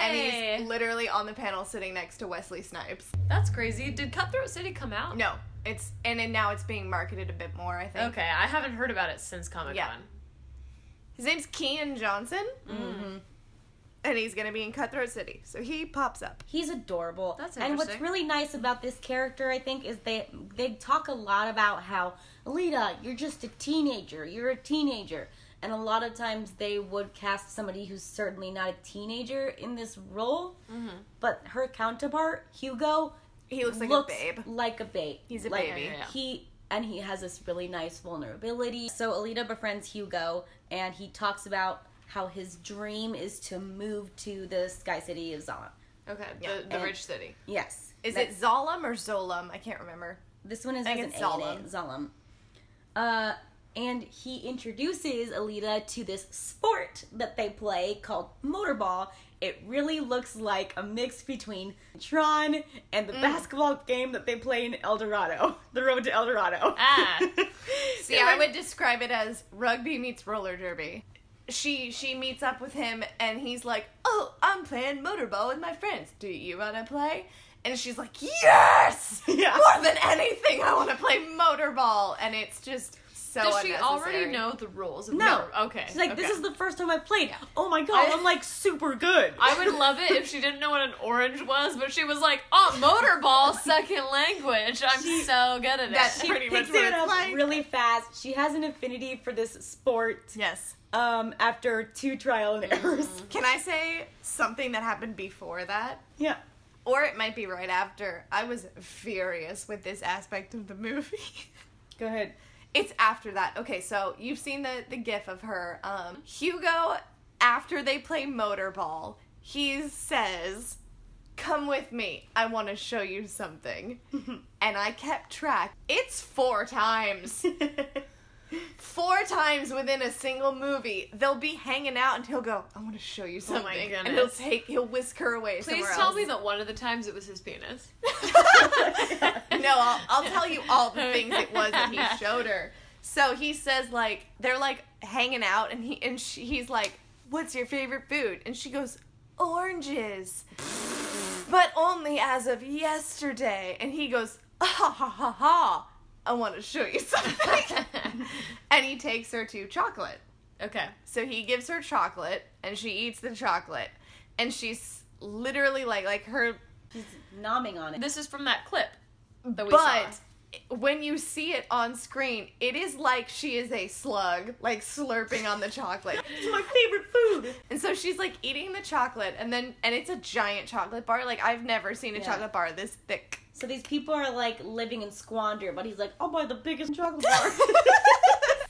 Speaker 2: And he's literally on the panel sitting next to Wesley Snipes.
Speaker 4: That's crazy. Did Cutthroat City come out?
Speaker 2: No, it's and then now it's being marketed a bit more. I think.
Speaker 4: Okay, I haven't heard about it since Comic Con.
Speaker 2: Yeah. His name's Kean Johnson,
Speaker 3: Mm-hmm.
Speaker 2: and he's gonna be in Cutthroat City. So he pops up.
Speaker 3: He's adorable.
Speaker 4: That's
Speaker 3: And what's
Speaker 4: interesting.
Speaker 3: really nice about this character, I think, is they they talk a lot about how Alita, you're just a teenager. You're a teenager. And a lot of times they would cast somebody who's certainly not a teenager in this role, but her counterpart, Hugo,
Speaker 2: He Mm-hmm. looks like a babe.
Speaker 3: like a babe.
Speaker 2: He's a
Speaker 3: Like,
Speaker 2: baby.
Speaker 4: Yeah, yeah, yeah.
Speaker 3: He and he has this really nice vulnerability. So Alita befriends Hugo, and he talks about how his dream is to move to the Sky City of Zala.
Speaker 4: Okay,
Speaker 2: Yeah.
Speaker 4: the, the
Speaker 3: And-
Speaker 4: Ridge City.
Speaker 3: Yes.
Speaker 2: Is
Speaker 3: That-
Speaker 2: it Zolom or Zolom? I can't remember.
Speaker 3: This one is
Speaker 2: I
Speaker 3: has
Speaker 2: think
Speaker 3: an
Speaker 2: it's
Speaker 3: A in it, Zalem. Uh, and he introduces Alita to this sport that they play called motorball. It really looks like a mix between Tron
Speaker 2: Mm.
Speaker 3: and the basketball game that they play in El Dorado, <laughs> the road to El Dorado. <laughs>
Speaker 4: Ah.
Speaker 2: See, I would describe it as rugby meets roller derby. She she meets up with him and he's like, "Oh, I'm playing motorball with my friends. Do you want to play?" And she's like, "Yes! <laughs>
Speaker 3: Yeah.
Speaker 2: More than anything, I want to play motorball." And it's just so
Speaker 4: Does she
Speaker 2: unnecessary.
Speaker 4: already know the rules? of
Speaker 3: No.
Speaker 4: the- Okay.
Speaker 3: She's like, this
Speaker 4: okay.
Speaker 3: is the first time I've played. Oh my god,
Speaker 4: I-
Speaker 3: I, am like super good.
Speaker 4: I would love it if she didn't know what an orange was, but she was like, "Oh, motorball, second language. I'm so good at it."
Speaker 2: That's
Speaker 3: <laughs> she
Speaker 2: pretty much
Speaker 3: picks
Speaker 2: what
Speaker 3: it
Speaker 2: it's
Speaker 3: up
Speaker 2: like.
Speaker 3: really fast. She has an affinity for this sport.
Speaker 2: Yes.
Speaker 3: Um, after two trial and errors. <laughs>
Speaker 2: Can I say something that happened before that?
Speaker 3: Yeah.
Speaker 2: Or it might be right after. I was furious with this aspect of the movie. <laughs>
Speaker 3: Go ahead.
Speaker 2: It's after that. Okay, so you've seen the the gif of her. Um, Hugo, after they play motorball, he says, "Come with me. I want to show you
Speaker 4: <laughs>
Speaker 2: something." and I kept track. It's four
Speaker 4: <laughs>
Speaker 2: times. Four times within a single movie, they'll be hanging out and he'll go, "I want to show you
Speaker 4: Oh my
Speaker 2: something," and he'll
Speaker 4: goodness.
Speaker 2: take, he'll whisk her away.
Speaker 4: Please
Speaker 2: somewhere
Speaker 4: tell
Speaker 2: else.
Speaker 4: me that one of the times it was his penis.
Speaker 2: <laughs> no, I'll, I'll tell you all the things it was that he showed her. So he says like they're like hanging out, and he and she, he's like, "What's your favorite food?" And she goes, "Oranges," but only as of yesterday. And he goes, "Ha ha ha ha! I want to show you <laughs> something." and he takes her to chocolate.
Speaker 4: okay.
Speaker 2: So he gives her chocolate, and she eats the chocolate, and she's literally like like her
Speaker 3: She's nomming on it.
Speaker 4: This is from that clip that we
Speaker 2: but
Speaker 4: saw.
Speaker 2: when you see it on screen, it is like she is a slug, like slurping on the <laughs> chocolate.
Speaker 3: It's my favorite food.
Speaker 2: and so she's like eating the chocolate, and then and it's a giant chocolate bar. Like I've never seen a
Speaker 3: Yeah.
Speaker 2: chocolate bar this thick.
Speaker 3: So these people are like living in squander, but he's like, I'll buy the biggest chocolate <laughs> bar.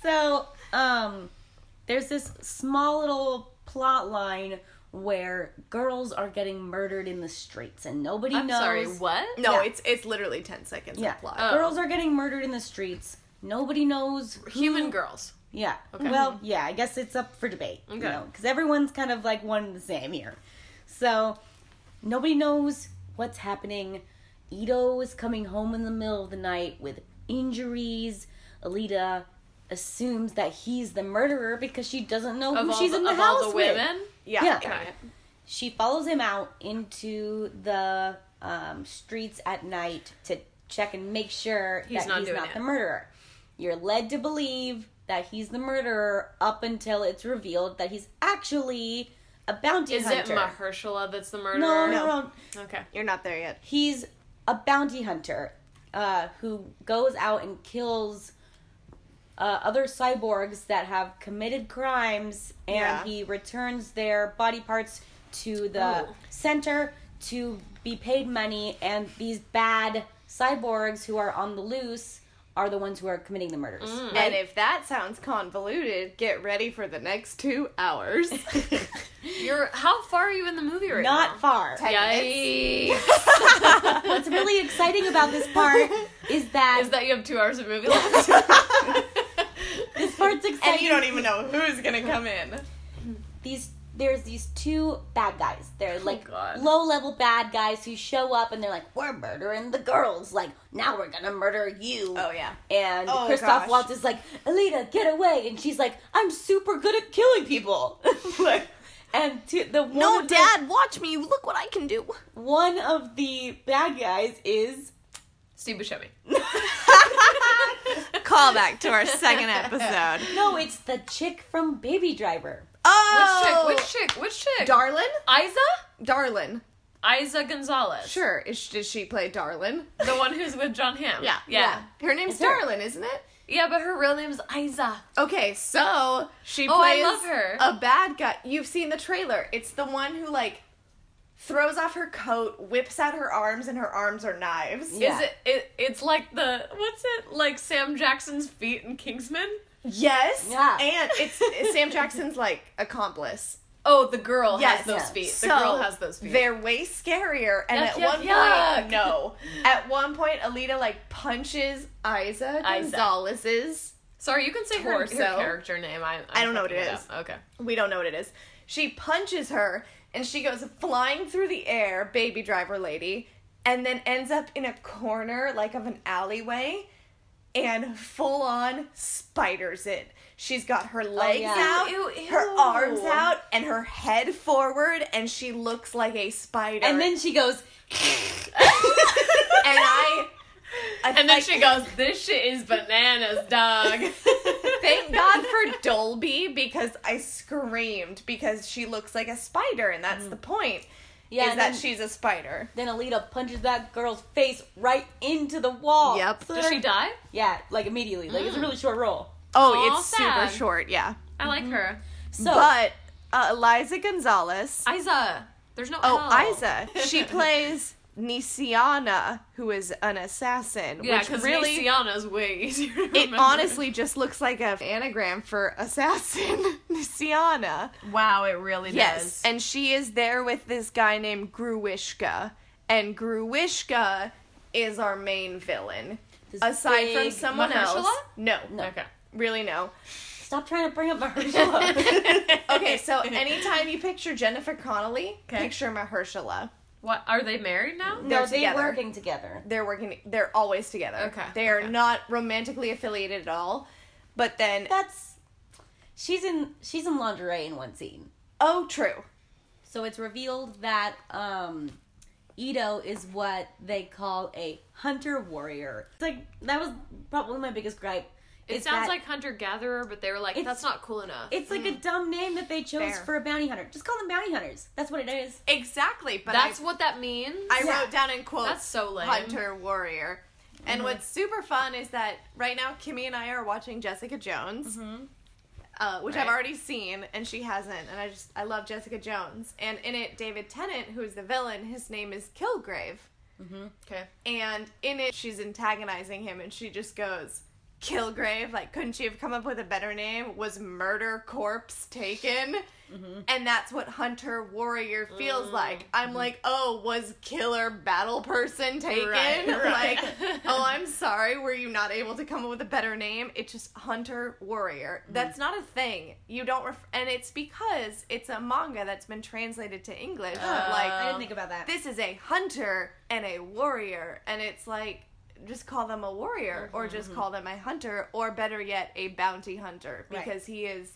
Speaker 3: so, um, there's this small little plot line where girls are getting murdered in the streets and nobody
Speaker 4: I'm
Speaker 3: knows.
Speaker 4: sorry. What?
Speaker 2: No,
Speaker 3: Yeah.
Speaker 2: it's it's literally ten seconds.
Speaker 3: Yeah.
Speaker 2: Yeah. Plot.
Speaker 4: Oh.
Speaker 3: Girls are getting murdered in the streets. Nobody knows.
Speaker 4: Human girls.
Speaker 3: Yeah. Well, yeah, I guess it's up for debate. You
Speaker 4: Okay.
Speaker 3: know, because everyone's kind of like one and the same here. So nobody knows what's happening. Ito is coming home in the middle of the night with injuries. Alita assumes that he's the murderer because she doesn't know
Speaker 4: Of
Speaker 3: who
Speaker 4: all
Speaker 3: she's
Speaker 4: the,
Speaker 3: in the
Speaker 4: of
Speaker 3: house
Speaker 4: all the
Speaker 3: with.
Speaker 4: women.
Speaker 2: yeah.
Speaker 3: yeah.
Speaker 4: Okay.
Speaker 3: She follows him out into the um, streets at night to check and make sure
Speaker 4: He's
Speaker 3: that
Speaker 4: not
Speaker 3: he's
Speaker 4: doing
Speaker 3: not
Speaker 4: it.
Speaker 3: the murderer. You're led to believe that he's the murderer up until it's revealed that he's actually a bounty
Speaker 4: Is
Speaker 3: hunter.
Speaker 4: it Mahershala that's the murderer?
Speaker 3: no, no, no.
Speaker 4: Okay.
Speaker 2: You're not there yet.
Speaker 3: He's a bounty hunter uh, who goes out and kills uh, other cyborgs that have committed crimes, and
Speaker 2: Yeah.
Speaker 3: he returns their body parts to the
Speaker 4: Oh.
Speaker 3: center to be paid money, and these bad cyborgs who are on the loose are the ones who are committing the murders.
Speaker 2: And if that sounds convoluted, get ready for the next two hours.
Speaker 4: You're how far are you in the movie right
Speaker 3: Not
Speaker 4: now?
Speaker 3: far.
Speaker 4: Yikes.
Speaker 3: What's really exciting about this
Speaker 2: <laughs>
Speaker 3: part is that,
Speaker 4: Is that you have two hours
Speaker 3: <laughs>
Speaker 4: of movie left? <laughs>
Speaker 3: this part's exciting.
Speaker 2: <laughs> and you don't even know who's gonna come in.
Speaker 3: these there's these two bad guys. They're
Speaker 2: Oh,
Speaker 3: like
Speaker 4: God.
Speaker 3: low level bad guys who show up and they're like, "We're murdering the girls. Like now we're gonna murder you."
Speaker 2: Oh yeah.
Speaker 3: And
Speaker 2: Oh,
Speaker 3: Christoph
Speaker 2: gosh.
Speaker 3: Waltz is like, "Alita, get away!" And she's like, "I'm super good at killing people." <laughs> Like, and to, the one of the-
Speaker 1: watch me. Look what I can do.
Speaker 3: one of the bad guys is
Speaker 4: Steve Buscemi.
Speaker 2: Call back to our second episode.
Speaker 3: no, it's the chick from Baby Driver.
Speaker 2: Oh,
Speaker 4: Which chick? Which chick? Which chick?
Speaker 2: Darlin?
Speaker 4: Isa?
Speaker 2: Darlin.
Speaker 4: Isa Gonzalez.
Speaker 2: Sure. Is, does she play Darlin?
Speaker 4: The one who's with John Hamm. Yeah.
Speaker 2: Her name's
Speaker 3: her.
Speaker 2: Darlin, isn't it?
Speaker 4: Yeah, but her real name's Isa.
Speaker 2: Okay, so she
Speaker 4: Oh, I
Speaker 2: plays
Speaker 4: love her.
Speaker 2: a bad guy. You've seen the trailer. It's the one who like throws off her coat, whips out her arms, and her arms are knives.
Speaker 3: Yeah.
Speaker 4: Is it, it it's like the what's it? Like Sam Jackson's feet in Kingsman?
Speaker 2: Yes.
Speaker 3: Yeah.
Speaker 2: And it's, it's Sam Jackson's like accomplice.
Speaker 4: Oh, the girl
Speaker 2: Yes.
Speaker 4: has those
Speaker 3: Yeah.
Speaker 4: feet. The
Speaker 2: So,
Speaker 4: girl has those feet.
Speaker 2: They're way scarier. And
Speaker 4: Yuck,
Speaker 2: at
Speaker 4: yuck,
Speaker 2: one
Speaker 4: yuck.
Speaker 2: point, no. At one point, Alita like punches Isa Gonzalez's.
Speaker 4: Sorry, you can say her, her
Speaker 2: Torso.
Speaker 4: character name. I, I'm
Speaker 2: I don't know what
Speaker 4: fucking
Speaker 2: it
Speaker 4: up.
Speaker 2: is.
Speaker 4: Okay.
Speaker 2: We don't know what it is. She punches her and she goes flying through the air, baby driver lady, and then ends up in a corner like of an alleyway and full on spiders it. She's got her legs
Speaker 3: yeah.
Speaker 2: out,
Speaker 4: Oh, Ew, ew,
Speaker 2: her
Speaker 4: ew.
Speaker 2: arms out, and her head forward, and she looks like a spider.
Speaker 3: And then she goes,
Speaker 2: and <laughs> I, I
Speaker 4: And then she goes, "This shit is <laughs> bananas, dog."
Speaker 2: Thank God for Dolby because I screamed because she looks like a spider, and that's the point.
Speaker 3: Yeah,
Speaker 2: is
Speaker 3: and
Speaker 2: that
Speaker 3: then-
Speaker 2: she's a spider.
Speaker 3: Then Alita punches that girl's face right into the wall.
Speaker 2: Yep. Mm.
Speaker 3: So
Speaker 4: Does she die?
Speaker 3: Yeah, like immediately. Like it's a really short roll.
Speaker 2: Oh,
Speaker 4: Aw,
Speaker 2: it's
Speaker 4: sad.
Speaker 2: super short, yeah.
Speaker 4: I like her.
Speaker 3: So
Speaker 2: But uh, Eliza Gonzalez.
Speaker 4: Isa. There's no.
Speaker 2: oh,
Speaker 4: L.
Speaker 2: Isa.
Speaker 4: <laughs>
Speaker 2: She plays Nisiana, who is an assassin.
Speaker 4: Yeah,
Speaker 2: which
Speaker 4: because
Speaker 2: really,
Speaker 4: Luciana's way easier. To
Speaker 2: it
Speaker 4: remember.
Speaker 2: honestly just looks like an anagram for assassin, <laughs> Nisiana.
Speaker 4: Wow, it really
Speaker 2: Yes, and she is there with this guy named Gruishka, and Gruishka is our main villain.
Speaker 3: This
Speaker 2: Aside from
Speaker 3: big
Speaker 2: someone
Speaker 4: Mahershala?
Speaker 2: else, no,
Speaker 3: No.
Speaker 4: Okay.
Speaker 2: really
Speaker 4: <laughs>
Speaker 2: no.
Speaker 3: stop trying to <laughs> bring up Mahershala.
Speaker 2: Okay, so anytime you picture Jennifer Connelly,
Speaker 4: Okay.
Speaker 2: picture Mahershala.
Speaker 4: What are they married now?
Speaker 3: no,
Speaker 2: They're
Speaker 3: they
Speaker 2: together.
Speaker 3: working together.
Speaker 2: They're working. They're always together.
Speaker 4: Okay,
Speaker 2: They are
Speaker 4: okay.
Speaker 2: not romantically affiliated at all. But then,
Speaker 3: That's she's in she's in lingerie in one scene.
Speaker 2: oh, true.
Speaker 3: So it's revealed that um Ito is what they call a hunter warrior. It's like that was probably my biggest gripe.
Speaker 4: It
Speaker 3: is
Speaker 4: sounds
Speaker 3: that
Speaker 4: like Mm-hmm. hunter gatherer, but they were like,
Speaker 3: It's-
Speaker 4: "That's not cool enough."
Speaker 3: it's like a dumb name that they chose
Speaker 2: Fair.
Speaker 3: for a bounty hunter. Just call them bounty hunters. That's what it is.
Speaker 2: Exactly. But
Speaker 4: That's what that means.
Speaker 2: I
Speaker 3: Yeah.
Speaker 2: wrote down in quotes
Speaker 4: That's so lame. Mm-hmm.
Speaker 2: Hunter Warrior. And what's super fun is that right now Kimmy and I are watching Jessica Jones, uh, which I've
Speaker 4: Mm-hmm. Right.
Speaker 2: already seen, and she hasn't. And I just I love Jessica Jones. And in it, David Tennant, who is the villain, his name is Kilgrave.
Speaker 4: okay.
Speaker 2: And in it, she's antagonizing him, and she just goes. Kilgrave, like, couldn't she have come up with a better name? Was murder corpse taken?
Speaker 4: Mm-hmm.
Speaker 2: And that's what hunter warrior feels like. I'm like, oh, was killer battle person taken?
Speaker 4: Right, right. <laughs>
Speaker 2: Like, oh, I'm sorry, were you not able to come up with a better name? It's just hunter warrior.
Speaker 4: Mm-hmm.
Speaker 2: That's not a thing. You don't, ref- and it's because it's a manga that's been translated to English.
Speaker 4: Oh,
Speaker 2: of like,
Speaker 3: I didn't think about that.
Speaker 2: this is a hunter and a warrior and it's like just call them a warrior or just call them a hunter or better yet a bounty hunter
Speaker 3: Right.
Speaker 2: because he is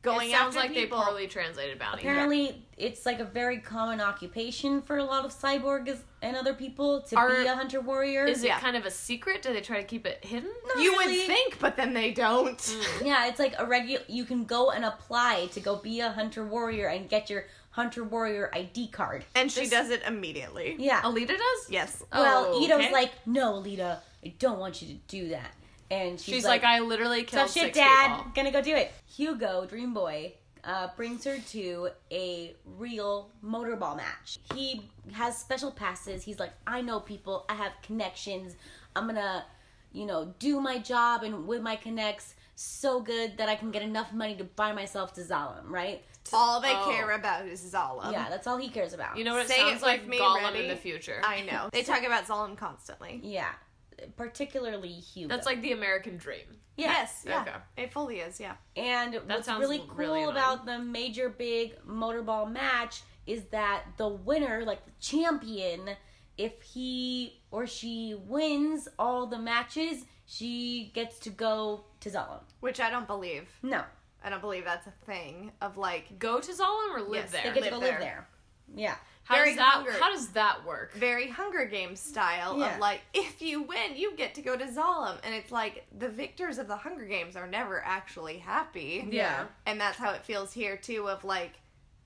Speaker 2: going
Speaker 4: it sounds
Speaker 2: after
Speaker 4: like
Speaker 2: people
Speaker 4: they poorly translated bounty.
Speaker 3: Apparently, it's like a very common occupation for a lot of cyborgs and other people to
Speaker 4: Are-
Speaker 3: be a hunter warrior.
Speaker 4: Is it
Speaker 2: Yeah.
Speaker 4: kind of a secret? Do they try to keep it hidden?
Speaker 3: Not
Speaker 2: you
Speaker 3: really. Mm.
Speaker 2: would think but then they don't
Speaker 3: Yeah, it's like a regular. You can go and apply to go be a hunter warrior and get your hunter warrior ID card.
Speaker 2: <laughs> and she does it immediately
Speaker 3: Yeah.
Speaker 4: Alita does.
Speaker 2: yes
Speaker 3: well,
Speaker 4: Oh,
Speaker 3: Ito's
Speaker 4: okay.
Speaker 3: like, no, Alita, I don't want you to do that. And she's,
Speaker 4: She's like, I literally killed
Speaker 3: tough shit,
Speaker 4: six
Speaker 3: Dad.
Speaker 4: people.
Speaker 3: Gonna go do it. Hugo, dream boy, uh, brings her to a real motorball match. He has special passes. He's like, I know people, I have connections. I'm gonna, you know, do my job and with my connects so good that I can get enough money to buy myself to Zalem, right?
Speaker 2: All they
Speaker 4: Oh.
Speaker 2: care about is Zalem.
Speaker 3: yeah, that's all he cares about.
Speaker 4: You know what it
Speaker 2: Say it
Speaker 4: sounds like
Speaker 2: with me,
Speaker 4: Gollum
Speaker 2: ready?
Speaker 4: in the future.
Speaker 2: I know. They talk about Zalem constantly.
Speaker 3: Yeah, particularly Hugo.
Speaker 4: That's like the American dream.
Speaker 3: Yeah.
Speaker 2: Yes, yeah.
Speaker 4: Okay.
Speaker 2: It fully is, yeah.
Speaker 3: And what's
Speaker 4: sounds
Speaker 3: really
Speaker 4: l-
Speaker 3: cool
Speaker 4: really annoying.
Speaker 3: about the major big motorball match is that the winner, like the champion, if he or she wins all the matches, she gets to go to Zalem.
Speaker 2: Which I don't believe.
Speaker 3: No,
Speaker 2: I don't believe that's a thing of like
Speaker 4: Go to Zalem or live
Speaker 2: Yes,
Speaker 4: there.
Speaker 3: they
Speaker 2: Live
Speaker 3: get to go
Speaker 2: there.
Speaker 3: live there. Yeah.
Speaker 4: how
Speaker 2: very
Speaker 4: does that?
Speaker 2: hungry.
Speaker 4: How does that work?
Speaker 2: very Hunger Games style
Speaker 3: Yeah.
Speaker 2: of like if you win, you get to go to Zalem, and it's like the victors of the Hunger Games are never actually happy.
Speaker 4: Yeah.
Speaker 2: and that's how it feels here too. Of like,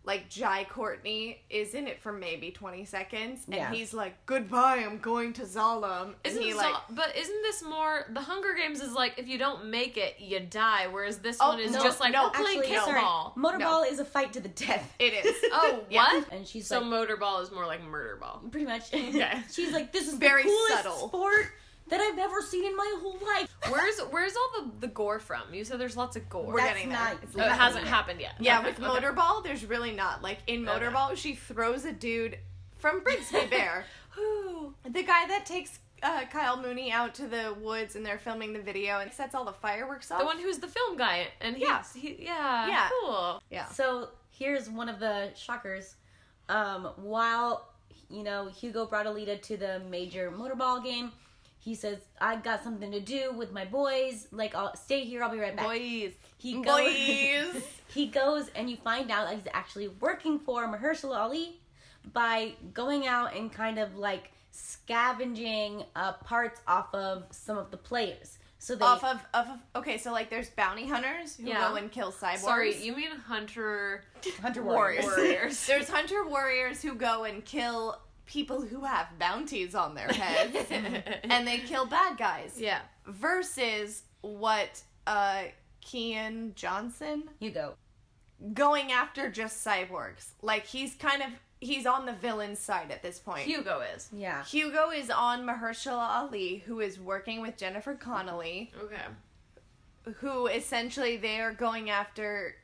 Speaker 2: like Jai Courtney is in it for maybe twenty seconds, and
Speaker 3: Yeah.
Speaker 2: he's like, "Goodbye, I'm going to Zalem," and
Speaker 4: Isn't
Speaker 2: he
Speaker 4: Zal-
Speaker 2: like.
Speaker 4: but isn't this more the Hunger Games is like if you don't make it you die, whereas this
Speaker 2: Oh,
Speaker 4: one is
Speaker 2: no,
Speaker 4: just like
Speaker 2: no,
Speaker 4: we're playing
Speaker 2: actually, sorry.
Speaker 4: Cannonball.
Speaker 3: Motorball is a fight to the death.
Speaker 2: it is.
Speaker 4: <laughs> Oh,
Speaker 2: <laughs> Yeah.
Speaker 4: what?
Speaker 3: And she's
Speaker 4: So
Speaker 3: like,
Speaker 4: motorball is more like murder ball.
Speaker 2: <laughs>
Speaker 3: pretty much.
Speaker 4: Okay.
Speaker 3: <laughs> she's like, this is
Speaker 2: Very
Speaker 3: the coolest
Speaker 2: subtle.
Speaker 3: sport that I've ever seen in my whole life.
Speaker 4: Where's where's all the, the gore from? You said there's lots of gore.
Speaker 2: We're
Speaker 3: That's
Speaker 2: getting there.
Speaker 3: not.
Speaker 2: It's
Speaker 4: Oh, it hasn't happened yet.
Speaker 2: Yeah,
Speaker 4: Okay,
Speaker 2: with
Speaker 4: okay.
Speaker 2: Motorball, there's really not. Like in
Speaker 4: Okay.
Speaker 2: Motorball, she throws a dude from
Speaker 4: <laughs>
Speaker 2: Brigsby Bear. the guy that takes uh, Kyle Mooney out to the woods and they're filming the video and sets all the fireworks off.
Speaker 4: The one who's the film guy, and he,
Speaker 2: Oh. Yeah.
Speaker 4: he yeah,
Speaker 2: Yeah.
Speaker 4: cool.
Speaker 2: yeah.
Speaker 3: So here's one of the shockers. Um, while you know Hugo brought Alita to the major motorball game, he says, "I got something to do with my boys. Like, I'll stay here. I'll be right back."
Speaker 4: Boys.
Speaker 3: <laughs> He
Speaker 2: Boys. <laughs>
Speaker 4: <laughs>
Speaker 3: he goes, and you find out that he's actually working for Mahershala Ali by going out and kind of like scavenging uh, parts off of some of the players. So they
Speaker 2: off of, off of okay, so like there's bounty hunters who
Speaker 4: Yeah.
Speaker 2: go and kill cyborgs.
Speaker 4: Sorry, you mean
Speaker 2: <laughs>
Speaker 4: Hunter
Speaker 3: Hunter
Speaker 2: warriors.
Speaker 4: <laughs> Warriors.
Speaker 2: there's hunter warriors who go and kill people who have bounties on their heads
Speaker 4: <laughs>
Speaker 2: and they kill bad guys.
Speaker 4: Yeah.
Speaker 2: Versus what uh Kean Johnson
Speaker 3: Hugo.
Speaker 2: going after just cyborgs. Like he's kind of he's on the villain's side at this point.
Speaker 4: Hugo is.
Speaker 3: Yeah.
Speaker 2: Hugo is on Mahershala Ali, who is working with Jennifer Connelly,
Speaker 4: Okay.
Speaker 2: who essentially they are going after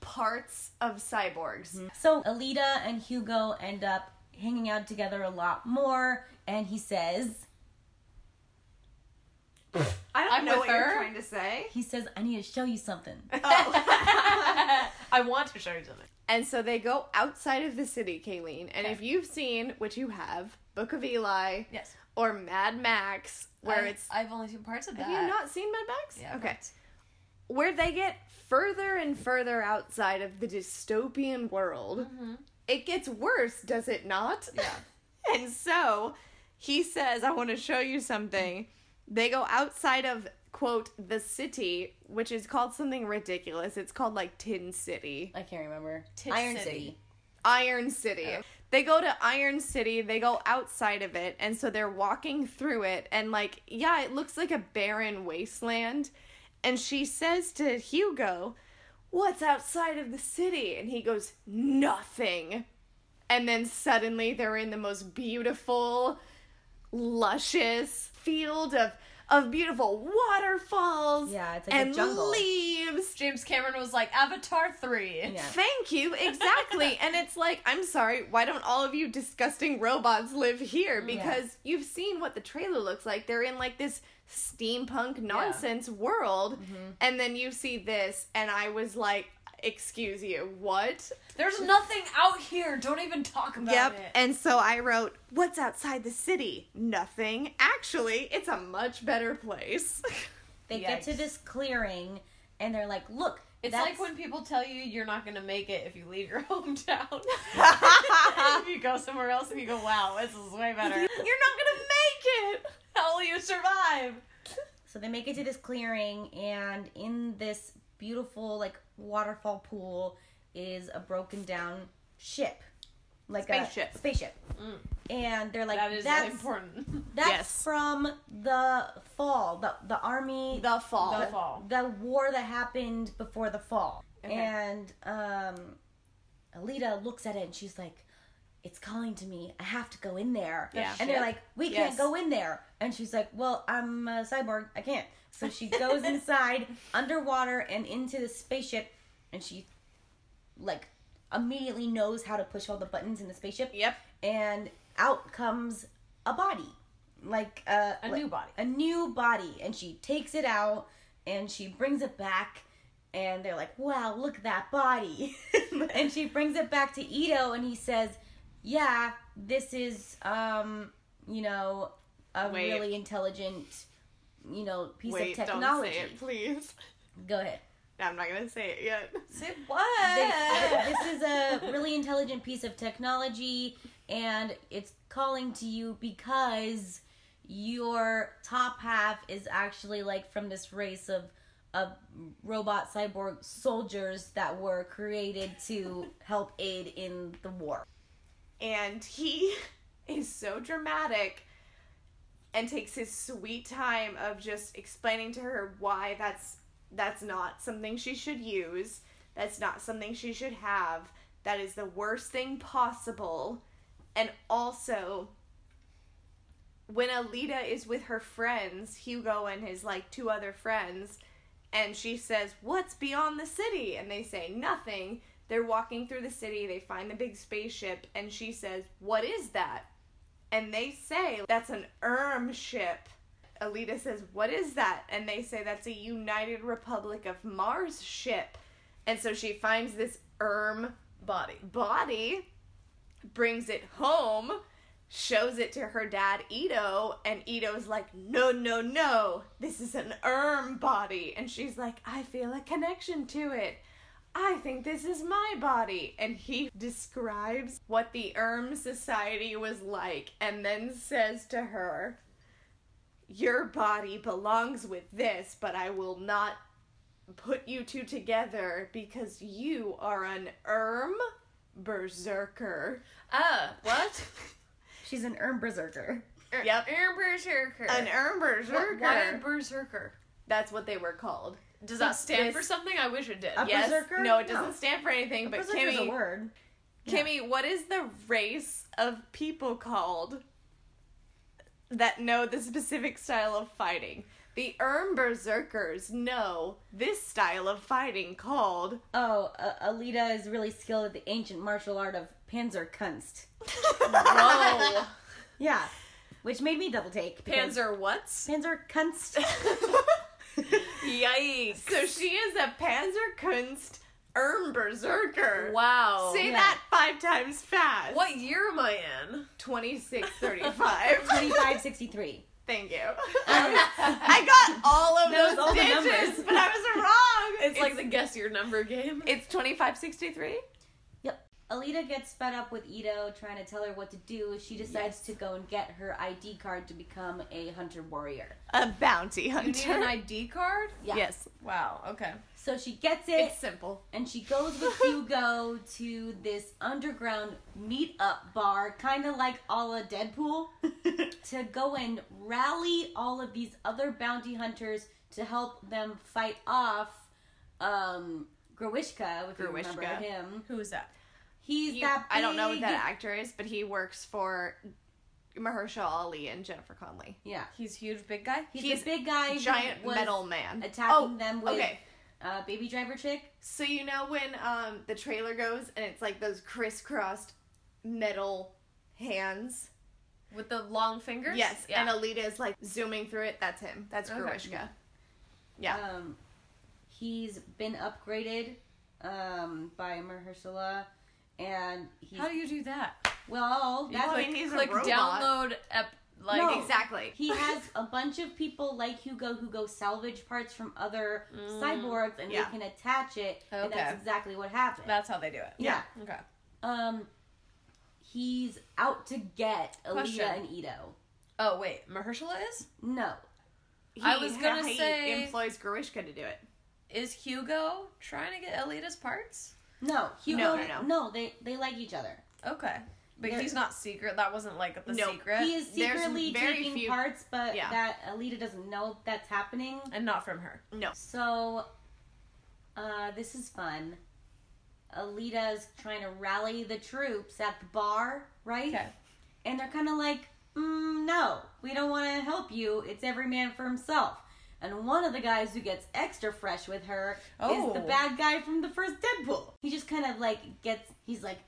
Speaker 2: parts of cyborgs.
Speaker 4: Mm-hmm.
Speaker 3: So Alita and Hugo end up hanging out together a lot more, and he says,
Speaker 2: I don't
Speaker 4: I'm
Speaker 2: know
Speaker 4: with
Speaker 2: what you're
Speaker 4: her.
Speaker 2: trying to <laughs> say. Oh.
Speaker 3: he says, I need to show you <laughs> something.
Speaker 4: <laughs> I want to show you something.
Speaker 2: <laughs> And so they go outside of the city, Kayleen. And if you've seen, which you have, Book of Eli
Speaker 1: Yes.
Speaker 2: or Mad Max, where
Speaker 1: I,
Speaker 2: it's.
Speaker 1: I've only seen parts of that.
Speaker 2: Have you not seen Mad Max?
Speaker 1: Yeah,
Speaker 2: okay.
Speaker 1: but-
Speaker 2: where they get further and further outside of the dystopian world, it gets worse, does it not?
Speaker 1: Yeah.
Speaker 2: <laughs> and so he says, I want to show you something. They go outside of, quote, the city, which is called something ridiculous. It's called like Tin City,
Speaker 3: I can't remember.
Speaker 1: Tit
Speaker 3: Iron City.
Speaker 1: City.
Speaker 2: Iron City. They go to Iron City, they go outside of it, and so they're walking through it, and like, yeah, it looks like a barren wasteland. And she says to Hugo, What's outside of the city? And he goes, Nothing. And then suddenly they're in the most beautiful, luscious field of of beautiful waterfalls
Speaker 3: Yeah, it's like a
Speaker 2: and
Speaker 3: jungle.
Speaker 2: leaves
Speaker 4: James Cameron was like Avatar three.
Speaker 3: Yeah.
Speaker 2: Thank you, <laughs> exactly. and it's like, I'm sorry, why don't all of you disgusting robots live here? Because you've seen what the trailer looks like. They're in like this steampunk nonsense world. And then you see this, and I was like, excuse you, what?
Speaker 1: There's nothing out here. Don't even talk about
Speaker 2: Yep.
Speaker 1: it.
Speaker 2: And so I wrote, What's outside the city? Nothing. Actually, it's a much better place.
Speaker 3: They get to
Speaker 1: Yikes.
Speaker 3: this clearing, and they're like, look,
Speaker 4: It's
Speaker 3: that's-
Speaker 4: like when people tell you you're not going to make it if you leave your <laughs>
Speaker 2: <laughs>
Speaker 4: hometown. if you go somewhere else and you go, wow, this is way better.
Speaker 2: <laughs> You're not gonna make it.
Speaker 4: How will you survive?
Speaker 3: So they make it to this clearing, and in this beautiful, like, waterfall pool is a broken down ship. like
Speaker 2: Spaceship.
Speaker 3: a spaceship. And they're like,
Speaker 4: Mm. that is
Speaker 3: that's
Speaker 4: important. <laughs>
Speaker 3: that's
Speaker 2: Yes.
Speaker 3: from the fall, the the army,
Speaker 2: The fall.
Speaker 4: The fall.
Speaker 3: the war that happened before the fall.
Speaker 2: Okay.
Speaker 3: And um, Alita looks at it and she's like, "It's calling to me. I have to go in there."
Speaker 2: Yeah.
Speaker 3: And they're
Speaker 2: ship.
Speaker 3: like, "We
Speaker 2: Yes.
Speaker 3: can't go in there." And she's like, "Well, I'm a cyborg. I can't." So she
Speaker 2: <laughs>
Speaker 3: goes inside, underwater, and into the spaceship, and she like immediately knows how to push all the buttons in the spaceship.
Speaker 2: Yep.
Speaker 3: And out comes a body, like uh,
Speaker 4: A
Speaker 3: like-
Speaker 4: new body.
Speaker 3: a new body, and she takes it out and she brings it back. And they're like, wow, look at that body. <laughs> and she brings it back to Ito, and he says, yeah, this is, um, you know, a
Speaker 2: Wait.
Speaker 3: really intelligent, you know, piece
Speaker 2: Wait,
Speaker 3: of
Speaker 2: don't
Speaker 3: technology.
Speaker 2: say it, please.
Speaker 3: Go ahead.
Speaker 2: No, I'm not gonna say it yet.
Speaker 4: Say what?
Speaker 3: <laughs> They- this is a really intelligent piece of technology and it's calling to you because your top half is actually like from this race of of robot cyborg soldiers that were created to help aid in the war.
Speaker 2: and he <laughs> is so dramatic and takes his sweet time of just explaining to her why that's that's not something she should use that's not something she should have that is the worst thing possible and also when Alita is with her friends Hugo and his like two other friends and she says, What's beyond the city? And they say, Nothing. They're walking through the city, they find the big spaceship, and she says, What is that? And they say, That's an ERM ship. Alita says, What is that? And they say, That's a United Republic of Mars ship. And so she finds this ERM
Speaker 4: Body.
Speaker 2: body, brings it home, shows it to her dad Ito, and Ito's like, No, no, no, this is an erm body. And she's like, I feel a connection to it. I think this is my body. And he describes what the erm society was like and then says to her, Your body belongs with this, but I will not put you two together because you are an erm berserker.
Speaker 4: Uh, what?
Speaker 3: She's an Urm Berserker.
Speaker 2: Yep.
Speaker 4: You're a Er, berserker.
Speaker 2: An erm berserker.
Speaker 4: Why a berserker?
Speaker 2: That's what they were called.
Speaker 4: Does that stand
Speaker 2: This-
Speaker 4: for something? I wish it did.
Speaker 3: A
Speaker 2: Yes.
Speaker 3: berserker?
Speaker 2: No, it
Speaker 3: No.
Speaker 2: doesn't stand for anything. But
Speaker 3: Berserker is a
Speaker 2: Kimmy,
Speaker 3: word.
Speaker 2: Kimmy, what is the race of people called that know the specific style of fighting? The erm berserkers know this style of fighting called
Speaker 3: Oh, uh, Alita is really skilled at the ancient martial art of Panzerkunst.
Speaker 2: <laughs>
Speaker 4: Whoa.
Speaker 3: Yeah. Which made me double take. because
Speaker 4: Panzer what's?
Speaker 3: Panzerkunst.
Speaker 4: Yikes.
Speaker 2: So she is a Panzerkunst Erm Berserker.
Speaker 4: Wow.
Speaker 2: Say
Speaker 3: Yeah.
Speaker 2: that five times fast.
Speaker 4: What year am I in?
Speaker 2: <laughs> 2635.
Speaker 3: 2563.
Speaker 2: Thank <laughs> you. I got all of
Speaker 3: That was
Speaker 2: those
Speaker 3: all the
Speaker 2: digits,
Speaker 3: numbers.
Speaker 2: but I was wrong.
Speaker 4: It's, like the guess your number game.
Speaker 2: it's 2563.
Speaker 3: Yep. Alita gets fed up with Ito trying to tell her what to do. She decides to go and get her ID card to become a hunter warrior.
Speaker 2: A bounty
Speaker 4: you need an
Speaker 2: hunter.
Speaker 4: ID card?
Speaker 3: Yeah.
Speaker 2: <laughs> Yes.
Speaker 4: Wow, okay.
Speaker 3: So she gets it
Speaker 2: It's simple.
Speaker 3: and she
Speaker 2: <laughs>
Speaker 3: goes with Hugo to this underground meetup bar, kind of like a
Speaker 2: <laughs>
Speaker 3: la Deadpool, to go and rally all of these other bounty hunters to help them fight off um, Gruishka, if you remember
Speaker 2: Gruishka.
Speaker 3: him.
Speaker 4: Who is that?
Speaker 3: He's
Speaker 2: You-
Speaker 3: that.
Speaker 2: I don't know what
Speaker 3: big-
Speaker 2: that actor is, but he works for Mahershala Ali and Jennifer Connelly.
Speaker 3: Yeah.
Speaker 4: He's huge, big guy?
Speaker 3: He's,
Speaker 2: He's
Speaker 3: a big guy, who
Speaker 2: Giant
Speaker 3: was
Speaker 2: metal man.
Speaker 3: attacking
Speaker 2: Oh,
Speaker 3: them with
Speaker 2: okay.
Speaker 3: uh, baby driver chick.
Speaker 2: So you know when um, the trailer goes and it's like those crisscrossed metal hands.
Speaker 4: With the long fingers?
Speaker 2: Yes,
Speaker 4: Yeah.
Speaker 2: and Alita is like zooming through it. That's him. That's
Speaker 4: Okay.
Speaker 2: Gruishka. Yeah.
Speaker 3: Um, he's been upgraded um, by Mahershala, and he's
Speaker 4: How do you do that?
Speaker 3: well.
Speaker 2: I
Speaker 3: That's what-
Speaker 2: mean, he's a
Speaker 4: Click
Speaker 2: robot.
Speaker 4: download ep- like
Speaker 3: No.
Speaker 2: Exactly. <laughs>
Speaker 3: Oh. he has a bunch of people like Hugo who go salvage parts from other cyborgs, and
Speaker 2: Mm. yeah.
Speaker 3: they can attach it, and
Speaker 4: Okay.
Speaker 3: that's exactly what happened.
Speaker 4: that's how they do it.
Speaker 3: yeah.
Speaker 4: Okay.
Speaker 3: Um, he's out to get Alita
Speaker 4: Question.
Speaker 3: and Ito.
Speaker 4: Oh wait, Mahershala is?
Speaker 3: No,
Speaker 2: He,
Speaker 4: I was gonna
Speaker 2: he
Speaker 4: say-
Speaker 2: employs Gruishka to do it.
Speaker 4: Is Hugo trying to get Alita's parts?
Speaker 3: no, Hugo.
Speaker 2: No, no, no.
Speaker 3: they they like each other.
Speaker 4: Okay. But he's not secret. That wasn't like the
Speaker 2: Nope.
Speaker 4: secret.
Speaker 3: He is
Speaker 2: There's
Speaker 3: secretly
Speaker 2: very
Speaker 3: taking
Speaker 2: few-
Speaker 3: parts, but
Speaker 4: Yeah.
Speaker 3: that Alita doesn't know that's happening.
Speaker 4: and not from her.
Speaker 2: No.
Speaker 3: So, uh, this is fun. Alita's trying to rally the troops at the bar, right?
Speaker 4: Okay.
Speaker 3: And they're kind of like, mm, no, we don't want to help you. It's every man for himself. And one of the guys who gets extra fresh with her
Speaker 4: Oh.
Speaker 3: is the bad guy from the first Deadpool. He just kind of like gets, he's like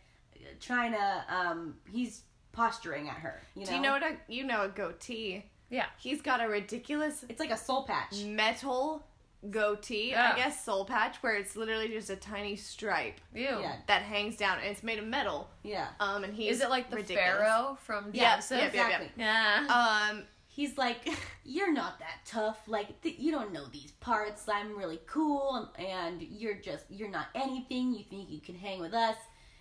Speaker 3: trying to, um, he's posturing at her. You know?
Speaker 2: Do you know what a you know a goatee?
Speaker 4: Yeah.
Speaker 2: He's got a ridiculous
Speaker 3: It's like a soul patch.
Speaker 2: Mm. metal goatee,
Speaker 4: Yeah.
Speaker 2: I guess soul patch, where it's literally just a tiny stripe
Speaker 4: Ew.
Speaker 3: Yeah.
Speaker 2: that hangs down, and it's made of metal.
Speaker 3: Yeah.
Speaker 2: Um, and he's
Speaker 4: Is it like the
Speaker 2: ridiculous.
Speaker 4: pharaoh from Oh.
Speaker 2: Yeah, yeah,
Speaker 4: Joseph?
Speaker 2: yeah, yeah.
Speaker 3: Exactly.
Speaker 4: Yeah.
Speaker 2: Um,
Speaker 3: he's like, <laughs> "You're not that tough. Like th- you don't know these parts. I'm really cool, and, and you're just you're not anything. You think you can hang with us?"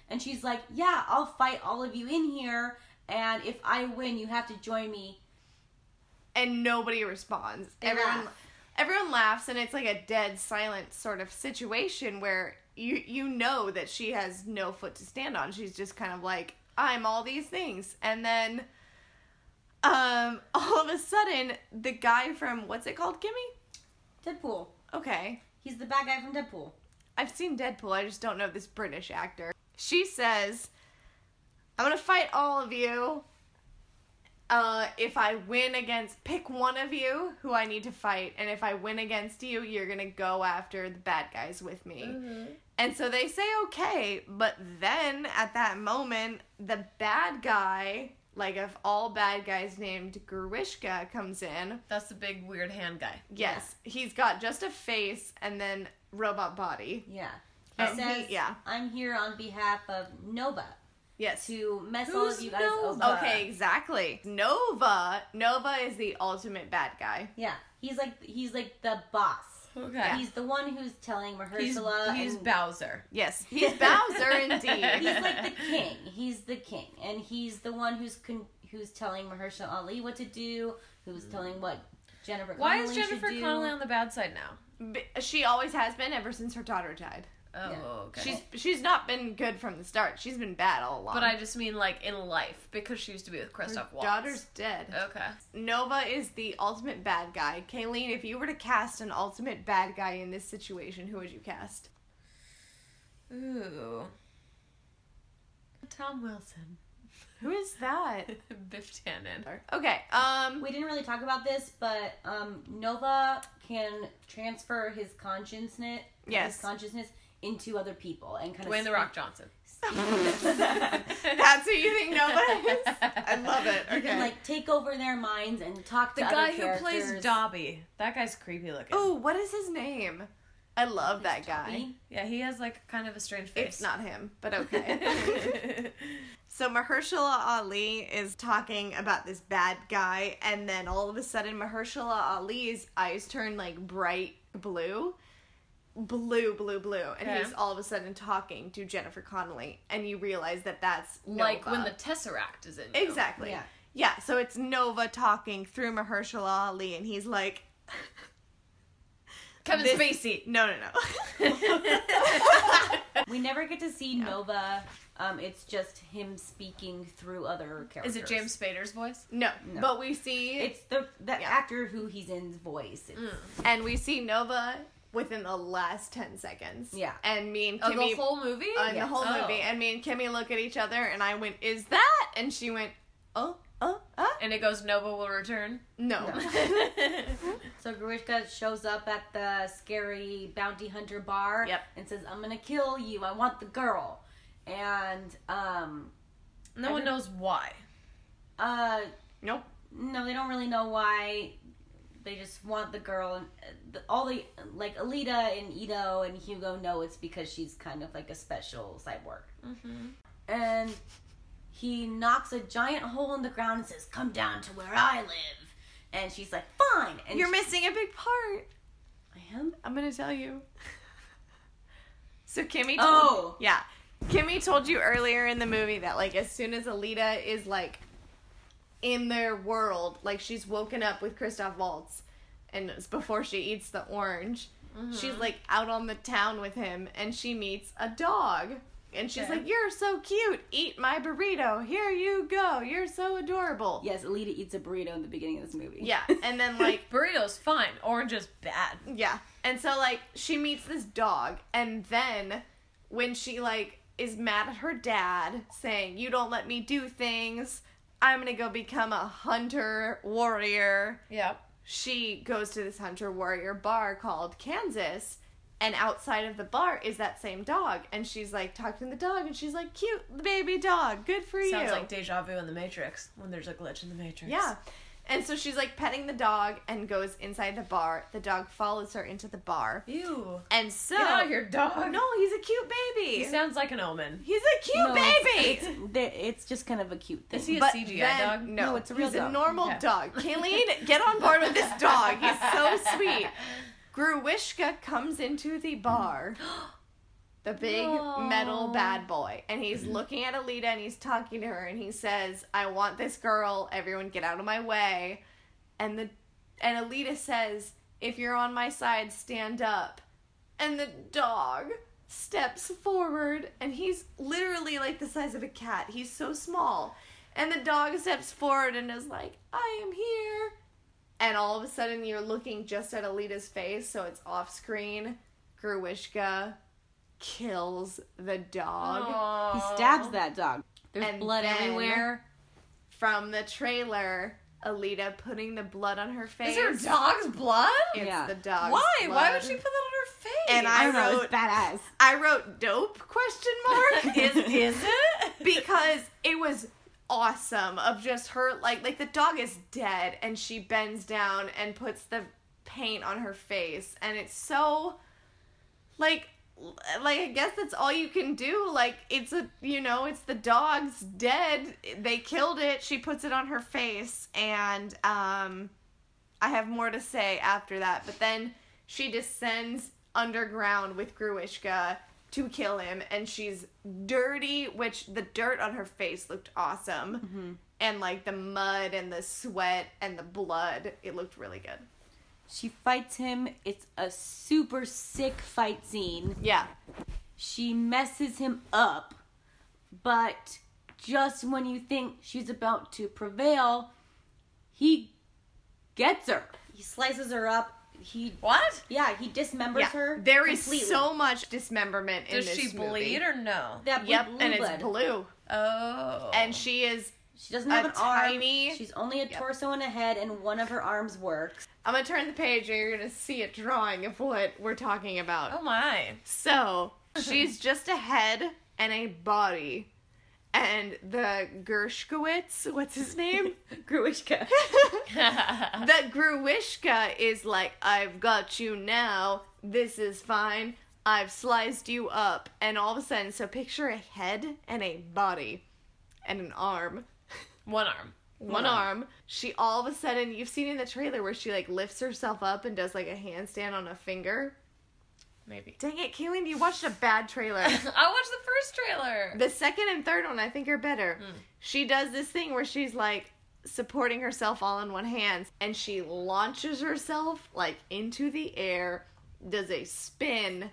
Speaker 3: And she's like, "Yeah, I'll fight all of you in here, and if I win, you have to join me."
Speaker 2: and nobody responds.
Speaker 3: They
Speaker 2: everyone,
Speaker 3: laugh.
Speaker 2: everyone laughs, and it's like a dead silent sort of situation where you you know that she has no foot to stand on. She's just kind of like, I'm all these things, and then, um, <laughs> all of a sudden, the guy from what's it called, Kimmy?
Speaker 3: Deadpool.
Speaker 2: Okay,
Speaker 3: He's the bad guy from Deadpool.
Speaker 2: I've seen Deadpool. I just don't know this British actor. She says, "I'm gonna fight all of you." Uh, if I win against, pick one of you who I need to fight, and if I win against you, you're gonna go after the bad guys with me. And so they say okay, but then at that moment, the bad guy, like of all bad guys named Gruishka, comes in.
Speaker 4: That's the big weird hand guy.
Speaker 2: Yes, he's got just a face and then robot body.
Speaker 3: Yeah. He
Speaker 2: Oh, he-
Speaker 3: says,
Speaker 2: yeah.
Speaker 3: I'm here on behalf of Nova
Speaker 2: Yes,
Speaker 3: to mess all
Speaker 4: Who's
Speaker 3: of you guys
Speaker 4: Nova?
Speaker 3: over."
Speaker 2: Okay, exactly. Nova, Nova is the ultimate bad guy.
Speaker 3: Yeah. He's like he's like the boss.
Speaker 4: Okay.
Speaker 3: He's the one who's telling
Speaker 4: He's,
Speaker 3: Mahershala
Speaker 4: he's
Speaker 3: and
Speaker 4: Bowser.
Speaker 2: Yes, he's Bowser indeed.
Speaker 3: he's like
Speaker 4: <laughs>
Speaker 3: the king. He's the king, and he's the one who's con- who's telling Mahershala Ali what to do. Who's telling what Jennifer?
Speaker 4: Why is
Speaker 3: Connelly should
Speaker 4: Jennifer
Speaker 3: do.
Speaker 4: Connelly on the bad side now?
Speaker 2: B- She always has been ever since her daughter died.
Speaker 4: Oh,
Speaker 3: Yeah.
Speaker 4: okay.
Speaker 2: She's she's not been good from the start. She's been bad all along.
Speaker 4: but I just mean like in life because she used to be with Christoph
Speaker 2: her
Speaker 4: Waltz.
Speaker 2: daughter's dead.
Speaker 4: Okay.
Speaker 2: Nova is the ultimate bad guy. Kayleen, if you were to cast an ultimate bad guy in this situation, who would you cast?
Speaker 4: Ooh. Tom Wilson. <laughs>
Speaker 2: Who is that?
Speaker 4: Biff Tannen.
Speaker 2: Okay.
Speaker 3: <laughs>
Speaker 2: Um. <laughs>
Speaker 3: We didn't really talk about this, but um, Nova can transfer his consciousness,
Speaker 2: Yes.
Speaker 3: his consciousness into other people, and kind
Speaker 4: Dwayne
Speaker 3: of
Speaker 4: the
Speaker 3: <laughs>
Speaker 4: Rock Johnson.
Speaker 2: That's who you think Nova is. I love it.
Speaker 3: You can
Speaker 2: Okay.
Speaker 3: like take over their minds and talk to
Speaker 4: The
Speaker 3: other
Speaker 4: guy who plays
Speaker 3: characters.
Speaker 4: Dobby. That guy's creepy looking.
Speaker 2: Oh, what is his name? I love that guy.
Speaker 3: Dobby?
Speaker 4: Yeah, he has like kind of a strange face.
Speaker 2: It's not him,
Speaker 4: <laughs>
Speaker 2: but okay. so Mahershala Ali is talking about this bad guy, and then all of a sudden, Mahershala Ali's eyes turn like bright blue. Blue, blue, blue, and
Speaker 4: Okay.
Speaker 2: he's all of a sudden talking to Jennifer Connelly, and you realize that that's Nova.
Speaker 4: like when the Tesseract is in. you.
Speaker 2: exactly, yeah.
Speaker 3: Yeah.
Speaker 2: So it's Nova talking through Mahershala Ali, and he's like,
Speaker 4: Kevin
Speaker 2: This-
Speaker 4: Spacey.
Speaker 2: "No, no, no."
Speaker 4: <laughs>
Speaker 3: We never get to see Nova. Um, it's just him speaking through other characters.
Speaker 4: Is it James Spader's voice?
Speaker 2: No,
Speaker 3: No.
Speaker 2: but we see
Speaker 3: It's the that
Speaker 2: Yeah. Mm.
Speaker 3: actor who he's in's voice. It's,
Speaker 2: and we see Nova within the last ten seconds.
Speaker 3: Yeah.
Speaker 2: and me and
Speaker 4: Oh,
Speaker 2: Kimmy
Speaker 4: the whole movie?
Speaker 2: uh, in the
Speaker 3: Yes.
Speaker 2: whole
Speaker 4: Oh.
Speaker 2: movie, and me and Kimmy look at each other, and I went, "Is that?" And she went, "Oh, oh, oh,
Speaker 4: and it goes Nova
Speaker 2: <laughs>
Speaker 4: will return.
Speaker 2: no."
Speaker 3: So Gruishka shows up at the scary bounty hunter bar
Speaker 2: Yep.
Speaker 3: and says, "I'm gonna kill you. I want the girl." And um,
Speaker 4: no one knows why.
Speaker 3: uh, <laughs>
Speaker 2: nope.
Speaker 3: no, they don't really know why. They just want the girl, and uh, the, all the like Alita and Ito and Hugo know it's because she's kind of like a special cyborg.
Speaker 2: Mm-hmm.
Speaker 3: And he knocks a giant hole in the ground and says, "Come down to where I live." And she's like, "Fine." And
Speaker 2: You're
Speaker 3: she-
Speaker 2: missing a big part.
Speaker 3: I am.
Speaker 2: I'm gonna tell you. so Kimmy. Told,
Speaker 3: Oh.
Speaker 2: yeah. Kimmy told you earlier in the movie that like as soon as Alita is like in their world, like she's woken up with Christoph Waltz, and it's before she eats the orange, she's like out on the town with him, and she meets a dog. and she's
Speaker 1: Sure.
Speaker 2: like, "You're so cute. Eat my burrito. Here you go. You're so adorable."
Speaker 3: Yes, Alita eats a burrito in the beginning of this movie. <laughs>
Speaker 2: Yeah, and then like
Speaker 4: Burrito's fine. Orange is bad.
Speaker 2: Yeah. And so like she meets this dog and then when she like is mad at her dad saying, You don't let me do things, I'm gonna go become a hunter warrior
Speaker 4: Yeah.
Speaker 2: she goes to this hunter warrior bar called Kansas, and outside of the bar is that same dog, and she's like talking to the dog, and she's like, "Cute baby dog, good for you."
Speaker 4: Sounds like deja vu in the Matrix when there's a glitch in the Matrix.
Speaker 2: Yeah. And so she's like petting the dog and goes inside the bar. The dog follows her into the bar.
Speaker 4: Ew.
Speaker 2: And so
Speaker 4: Get out of here, dog.
Speaker 2: No, he's a cute baby.
Speaker 4: He sounds like an omen.
Speaker 2: he's a cute
Speaker 3: No,
Speaker 2: baby.
Speaker 3: it's, it's, they- it's just kind of a cute thing.
Speaker 4: Is he a
Speaker 2: But
Speaker 4: CGI
Speaker 2: then-
Speaker 4: dog?
Speaker 2: No,
Speaker 3: No, it's a real
Speaker 2: he's a
Speaker 3: dog.
Speaker 2: normal
Speaker 4: Okay.
Speaker 2: dog. Kayleen, get on board with this dog. He's
Speaker 3: <laughs>
Speaker 2: so sweet. Gruwishka comes into the bar. <gasps> The big metal bad boy. And he's looking at Alita and he's talking to her and he says, I want this girl. Everyone get out of my way. And the and Alita says, If you're on my side, stand up. And the dog steps forward and he's literally like the size of a cat. He's so small. And the dog steps forward and is like, I am here. And all of a sudden you're looking just at Alita's face, so it's off screen. Gruishka kills the dog
Speaker 3: He stabs that dog.
Speaker 1: There's
Speaker 2: And
Speaker 1: blood
Speaker 2: then-
Speaker 1: everywhere.
Speaker 2: from the trailer. Alita putting the blood on her face.
Speaker 4: Is there dog's blood?
Speaker 2: It's
Speaker 3: Yeah.
Speaker 2: the dog.
Speaker 4: Why? Why would she put that on her face?
Speaker 2: And
Speaker 3: I
Speaker 2: I
Speaker 3: don't know,
Speaker 2: wrote
Speaker 3: it's badass.
Speaker 2: I wrote dope question
Speaker 4: <laughs>
Speaker 2: mark
Speaker 4: <laughs> is
Speaker 2: <laughs>
Speaker 4: is it?
Speaker 2: because it was awesome of just her like like the dog is dead and she bends down and puts the paint on her face and it's so like like I guess that's all you can do like it's a you know it's the dog's dead they killed it she puts it on her face and um I have more to say after that. But then she descends underground with Gruishka to kill him, and she's dirty, which the dirt on her face looked awesome.
Speaker 4: Mm-hmm.
Speaker 2: And like the mud and the sweat and the blood, it looked really good.
Speaker 3: She fights him. It's a super sick fight scene.
Speaker 2: Yeah.
Speaker 3: She messes him up, but just when you think she's about to prevail, he gets her.
Speaker 1: He slices her up. He
Speaker 4: What?
Speaker 1: yeah, he dismembers
Speaker 2: yeah.
Speaker 1: her.
Speaker 2: There is
Speaker 1: completely.
Speaker 2: so much dismemberment in
Speaker 4: Does
Speaker 2: this
Speaker 4: she bleed
Speaker 2: movie.
Speaker 4: or no?
Speaker 1: that blue,
Speaker 2: Yep,
Speaker 1: blue
Speaker 2: and
Speaker 1: blood.
Speaker 2: it's blue.
Speaker 4: Oh.
Speaker 2: And she is
Speaker 1: She doesn't
Speaker 2: a
Speaker 1: have an arm.
Speaker 2: tiny-
Speaker 1: She's only a
Speaker 2: Yep.
Speaker 1: torso and a head, and one of her arms
Speaker 2: <laughs>
Speaker 1: works.
Speaker 2: I'm gonna turn the page and you're gonna see a drawing of what we're talking about.
Speaker 4: oh my.
Speaker 2: <laughs> So she's just a head and a body. And the Gershkowitz, what's his name?
Speaker 1: Gruishka.
Speaker 2: the Gruishka is like, I've got you now. This is fine. I've sliced you up. And all of a sudden, so picture a head and a body and an arm. <laughs>
Speaker 4: One arm.
Speaker 2: One arm. She all of a sudden, you've seen in the trailer where she like lifts herself up and does like a handstand on a finger.
Speaker 4: Maybe. <laughs>
Speaker 2: Dang it, Kayleen, you watched a bad trailer.
Speaker 4: I watched the first <laughs> trailer.
Speaker 2: The second and third one I think are better. She does this thing where she's like supporting herself all in one hand and she launches herself like into the air, does a spin.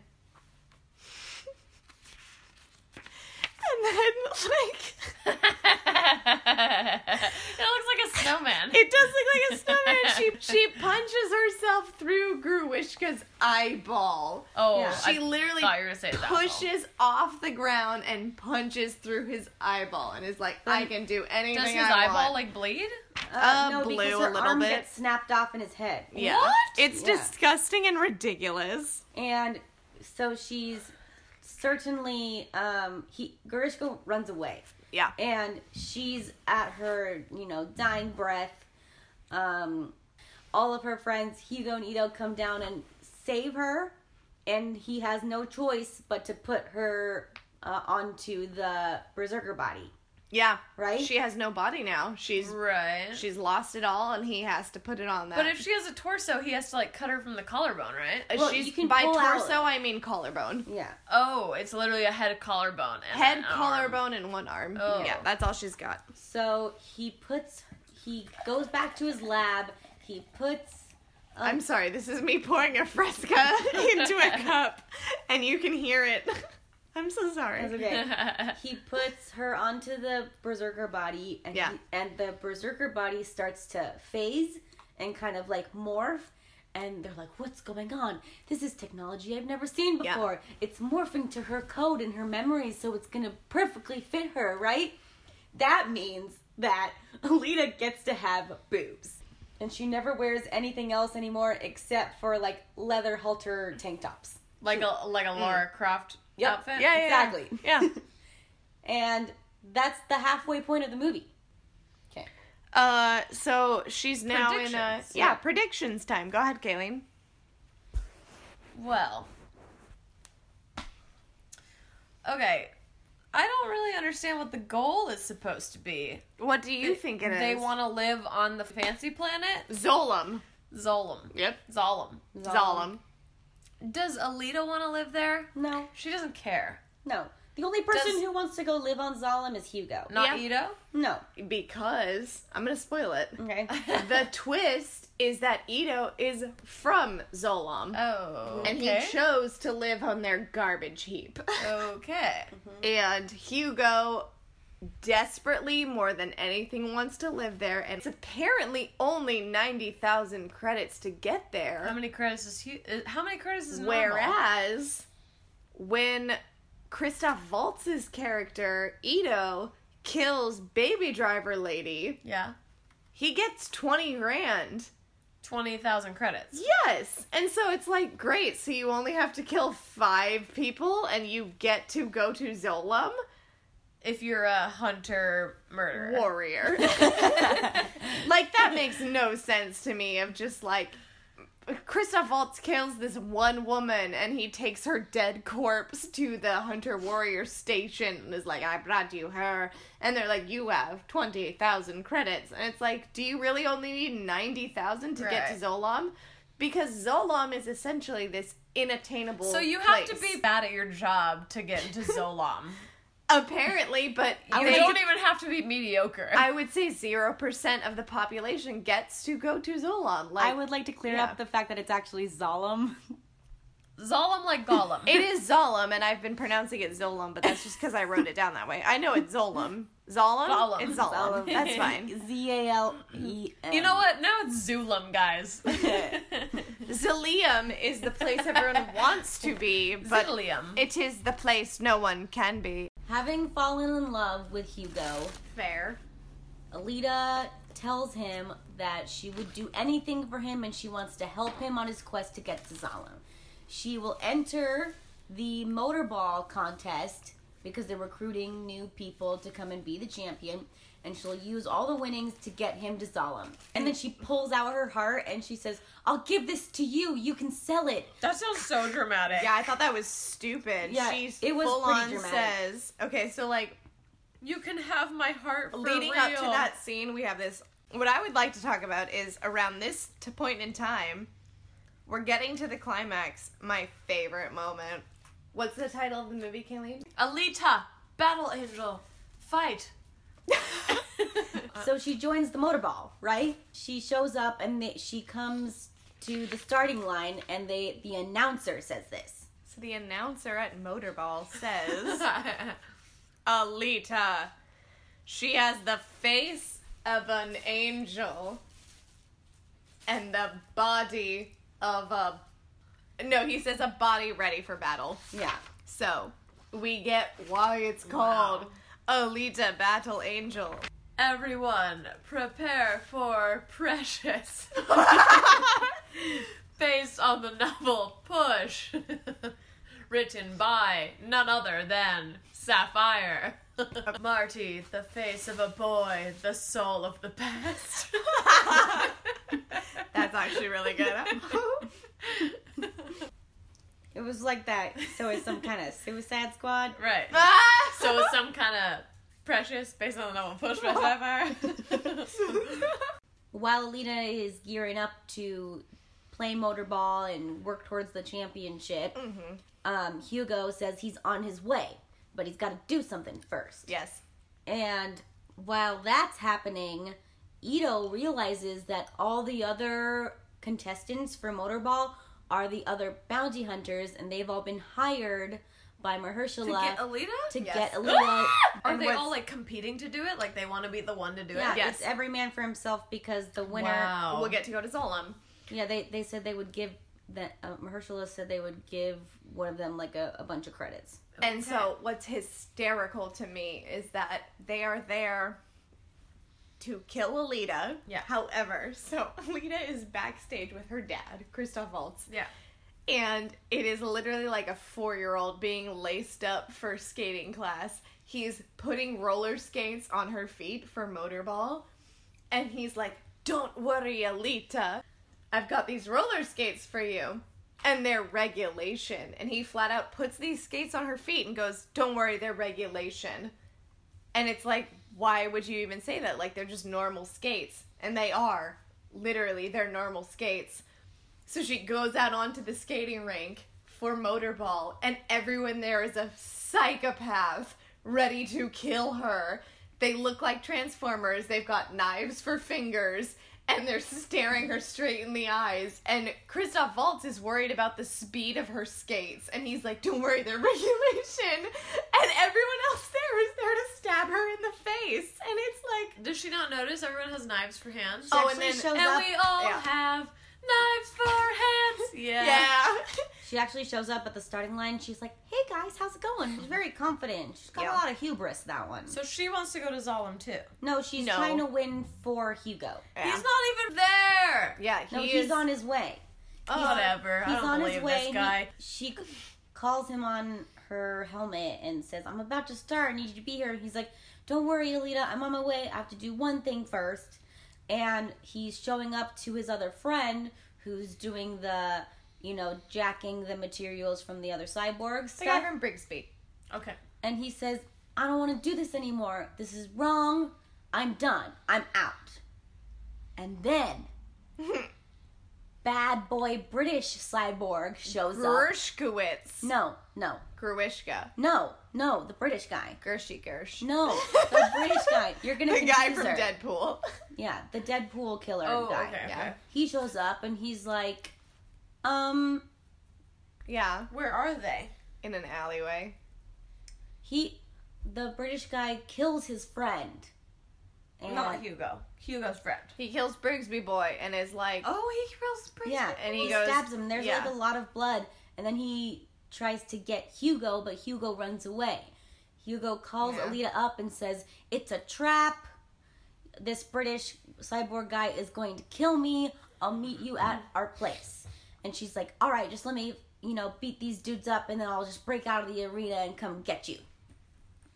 Speaker 2: <laughs> and then like <laughs>
Speaker 4: it looks like a snowman.
Speaker 2: it does look like a snowman. She she punches herself through Gruishka's eyeball.
Speaker 4: oh,
Speaker 1: Yeah.
Speaker 2: She
Speaker 4: I
Speaker 2: literally
Speaker 4: thought you were saying that.
Speaker 2: pushes off the ground and punches through his eyeball and is like, I can do anything
Speaker 4: Does his
Speaker 2: I
Speaker 4: eyeball
Speaker 2: want.
Speaker 4: like bleed?
Speaker 2: Uh,
Speaker 1: no,
Speaker 2: blue
Speaker 1: because
Speaker 2: a
Speaker 1: her
Speaker 2: little
Speaker 1: arm
Speaker 2: bit.
Speaker 1: gets snapped off in his head.
Speaker 2: yeah.
Speaker 4: What?
Speaker 2: It's
Speaker 3: Yeah.
Speaker 2: disgusting and ridiculous.
Speaker 1: and so she's certainly um he Garishko runs away
Speaker 2: Yeah.
Speaker 1: and she's at her you know dying breath um all of her friends Hugo and Ito come down and save her and he has no choice but to put her uh, onto the berserker body
Speaker 2: Yeah.
Speaker 1: Right?
Speaker 2: She has no body now. She's
Speaker 4: Right.
Speaker 2: she's lost it all and he has to put it on that.
Speaker 4: but if she has a torso, he has to like cut her from the collarbone, right?
Speaker 2: Uh,
Speaker 1: Well,
Speaker 2: she's
Speaker 1: you can
Speaker 2: by
Speaker 1: pull out-
Speaker 2: torso I mean collarbone.
Speaker 1: yeah
Speaker 4: Oh, it's literally a head collarbone. And
Speaker 2: Head,
Speaker 4: an arm.
Speaker 2: collarbone, and one arm.
Speaker 4: Oh.
Speaker 2: Yeah, that's all she's got.
Speaker 1: so he puts he goes back to his lab he puts
Speaker 2: I'm <laughs> sorry, this is me pouring a fresca into a cup and you can hear it. <laughs> I'm so sorry.
Speaker 5: That's okay.
Speaker 2: <laughs>
Speaker 3: he puts her onto the berserker body and
Speaker 2: Yeah.
Speaker 3: he, and the berserker body starts to phase and kind of like morph and they're like what's going on this is technology i've never seen
Speaker 2: Yeah.
Speaker 3: before it's morphing to her code and her memories so it's gonna perfectly fit her right that means that <laughs> alita gets to have boobs and she never wears anything else anymore except for like leather halter tank tops
Speaker 4: like a like a Laura Croft
Speaker 3: Yep.
Speaker 4: outfit.
Speaker 2: Yeah, yeah, yeah.
Speaker 3: exactly
Speaker 2: Yeah.
Speaker 3: <laughs> and that's the halfway point of the movie
Speaker 2: Uh, so she's now in a
Speaker 4: Predictions.
Speaker 2: yeah predictions time. Go ahead, Kayleen.
Speaker 4: Well. Okay. I don't really understand what the goal is supposed to be.
Speaker 2: What do you think it is?
Speaker 4: They want to live on the fancy planet
Speaker 2: Zolom.
Speaker 4: Zolom.
Speaker 2: Yep.
Speaker 4: Zolom.
Speaker 2: Zolom.
Speaker 4: Does Alita want to live there?
Speaker 3: No,
Speaker 4: She doesn't care.
Speaker 3: no. The only person
Speaker 4: Does-
Speaker 3: who wants to go live on Zalem is Hugo.
Speaker 4: Not
Speaker 2: Yeah.
Speaker 4: Ito.
Speaker 3: No.
Speaker 2: Because I'm gonna spoil it. <laughs>
Speaker 3: Okay.
Speaker 4: Mm. <laughs>
Speaker 2: the twist is that Ito is from Zolom.
Speaker 4: Oh.
Speaker 2: And he
Speaker 4: okay. Oh.
Speaker 2: chose to live on their garbage heap.
Speaker 4: Okay.
Speaker 2: Mm-hmm. and Hugo desperately, more than anything, wants to live there. And it's apparently only 90,000 credits to get there.
Speaker 4: How many credits is he? uh, How many credits is normal?
Speaker 2: Whereas when Christoph Waltz's character, Ito, kills baby driver lady,
Speaker 4: Yeah.
Speaker 2: he gets 20 grand.
Speaker 4: Twenty thousand credits.
Speaker 2: Yes. And so it's like, great. So you only have to kill five people and you get to go to Zolom
Speaker 4: If you're a hunter murderer. <laughs>
Speaker 2: Warrior. <laughs> like, that makes no sense to me of just like, Christoph Waltz kills this one woman and he takes her dead corpse to the Hunter Warrior station and is like, I brought you her. And they're like, You have 20,000 credits. And it's like, Do you really only need 90,000 to get
Speaker 4: Right.
Speaker 2: to Zolom? Because Zolom is essentially this inattainable.
Speaker 4: So you have to
Speaker 2: place.
Speaker 4: be bad at your job to get
Speaker 2: <laughs>
Speaker 4: into Zolom.
Speaker 2: Apparently, but
Speaker 4: you
Speaker 2: they-
Speaker 4: don't even have to be mediocre.
Speaker 2: <laughs> I would say 0% of the population gets to go to Zolom. Like,
Speaker 3: I would <laughs> like to clear
Speaker 2: Yeah.
Speaker 3: up the fact that it's actually Zalem.
Speaker 4: Zolom like Gollum.
Speaker 2: <laughs> It is Zolom, and I've been pronouncing it Zolom, but that's just because I wrote it down that way. I know it's Zolom. Zolom?
Speaker 4: Zolom.
Speaker 2: It's Zolom.
Speaker 3: Zolom. <laughs>
Speaker 2: That's fine.
Speaker 3: Z A L E M.
Speaker 4: you know what? Now it's
Speaker 2: <laughs>
Speaker 4: Zulum, guys. <laughs>
Speaker 2: Zilium is the place
Speaker 3: <laughs>
Speaker 2: everyone wants to be, but
Speaker 4: Zilium.
Speaker 2: it is the place no one can be.
Speaker 3: Having fallen in love with Hugo,
Speaker 2: Fair.
Speaker 3: Alita tells him that she would do anything for him and she wants to help him on his quest to get to Zalem. She will enter the motorball contest because they're recruiting new people to come and be the champion and she'll use all the winnings to get him to Zalem. And then she pulls out her heart and she says, "I'll give this to you. You can sell it."
Speaker 4: that sounds so dramatic.
Speaker 2: Yeah, I thought that was stupid.
Speaker 3: Yeah,
Speaker 2: she
Speaker 3: it was
Speaker 2: full
Speaker 3: pretty
Speaker 2: on
Speaker 3: dramatic.
Speaker 2: says, okay, so like
Speaker 4: You can have my heart for
Speaker 2: leading
Speaker 4: real.
Speaker 2: up to that scene, we have this. What I would like to talk about is around this t- point in time, we're getting to the climax. My favorite moment. What's the title of the movie, Kayleen?
Speaker 4: Alita, battle angel, fight. <laughs>
Speaker 3: So she joins the motorball, right? She shows up and they, she comes to the starting line and they the announcer says this.
Speaker 2: <laughs> So the announcer at Motorball says, Alita, she has the face of an angel and the body of a. No, he says a body ready for battle.
Speaker 3: Yeah.
Speaker 2: So we get why it's called Alita Battle Angel.
Speaker 4: Everyone, prepare for
Speaker 2: <laughs>
Speaker 4: Precious. Based on the novel Push. <laughs> Written by none other than
Speaker 2: <laughs>
Speaker 4: Sapphire. Marty, the face of a boy, the soul of the past.
Speaker 2: <laughs> That's actually really good. <laughs>
Speaker 3: It was like that. So it's some kind of suicide squad.
Speaker 4: right. So it's some kind of Precious based on the novel Push
Speaker 6: <laughs>
Speaker 4: by Sapphire.
Speaker 3: While Alita is gearing up to play motorball and work towards the championship,
Speaker 4: Mm-hmm.
Speaker 3: um, Hugo says he's on his way, but he's got to do something first.
Speaker 2: yes.
Speaker 3: And while that's happening, Ito realizes that all the other contestants for Motorball are the other bounty hunters, and they've all been hired by Mahershala
Speaker 2: to get Alita.
Speaker 3: to
Speaker 4: Yes.
Speaker 2: <gasps>
Speaker 3: get
Speaker 4: <gasps>
Speaker 3: Alita.
Speaker 4: Are
Speaker 3: And
Speaker 4: they
Speaker 3: what's-
Speaker 4: all like competing to do it? Like they want to be the one to do
Speaker 3: Yeah,
Speaker 4: it? Yes.
Speaker 3: it's every man for himself because the winner.
Speaker 4: Wow.
Speaker 2: We'll get to go to Zolom.
Speaker 3: Yeah, they they said they would give that. Uh, Mahershala said they would give one of them like a, a bunch of credits.
Speaker 2: And so, what's hysterical to me is that they are there to kill Alita.
Speaker 4: Yeah.
Speaker 2: However, so <laughs> Alita is backstage with her dad, Christoph Waltz,
Speaker 4: Yeah.
Speaker 2: and it is literally like a four year old being laced up for skating class. He's putting roller skates on her feet for motorball, and he's like, Don't worry, Alita. I've got these roller skates for you. And they're regulation. And he flat out puts these skates on her feet and goes, Don't worry, they're regulation. And it's like, why would you even say that? Like, they're just normal skates. And they are. Literally, they're normal skates. So she goes out onto the skating rink for motorball, and everyone there is a psychopath ready to kill her. They look like Transformers, they've got knives for fingers, and they're staring her straight in the eyes. And Christoph Waltz is worried about the speed of her skates, and he's like, Don't worry, they're <laughs> regulation. And everyone else there is there to stab her in the face. And it's like,
Speaker 4: Does she not notice everyone has knives for hands?
Speaker 2: Oh,
Speaker 3: actually
Speaker 2: and then-
Speaker 3: shows
Speaker 4: and
Speaker 3: up.
Speaker 4: we all
Speaker 2: Yeah.
Speaker 4: have knives for hands. <laughs> Yeah.
Speaker 2: yeah.
Speaker 3: She actually shows up at the starting line. She's like, "Hey guys, how's it going?" She's very confident. She's got
Speaker 2: Yeah.
Speaker 3: a lot of hubris that one.
Speaker 6: So she wants to go to Zalem too.
Speaker 3: no, she's
Speaker 2: No.
Speaker 3: trying to win for Hugo. <laughs>
Speaker 2: Yeah. <laughs>
Speaker 4: He's not even there.
Speaker 2: Yeah, he
Speaker 3: No,
Speaker 2: is
Speaker 3: he's on his way.
Speaker 4: Whatever. I
Speaker 3: He's
Speaker 4: don't
Speaker 3: on
Speaker 4: believe
Speaker 3: his way.
Speaker 4: this guy.
Speaker 3: He- she c- calls him on her helmet and says, "I'm about to start. I need you to be here." And he's like, "Don't worry, Alita. I'm on my way. I have to do one thing first. And he's showing up to his other friend, who's doing the, you know, jacking the materials from the other cyborgs.
Speaker 2: the guy from Brigsby. <laughs>
Speaker 4: Okay.
Speaker 3: and he says, I don't want to do this anymore. This is wrong. I'm done. I'm out. And then, bad boy British cyborg shows up.
Speaker 2: Gershkowitz.
Speaker 3: No, no,
Speaker 2: Gruishka.
Speaker 3: no, no, the British guy.
Speaker 2: Gershie Gersh.
Speaker 3: No, the British guy. You're gonna
Speaker 2: the guy
Speaker 3: confuse
Speaker 2: from
Speaker 3: her.
Speaker 2: Deadpool. <laughs>
Speaker 3: Yeah, the Deadpool killer
Speaker 4: Oh,
Speaker 3: guy.
Speaker 4: okay.
Speaker 2: yeah.
Speaker 4: okay.
Speaker 3: He shows up and he's like, um,
Speaker 2: Yeah,
Speaker 6: Where are they?
Speaker 2: in an alleyway.
Speaker 3: he, the British guy kills his friend.
Speaker 4: Oh.
Speaker 3: And
Speaker 6: Not Hugo. Hugo's friend.
Speaker 2: He kills Brigsby boy and is like,
Speaker 4: Oh, he kills Prince.
Speaker 3: Yeah,
Speaker 2: And
Speaker 3: and
Speaker 2: he
Speaker 3: he,
Speaker 2: goes-
Speaker 3: stabs him. There's
Speaker 2: yeah.
Speaker 3: like a lot of blood, and then he tries to get Hugo, but Hugo runs away. Hugo calls
Speaker 2: Yeah.
Speaker 3: Alita up and says, "It's a trap. This British cyborg guy is going to kill me. I'll meet you at our place." And she's like, "All right, just let me, you know, beat these dudes up, and then I'll just break out of the arena and come get you."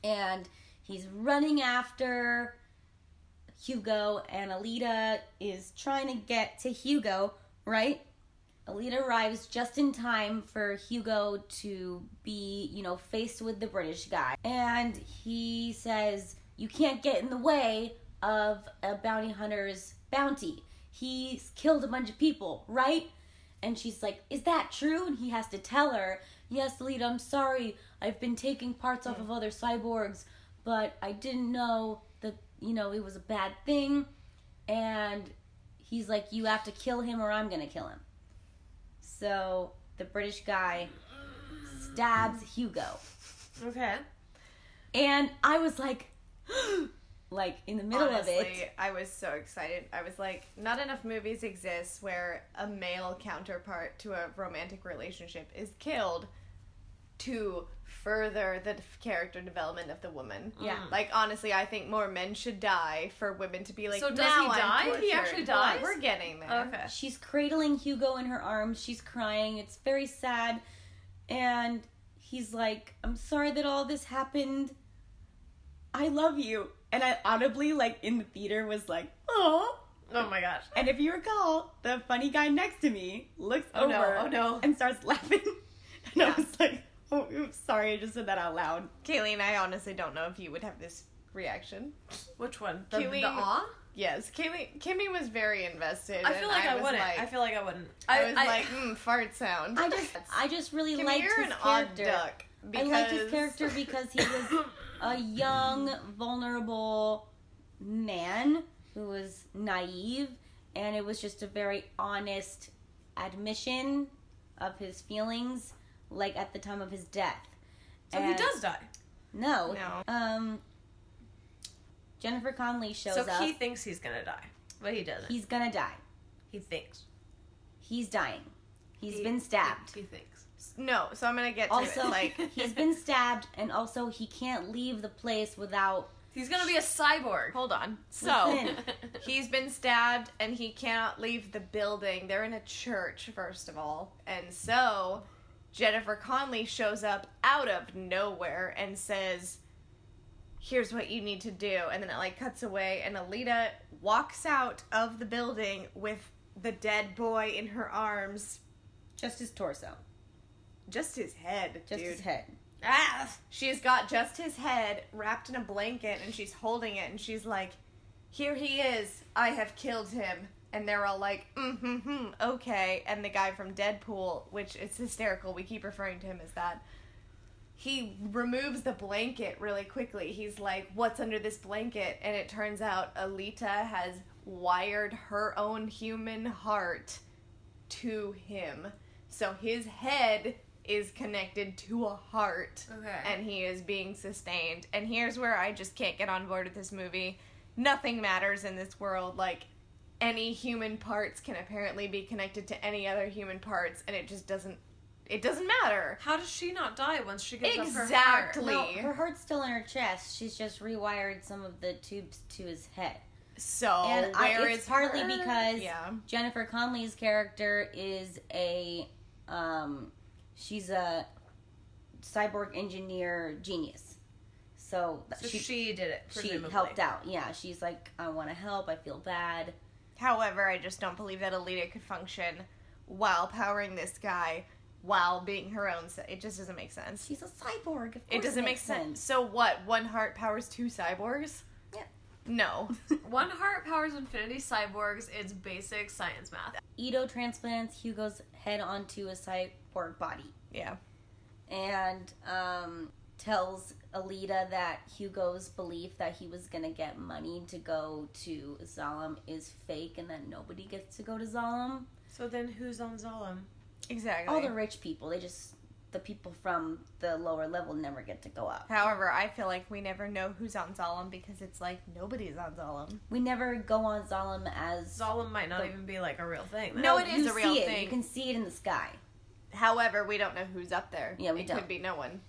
Speaker 3: And he's running after Hugo, and Alita is trying to get to Hugo, right? Alita arrives just in time for Hugo to be, you know, faced with the British guy. And he says, You can't get in the way of a bounty hunter's bounty. He's killed a bunch of people, right? And she's like, Is that true? And he has to tell her, Yes, Alita, I'm sorry. I've been taking parts off of other cyborgs, but I didn't know that, you know, it was a bad thing. And he's like, You have to kill him or I'm going to kill him. So the British guy stabs Hugo.
Speaker 4: Okay.
Speaker 3: And I was like, <gasps> like in the middle
Speaker 2: Honestly,
Speaker 3: of it.
Speaker 2: I was so excited. I was like, not enough movies exist where a male counterpart to a romantic relationship is killed to further the d- character development of the woman.
Speaker 3: Yeah.
Speaker 4: Mm.
Speaker 2: Like honestly, I think more men should die for women to be like.
Speaker 4: So does
Speaker 2: now
Speaker 4: he
Speaker 2: I'm
Speaker 4: die? He
Speaker 2: tortured."
Speaker 4: actually dies?
Speaker 2: We're getting there.
Speaker 4: Okay.
Speaker 3: She's cradling Hugo in her arms. She's crying. It's very sad. And he's like, I'm sorry that all this happened. I love you. And I audibly, like in the theater, was like, oh.
Speaker 4: Oh my gosh.
Speaker 3: And if you recall, the funny guy next to me looks
Speaker 2: Oh
Speaker 3: over
Speaker 2: no, oh no.
Speaker 3: and starts laughing. <laughs> And I was like, oh, oops, sorry, I just said that out loud.
Speaker 2: Kaylee and I honestly don't know if you would have this reaction.
Speaker 6: Which one?
Speaker 4: The,
Speaker 2: Can we-
Speaker 4: the awe?
Speaker 2: Yes, Kimmy. Kimmy was very invested.
Speaker 6: I feel
Speaker 2: and
Speaker 6: like I,
Speaker 2: was
Speaker 6: wouldn't.
Speaker 2: Like,
Speaker 6: I feel like I wouldn't.
Speaker 2: I was like, mm, fart sound. <laughs>
Speaker 3: I just, I just really
Speaker 2: Kimmy,
Speaker 3: liked
Speaker 2: you're
Speaker 3: his
Speaker 2: an
Speaker 3: character.
Speaker 2: odd duck.
Speaker 3: I
Speaker 2: Because
Speaker 3: liked
Speaker 2: <laughs>
Speaker 3: his character because he was a young, vulnerable man who was naive, and it was just a very honest admission of his feelings, like at the time of his death.
Speaker 4: So he
Speaker 3: And-
Speaker 4: does die.
Speaker 3: No.
Speaker 2: No.
Speaker 3: Um, Jennifer Conley shows
Speaker 4: So
Speaker 3: up.
Speaker 4: he thinks he's gonna die, but he doesn't.
Speaker 3: He's gonna die.
Speaker 4: He thinks.
Speaker 3: He's dying. He's
Speaker 4: He-
Speaker 3: been stabbed.
Speaker 4: He thinks.
Speaker 2: No, so I'm gonna get to
Speaker 3: Also,
Speaker 2: <laughs> it.
Speaker 3: <laughs>
Speaker 2: Like,
Speaker 3: he's been stabbed, and also he can't leave the place without.
Speaker 7: He's gonna be a cyborg.
Speaker 2: hold on. So <laughs>
Speaker 3: Listen.
Speaker 2: he's been stabbed and he cannot leave the building. They're in a church, first of all, and so Jennifer Conley shows up out of nowhere and says, "Here's what you need to do," and then it like cuts away, and Alita walks out of the building with the dead boy in her arms,
Speaker 3: Just his torso.
Speaker 2: just his head,
Speaker 3: Just
Speaker 2: dude.
Speaker 3: his head.
Speaker 4: Ah,
Speaker 2: She's got just his head wrapped in a blanket and she's holding it and she's like, Here he is. I have killed him. And they're all like, Mm hmm, hmm, okay. And the guy from Deadpool, which it's hysterical, we keep referring to him as that. He removes the blanket really quickly. He's like, What's under this blanket? And it turns out Alita has wired her own human heart to him. So his head is connected to a heart
Speaker 4: Okay.
Speaker 2: and he is being sustained. And here's where I just can't get on board with this movie. Nothing matters in this world. Like, any human parts can apparently be connected to any other human parts, and it just doesn't. It doesn't matter.
Speaker 4: how does she not die once she gives up her heart?
Speaker 2: Exactly.
Speaker 3: No, her heart's still in her chest. She's just rewired some of the tubes to his head.
Speaker 2: So
Speaker 3: and I,
Speaker 2: Oh, where
Speaker 3: it's
Speaker 2: is
Speaker 3: partly
Speaker 2: her?
Speaker 3: because
Speaker 2: yeah,
Speaker 3: Jennifer Conley's character is a, um, she's a cyborg engineer genius. So,
Speaker 4: So
Speaker 3: she,
Speaker 4: she, did it.
Speaker 3: she
Speaker 4: presumably.
Speaker 3: helped out. Yeah, she's like, I want to help. I feel bad.
Speaker 2: However, I just don't believe that Alita could function while powering this guy while being her own. se- It just doesn't make sense.
Speaker 3: She's a cyborg. Of course
Speaker 2: It doesn't make
Speaker 3: makes
Speaker 2: sense. So what? One heart powers two cyborgs?
Speaker 3: Yeah. <laughs>
Speaker 2: No.
Speaker 7: One heart powers infinity cyborgs. It's basic science math.
Speaker 3: Ito transplants Hugo's head onto a cyborg body
Speaker 2: Yeah.
Speaker 3: and um, tells Alita that Hugo's belief that he was gonna get money to go to Zalem is fake and that nobody gets to go to Zalem.
Speaker 4: So then who's on Zalem?
Speaker 2: Exactly.
Speaker 3: All the rich people, they just the people from the lower level never get to go up.
Speaker 2: However, I feel like we never know who's on Zalem because it's like nobody's on Zalem.
Speaker 3: We never go on Zalem as
Speaker 4: Zalem might not
Speaker 3: The-
Speaker 4: even be like a real thing.
Speaker 2: No, it is
Speaker 3: You
Speaker 2: a real
Speaker 3: see it.
Speaker 2: thing.
Speaker 3: You can see it in the sky.
Speaker 2: However, we don't know who's up there.
Speaker 3: Yeah, we
Speaker 2: it
Speaker 3: don't.
Speaker 2: could be no one.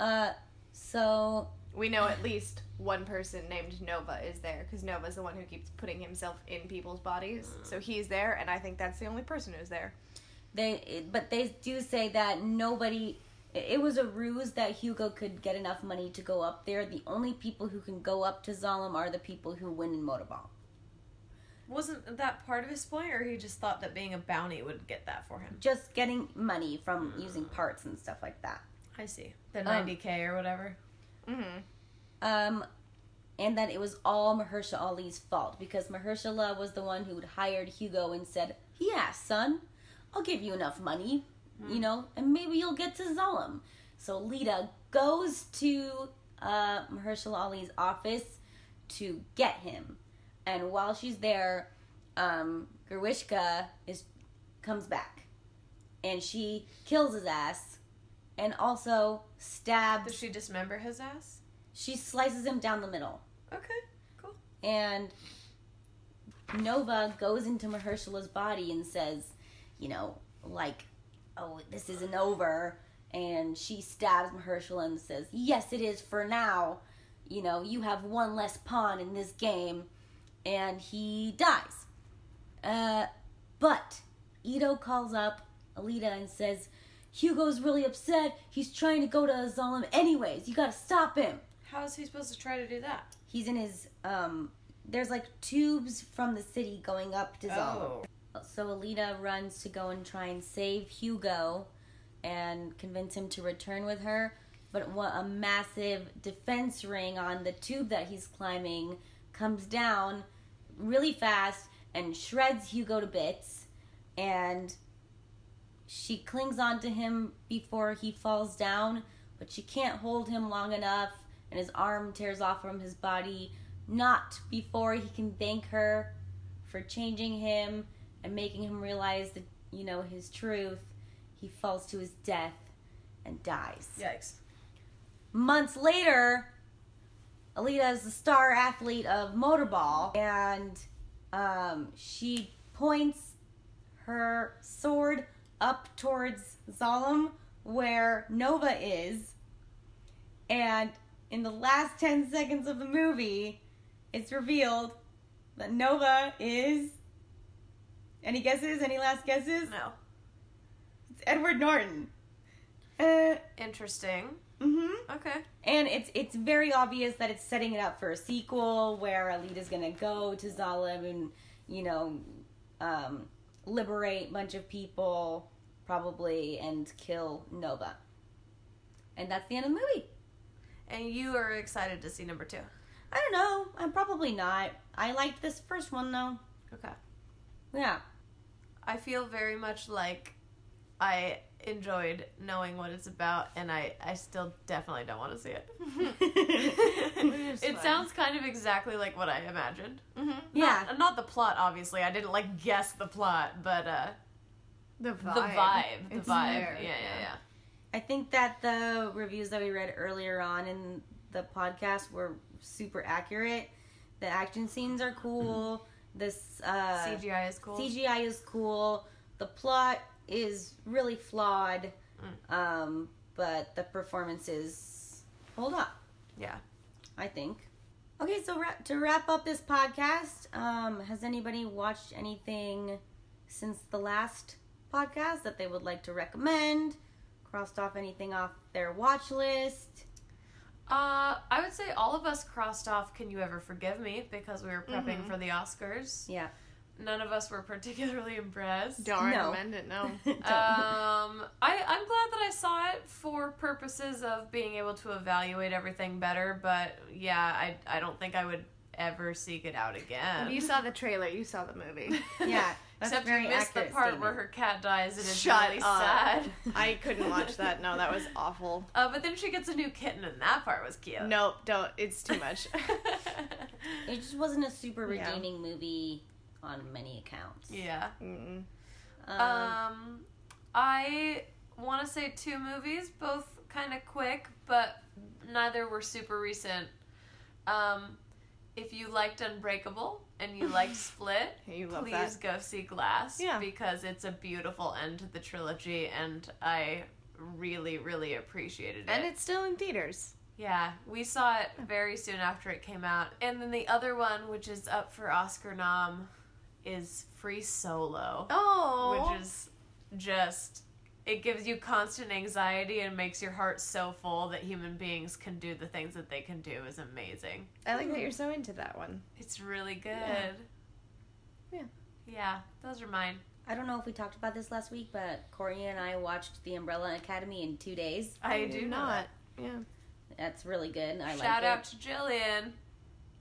Speaker 3: Uh, so
Speaker 2: We know at least one person named Nova is there because Nova's the one who keeps putting himself in people's bodies.
Speaker 4: Uh-huh.
Speaker 2: So he's there, and I think that's the only person who's there.
Speaker 3: They, it- but they do say that nobody. It it was a ruse that Hugo could get enough money to go up there. The only people who can go up to Zalem are the people who win in Motorball.
Speaker 4: Wasn't that part of his point, or he just thought that being a bounty would get that for him?
Speaker 3: Just getting money from using parts and stuff like that.
Speaker 4: I see. The 90k or whatever.
Speaker 2: Mm-hmm.
Speaker 3: Um, and that it was all Mahershala Ali's fault because Mahershala was the one who had hired Hugo and said, "Yeah, son, I'll give you enough money,
Speaker 4: Hmm.
Speaker 3: you know, and maybe you'll get to Zalem." So Lita goes to uh, Mahershala Ali's office to get him, and while she's there, um, Gerwishka is comes back, and she kills his ass, and also
Speaker 4: Does
Speaker 3: stabs.
Speaker 4: she dismember his ass?
Speaker 3: She slices him down the middle
Speaker 4: Okay, cool.
Speaker 3: and Nova goes into Mahershala's body and says, you know, like, oh, this isn't over. And she stabs Mahershala and says, yes, it is for now. You know, you have one less pawn in this game. And he dies. Uh, but Ito calls up Alita and says, Hugo's really upset. He's trying to go to Zalem anyways. You gotta stop him
Speaker 4: How is he supposed to try to do that?
Speaker 3: he's in his um there's like tubes from the city going up to
Speaker 4: Oh.
Speaker 3: Zalem. So Alita runs to go and try and save Hugo and convince him to return with her, but wha- a massive defense ring on the tube that he's climbing comes down really fast and shreds Hugo to bits and she clings on to him before he falls down, but she can't hold him long enough and his arm tears off from his body not before he can thank her for changing him and making him realize that you know, his truth. He falls to his death and dies.
Speaker 4: Yikes.
Speaker 3: Months later, Alita is the star athlete of Motorball, and um, she points her sword up towards Zalem, where Nova is. And in the last 10 seconds of the movie, it's revealed that Nova is. Any guesses? Any last guesses?
Speaker 4: No.
Speaker 3: It's Edward Norton. Uh,
Speaker 4: Interesting.
Speaker 3: hmm.
Speaker 4: Okay.
Speaker 3: And it's it's very obvious that it's setting it up for a sequel where Alita's gonna go to Zalem and you know um, liberate a bunch of people probably and kill Nova. And that's the end of the movie.
Speaker 4: And you are excited to see number two.
Speaker 3: I don't know. I'm probably not. I liked this first one though.
Speaker 4: Okay.
Speaker 3: Yeah.
Speaker 4: I feel very much like I enjoyed knowing what it's about, and I, I still definitely don't want to see <laughs> it.
Speaker 3: <laughs>
Speaker 4: it
Speaker 2: fun.
Speaker 4: sounds kind of exactly like what I imagined.
Speaker 2: Mm-hmm.
Speaker 3: Yeah.
Speaker 4: Not, not the plot, obviously. I didn't like guess the plot, but uh,
Speaker 2: The vibe.
Speaker 4: the vibe, the
Speaker 2: It's
Speaker 4: vibe.
Speaker 2: there.
Speaker 4: Yeah, yeah, yeah.
Speaker 3: I think that the reviews that we read earlier on in the podcast were super accurate. The action scenes are cool. This uh,
Speaker 4: CGI is cool.
Speaker 3: CGI is cool. The plot is really flawed,
Speaker 4: Mm.
Speaker 3: um, but the performances hold up.
Speaker 4: Yeah.
Speaker 3: I think. Okay, so ra- to wrap up this podcast, um, has anybody watched anything since the last podcast that they would like to recommend? Crossed off anything off their watch list?
Speaker 4: Uh, I would say all of us crossed off "Can You Ever Forgive Me" because we were prepping for the Oscars.
Speaker 3: Mm-hmm. Yeah. <laughs>
Speaker 4: None of us were <laughs> particularly impressed.
Speaker 2: Don't
Speaker 3: No.
Speaker 2: recommend it. <laughs> No.
Speaker 3: Don't-
Speaker 4: Um, I, I'm glad that I saw it for purposes of being able to evaluate everything better, but yeah, I, I don't think I would ever seek it out again.
Speaker 2: you
Speaker 4: <laughs>
Speaker 2: saw the trailer. You saw the <laughs> movie.
Speaker 3: <laughs> yeah. That's
Speaker 4: Except
Speaker 3: very
Speaker 4: you missed the
Speaker 3: accurate
Speaker 4: part
Speaker 3: statement.
Speaker 4: where her cat dies and it's
Speaker 2: Shut
Speaker 4: really
Speaker 2: up.
Speaker 4: sad. <laughs>
Speaker 2: I couldn't watch that. No, that was awful.
Speaker 4: Uh, but then she gets a new kitten and that part was cute.
Speaker 2: Nope, don't. It's too much. <laughs>
Speaker 3: It just wasn't a super
Speaker 2: Yeah.
Speaker 3: redeeming movie on many accounts.
Speaker 4: yeah.
Speaker 2: Mm.
Speaker 3: Um,
Speaker 4: Um, I want to say two movies, both kind of quick, but neither were super recent. Um, if you liked Unbreakable and
Speaker 2: <laughs>
Speaker 4: you liked Split,
Speaker 2: You love
Speaker 4: please
Speaker 2: that.
Speaker 4: go see Glass
Speaker 2: Yeah.
Speaker 4: because it's a beautiful end to the trilogy, and I really, really appreciated it.
Speaker 2: And it's still in theaters.
Speaker 4: Yeah, we saw it very soon after it came out. And then the other one, which is up for Oscar nom, is Free Solo
Speaker 2: Oh.
Speaker 4: which is just it gives you constant anxiety and makes your heart so full that human beings can do the things that they can do is amazing.
Speaker 2: I like that you're so into that one.
Speaker 4: It's really good.
Speaker 2: Yeah.
Speaker 4: Yeah, those are mine.
Speaker 3: I don't know if we talked about this last week, but Corey and I watched The Umbrella Academy in two days.
Speaker 4: I,
Speaker 2: did
Speaker 4: do not.
Speaker 2: Yeah.
Speaker 3: That's really good. I like
Speaker 4: Shout
Speaker 3: it.
Speaker 4: out to Jillian.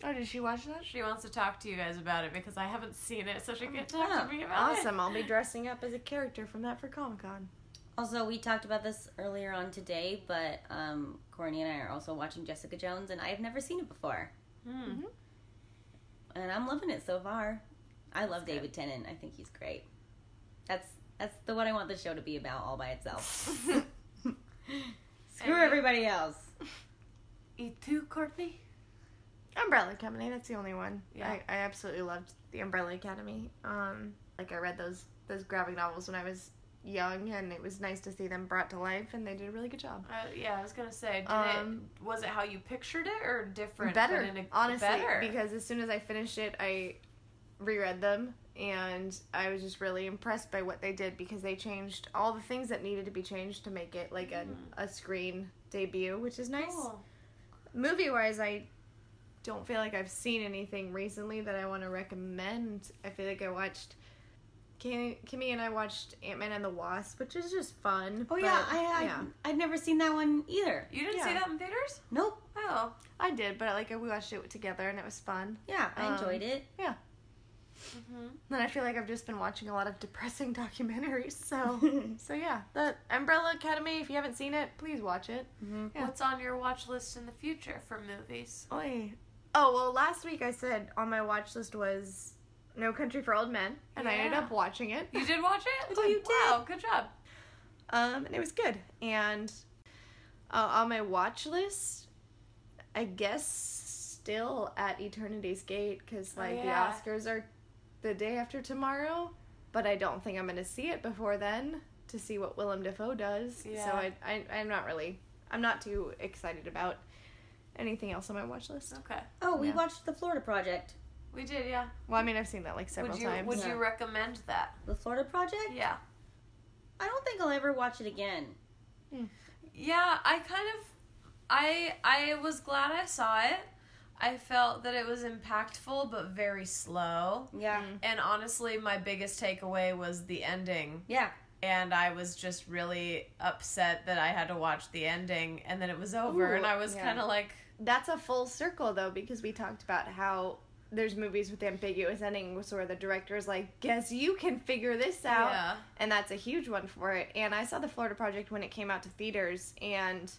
Speaker 2: Oh, did she watch that?
Speaker 4: She wants to talk to you guys about it because I haven't seen it, so she can talk
Speaker 3: yeah.
Speaker 4: to me about it.
Speaker 2: Awesome. I'll
Speaker 4: <laughs>
Speaker 2: be dressing up as a character from that for Comic Con.
Speaker 3: Also, we talked about this earlier on today, but um, Courtney and I are also watching Jessica Jones, and I have never seen it before,
Speaker 4: Hmm.
Speaker 3: and I'm loving it so far. I love David Tennant. I think he's great. That's that's the what I want the show to be about all by
Speaker 2: <laughs>
Speaker 3: itself.
Speaker 4: Mm-hmm.
Speaker 3: Screw
Speaker 4: Anyway.
Speaker 3: everybody else.
Speaker 2: E
Speaker 4: You too, Courtney?
Speaker 2: Umbrella Academy. That's the only one.
Speaker 4: Yeah.
Speaker 2: I, I absolutely loved the Umbrella Academy. Um, like I read those those graphic novels when I was young, and it was nice to see them brought to life, and they did a really good job.
Speaker 4: Uh, yeah, I was gonna say, did
Speaker 2: Um,
Speaker 4: it, was it how you pictured it or different?
Speaker 2: better,
Speaker 4: but in a-
Speaker 2: honestly,
Speaker 4: better?
Speaker 2: because as soon as I finished it, I reread them and I was just really impressed by what they did because they changed all the things that needed to be changed to make it like
Speaker 4: Mm-hmm.
Speaker 2: a, a screen debut, which is nice.
Speaker 4: Cool.
Speaker 2: Movie wise, I don't feel like I've seen anything recently that I want to recommend. I feel like I watched. Kim- Kimmy and I watched Ant Man and the Wasp, which is just fun.
Speaker 3: Oh yeah,
Speaker 2: but-
Speaker 3: I, I
Speaker 2: yeah.
Speaker 3: I'd never seen that one either.
Speaker 4: You didn't see
Speaker 2: Yeah.
Speaker 4: that in theaters?
Speaker 3: Nope.
Speaker 4: Oh,
Speaker 2: I did, but like we watched it together and it was fun.
Speaker 3: Yeah, I
Speaker 2: Um,
Speaker 3: enjoyed it.
Speaker 2: Then I feel like I've just been watching a lot of depressing <laughs> documentaries. So, so yeah, the Umbrella Academy. If you haven't seen it, please watch it. <laughs> Yeah.
Speaker 4: what's on your watch list in the future for movies?
Speaker 2: Oy. Oh well, last week I said on my watch list was No Country for Old Men, and I ended
Speaker 4: Yeah.
Speaker 2: up watching it. <laughs>
Speaker 4: You did watch it?
Speaker 2: Oh, you did.
Speaker 4: Wow, good job.
Speaker 2: um, and it was good. And uh, on my watch list, I guess still at Eternity's Gate because
Speaker 4: Oh,
Speaker 2: like
Speaker 4: yeah.
Speaker 2: the Oscars are the day after tomorrow, but I don't think I'm gonna see it before then to see what Willem Dafoe does.
Speaker 4: Yeah.
Speaker 2: So I, I I'm not really I'm not too excited about anything else on my watch list.
Speaker 4: Okay.
Speaker 3: Oh, we
Speaker 2: Yeah.
Speaker 3: watched The Florida Project.
Speaker 4: We did, yeah.
Speaker 2: Well, I mean I've seen that like several
Speaker 4: Would you
Speaker 2: times.
Speaker 4: would
Speaker 3: Yeah.
Speaker 4: you recommend that?
Speaker 3: The Florida Project?
Speaker 4: Yeah.
Speaker 3: I don't think I'll ever watch it again.
Speaker 4: Yeah, I kind of I I was glad I saw it. I felt that it was impactful but very slow.
Speaker 3: Yeah.
Speaker 2: Mm-hmm.
Speaker 4: And honestly, my biggest takeaway was the ending.
Speaker 3: Yeah.
Speaker 4: and I was just really upset that I had to watch the ending and then it was over
Speaker 2: Ooh,
Speaker 4: and I was
Speaker 2: yeah.
Speaker 4: kind of like
Speaker 2: That's a full circle though because we talked about how there's movies with ambiguous endings where the director is like, "Guess you can figure this out."
Speaker 4: yeah
Speaker 2: and that's a huge one for it. And I saw the Florida Project when it came out to theaters, and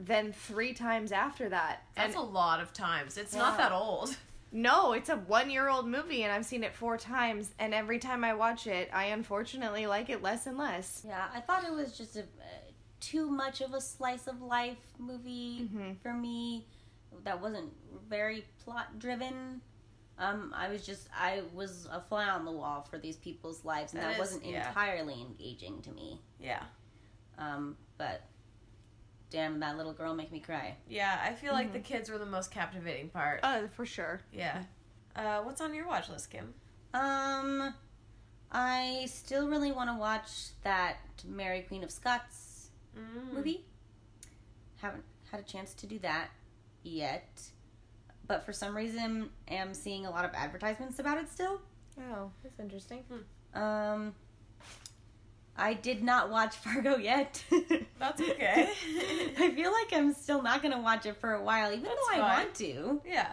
Speaker 2: then three times after that.
Speaker 4: that's
Speaker 2: and
Speaker 4: a lot of times it's not
Speaker 2: Yeah.
Speaker 4: that old <laughs>
Speaker 2: no, it's a one-year-old movie, and I've seen it four times. And every time I watch it, I unfortunately like it less and less.
Speaker 3: Yeah. I thought it was just a, uh, too much of a slice of life movie
Speaker 4: Mm-hmm.
Speaker 2: Mhm.
Speaker 3: for me. That wasn't very plot driven. Um, I was just I was a fly on the wall for these people's lives, and
Speaker 4: That
Speaker 3: that,
Speaker 4: is-
Speaker 3: wasn't
Speaker 4: yeah.
Speaker 3: entirely engaging to me.
Speaker 4: yeah
Speaker 3: Um, but damn, that little girl make me cry.
Speaker 4: yeah I feel like the
Speaker 2: Mm-hmm.
Speaker 4: kids were the most captivating part
Speaker 2: Oh, for sure.
Speaker 4: yeah uh, what's on your watch list Kim
Speaker 3: Um, I still really want to watch that Mary Queen of Scots
Speaker 4: Mm. Hmm.
Speaker 3: movie. Haven't had a chance to do that yet, but for some reason, am seeing a lot of advertisements about it still.
Speaker 2: Oh, that's interesting.
Speaker 3: Um, I did not watch <laughs> Fargo yet. <laughs>
Speaker 4: That's okay.
Speaker 3: I feel like I'm still not gonna watch it for a while, even
Speaker 4: That's
Speaker 3: though I
Speaker 4: fine.
Speaker 3: want to.
Speaker 4: yeah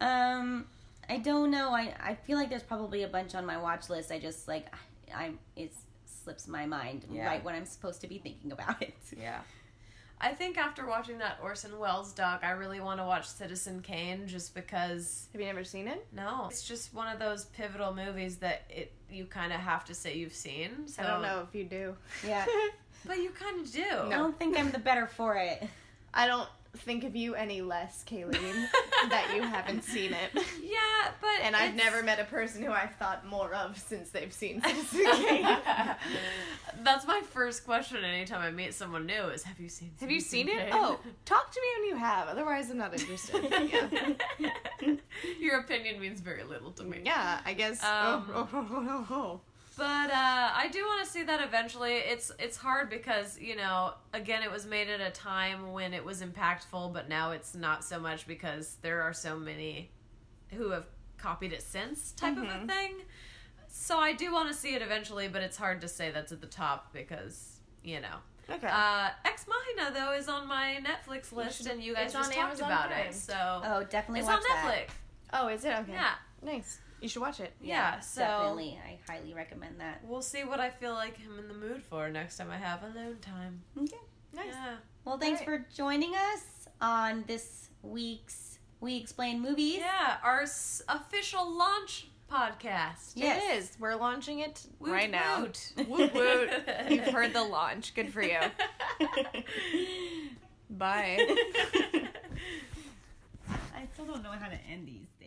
Speaker 3: Um, I don't know. I I feel like there's probably a bunch on my watch list. I just like I, I'm it slips my mind
Speaker 4: Yeah.
Speaker 3: right when I'm supposed to be thinking about it.
Speaker 4: yeah I think after watching that Orson Welles doc I really want to watch Citizen Kane just because
Speaker 2: Have you never seen it?
Speaker 4: no it's just one of those pivotal movies that it you kind of have to say you've seen so
Speaker 2: I don't know if you do. <laughs>
Speaker 3: Yeah.
Speaker 4: but you kind of do
Speaker 3: I don't think I'm the better for it.
Speaker 2: I don't think of you any less, Kayleen, that you haven't seen <laughs> it.
Speaker 4: Yeah, but
Speaker 2: And I've
Speaker 4: it's-
Speaker 2: never met a person who I've thought more of since they've <laughs> seen Citizen
Speaker 4: <laughs>
Speaker 2: Kane.
Speaker 4: That's my first question anytime I meet someone new is have you seen
Speaker 2: Have you seen
Speaker 4: Citizen
Speaker 2: it?
Speaker 4: Kane?"
Speaker 2: Oh, talk to me when you have. Otherwise, I'm not interested. yeah.
Speaker 4: <laughs> Your opinion means very little to me.
Speaker 2: <laughs> yeah, I guess.
Speaker 4: Um,
Speaker 2: oh, oh, oh, oh, oh.
Speaker 4: But uh, I do want to see that eventually. It's it's hard because you know again it was made at a time when it was impactful, but now it's not so much because there are so many who have copied it since type
Speaker 2: Mm-hmm.
Speaker 4: of a thing. So I do want to see it eventually, but it's hard to say that's at the top because you know.
Speaker 2: oh. Okay.
Speaker 4: Uh, Ex Machina though is on my Netflix list,
Speaker 2: should-
Speaker 4: and you guys
Speaker 2: it's on
Speaker 4: just talked
Speaker 2: Amazon
Speaker 4: about
Speaker 2: Prime.
Speaker 4: it, so
Speaker 3: Oh, definitely
Speaker 4: it's
Speaker 3: watch
Speaker 4: on
Speaker 3: that.
Speaker 4: Netflix.
Speaker 2: oh, is it? Okay.
Speaker 4: Yeah,
Speaker 2: Nice. You should watch it.
Speaker 4: yeah. So
Speaker 3: definitely, I highly recommend that.
Speaker 4: We'll see what I feel like I'm in the mood for next time I have alone time.
Speaker 3: Okay.
Speaker 2: Nice.
Speaker 4: Yeah.
Speaker 3: Well, thanks
Speaker 2: All
Speaker 3: for joining us on this week's We Explain Movies.
Speaker 4: Yeah, our s- official launch podcast.
Speaker 2: It is. We're launching it
Speaker 4: Woot
Speaker 2: right now.
Speaker 4: woot.
Speaker 2: <laughs> Woot woot. You've heard the launch. Good <laughs> for you. Bye.
Speaker 3: <laughs>
Speaker 4: <laughs>
Speaker 2: <laughs>
Speaker 3: I still don't know how to end these things.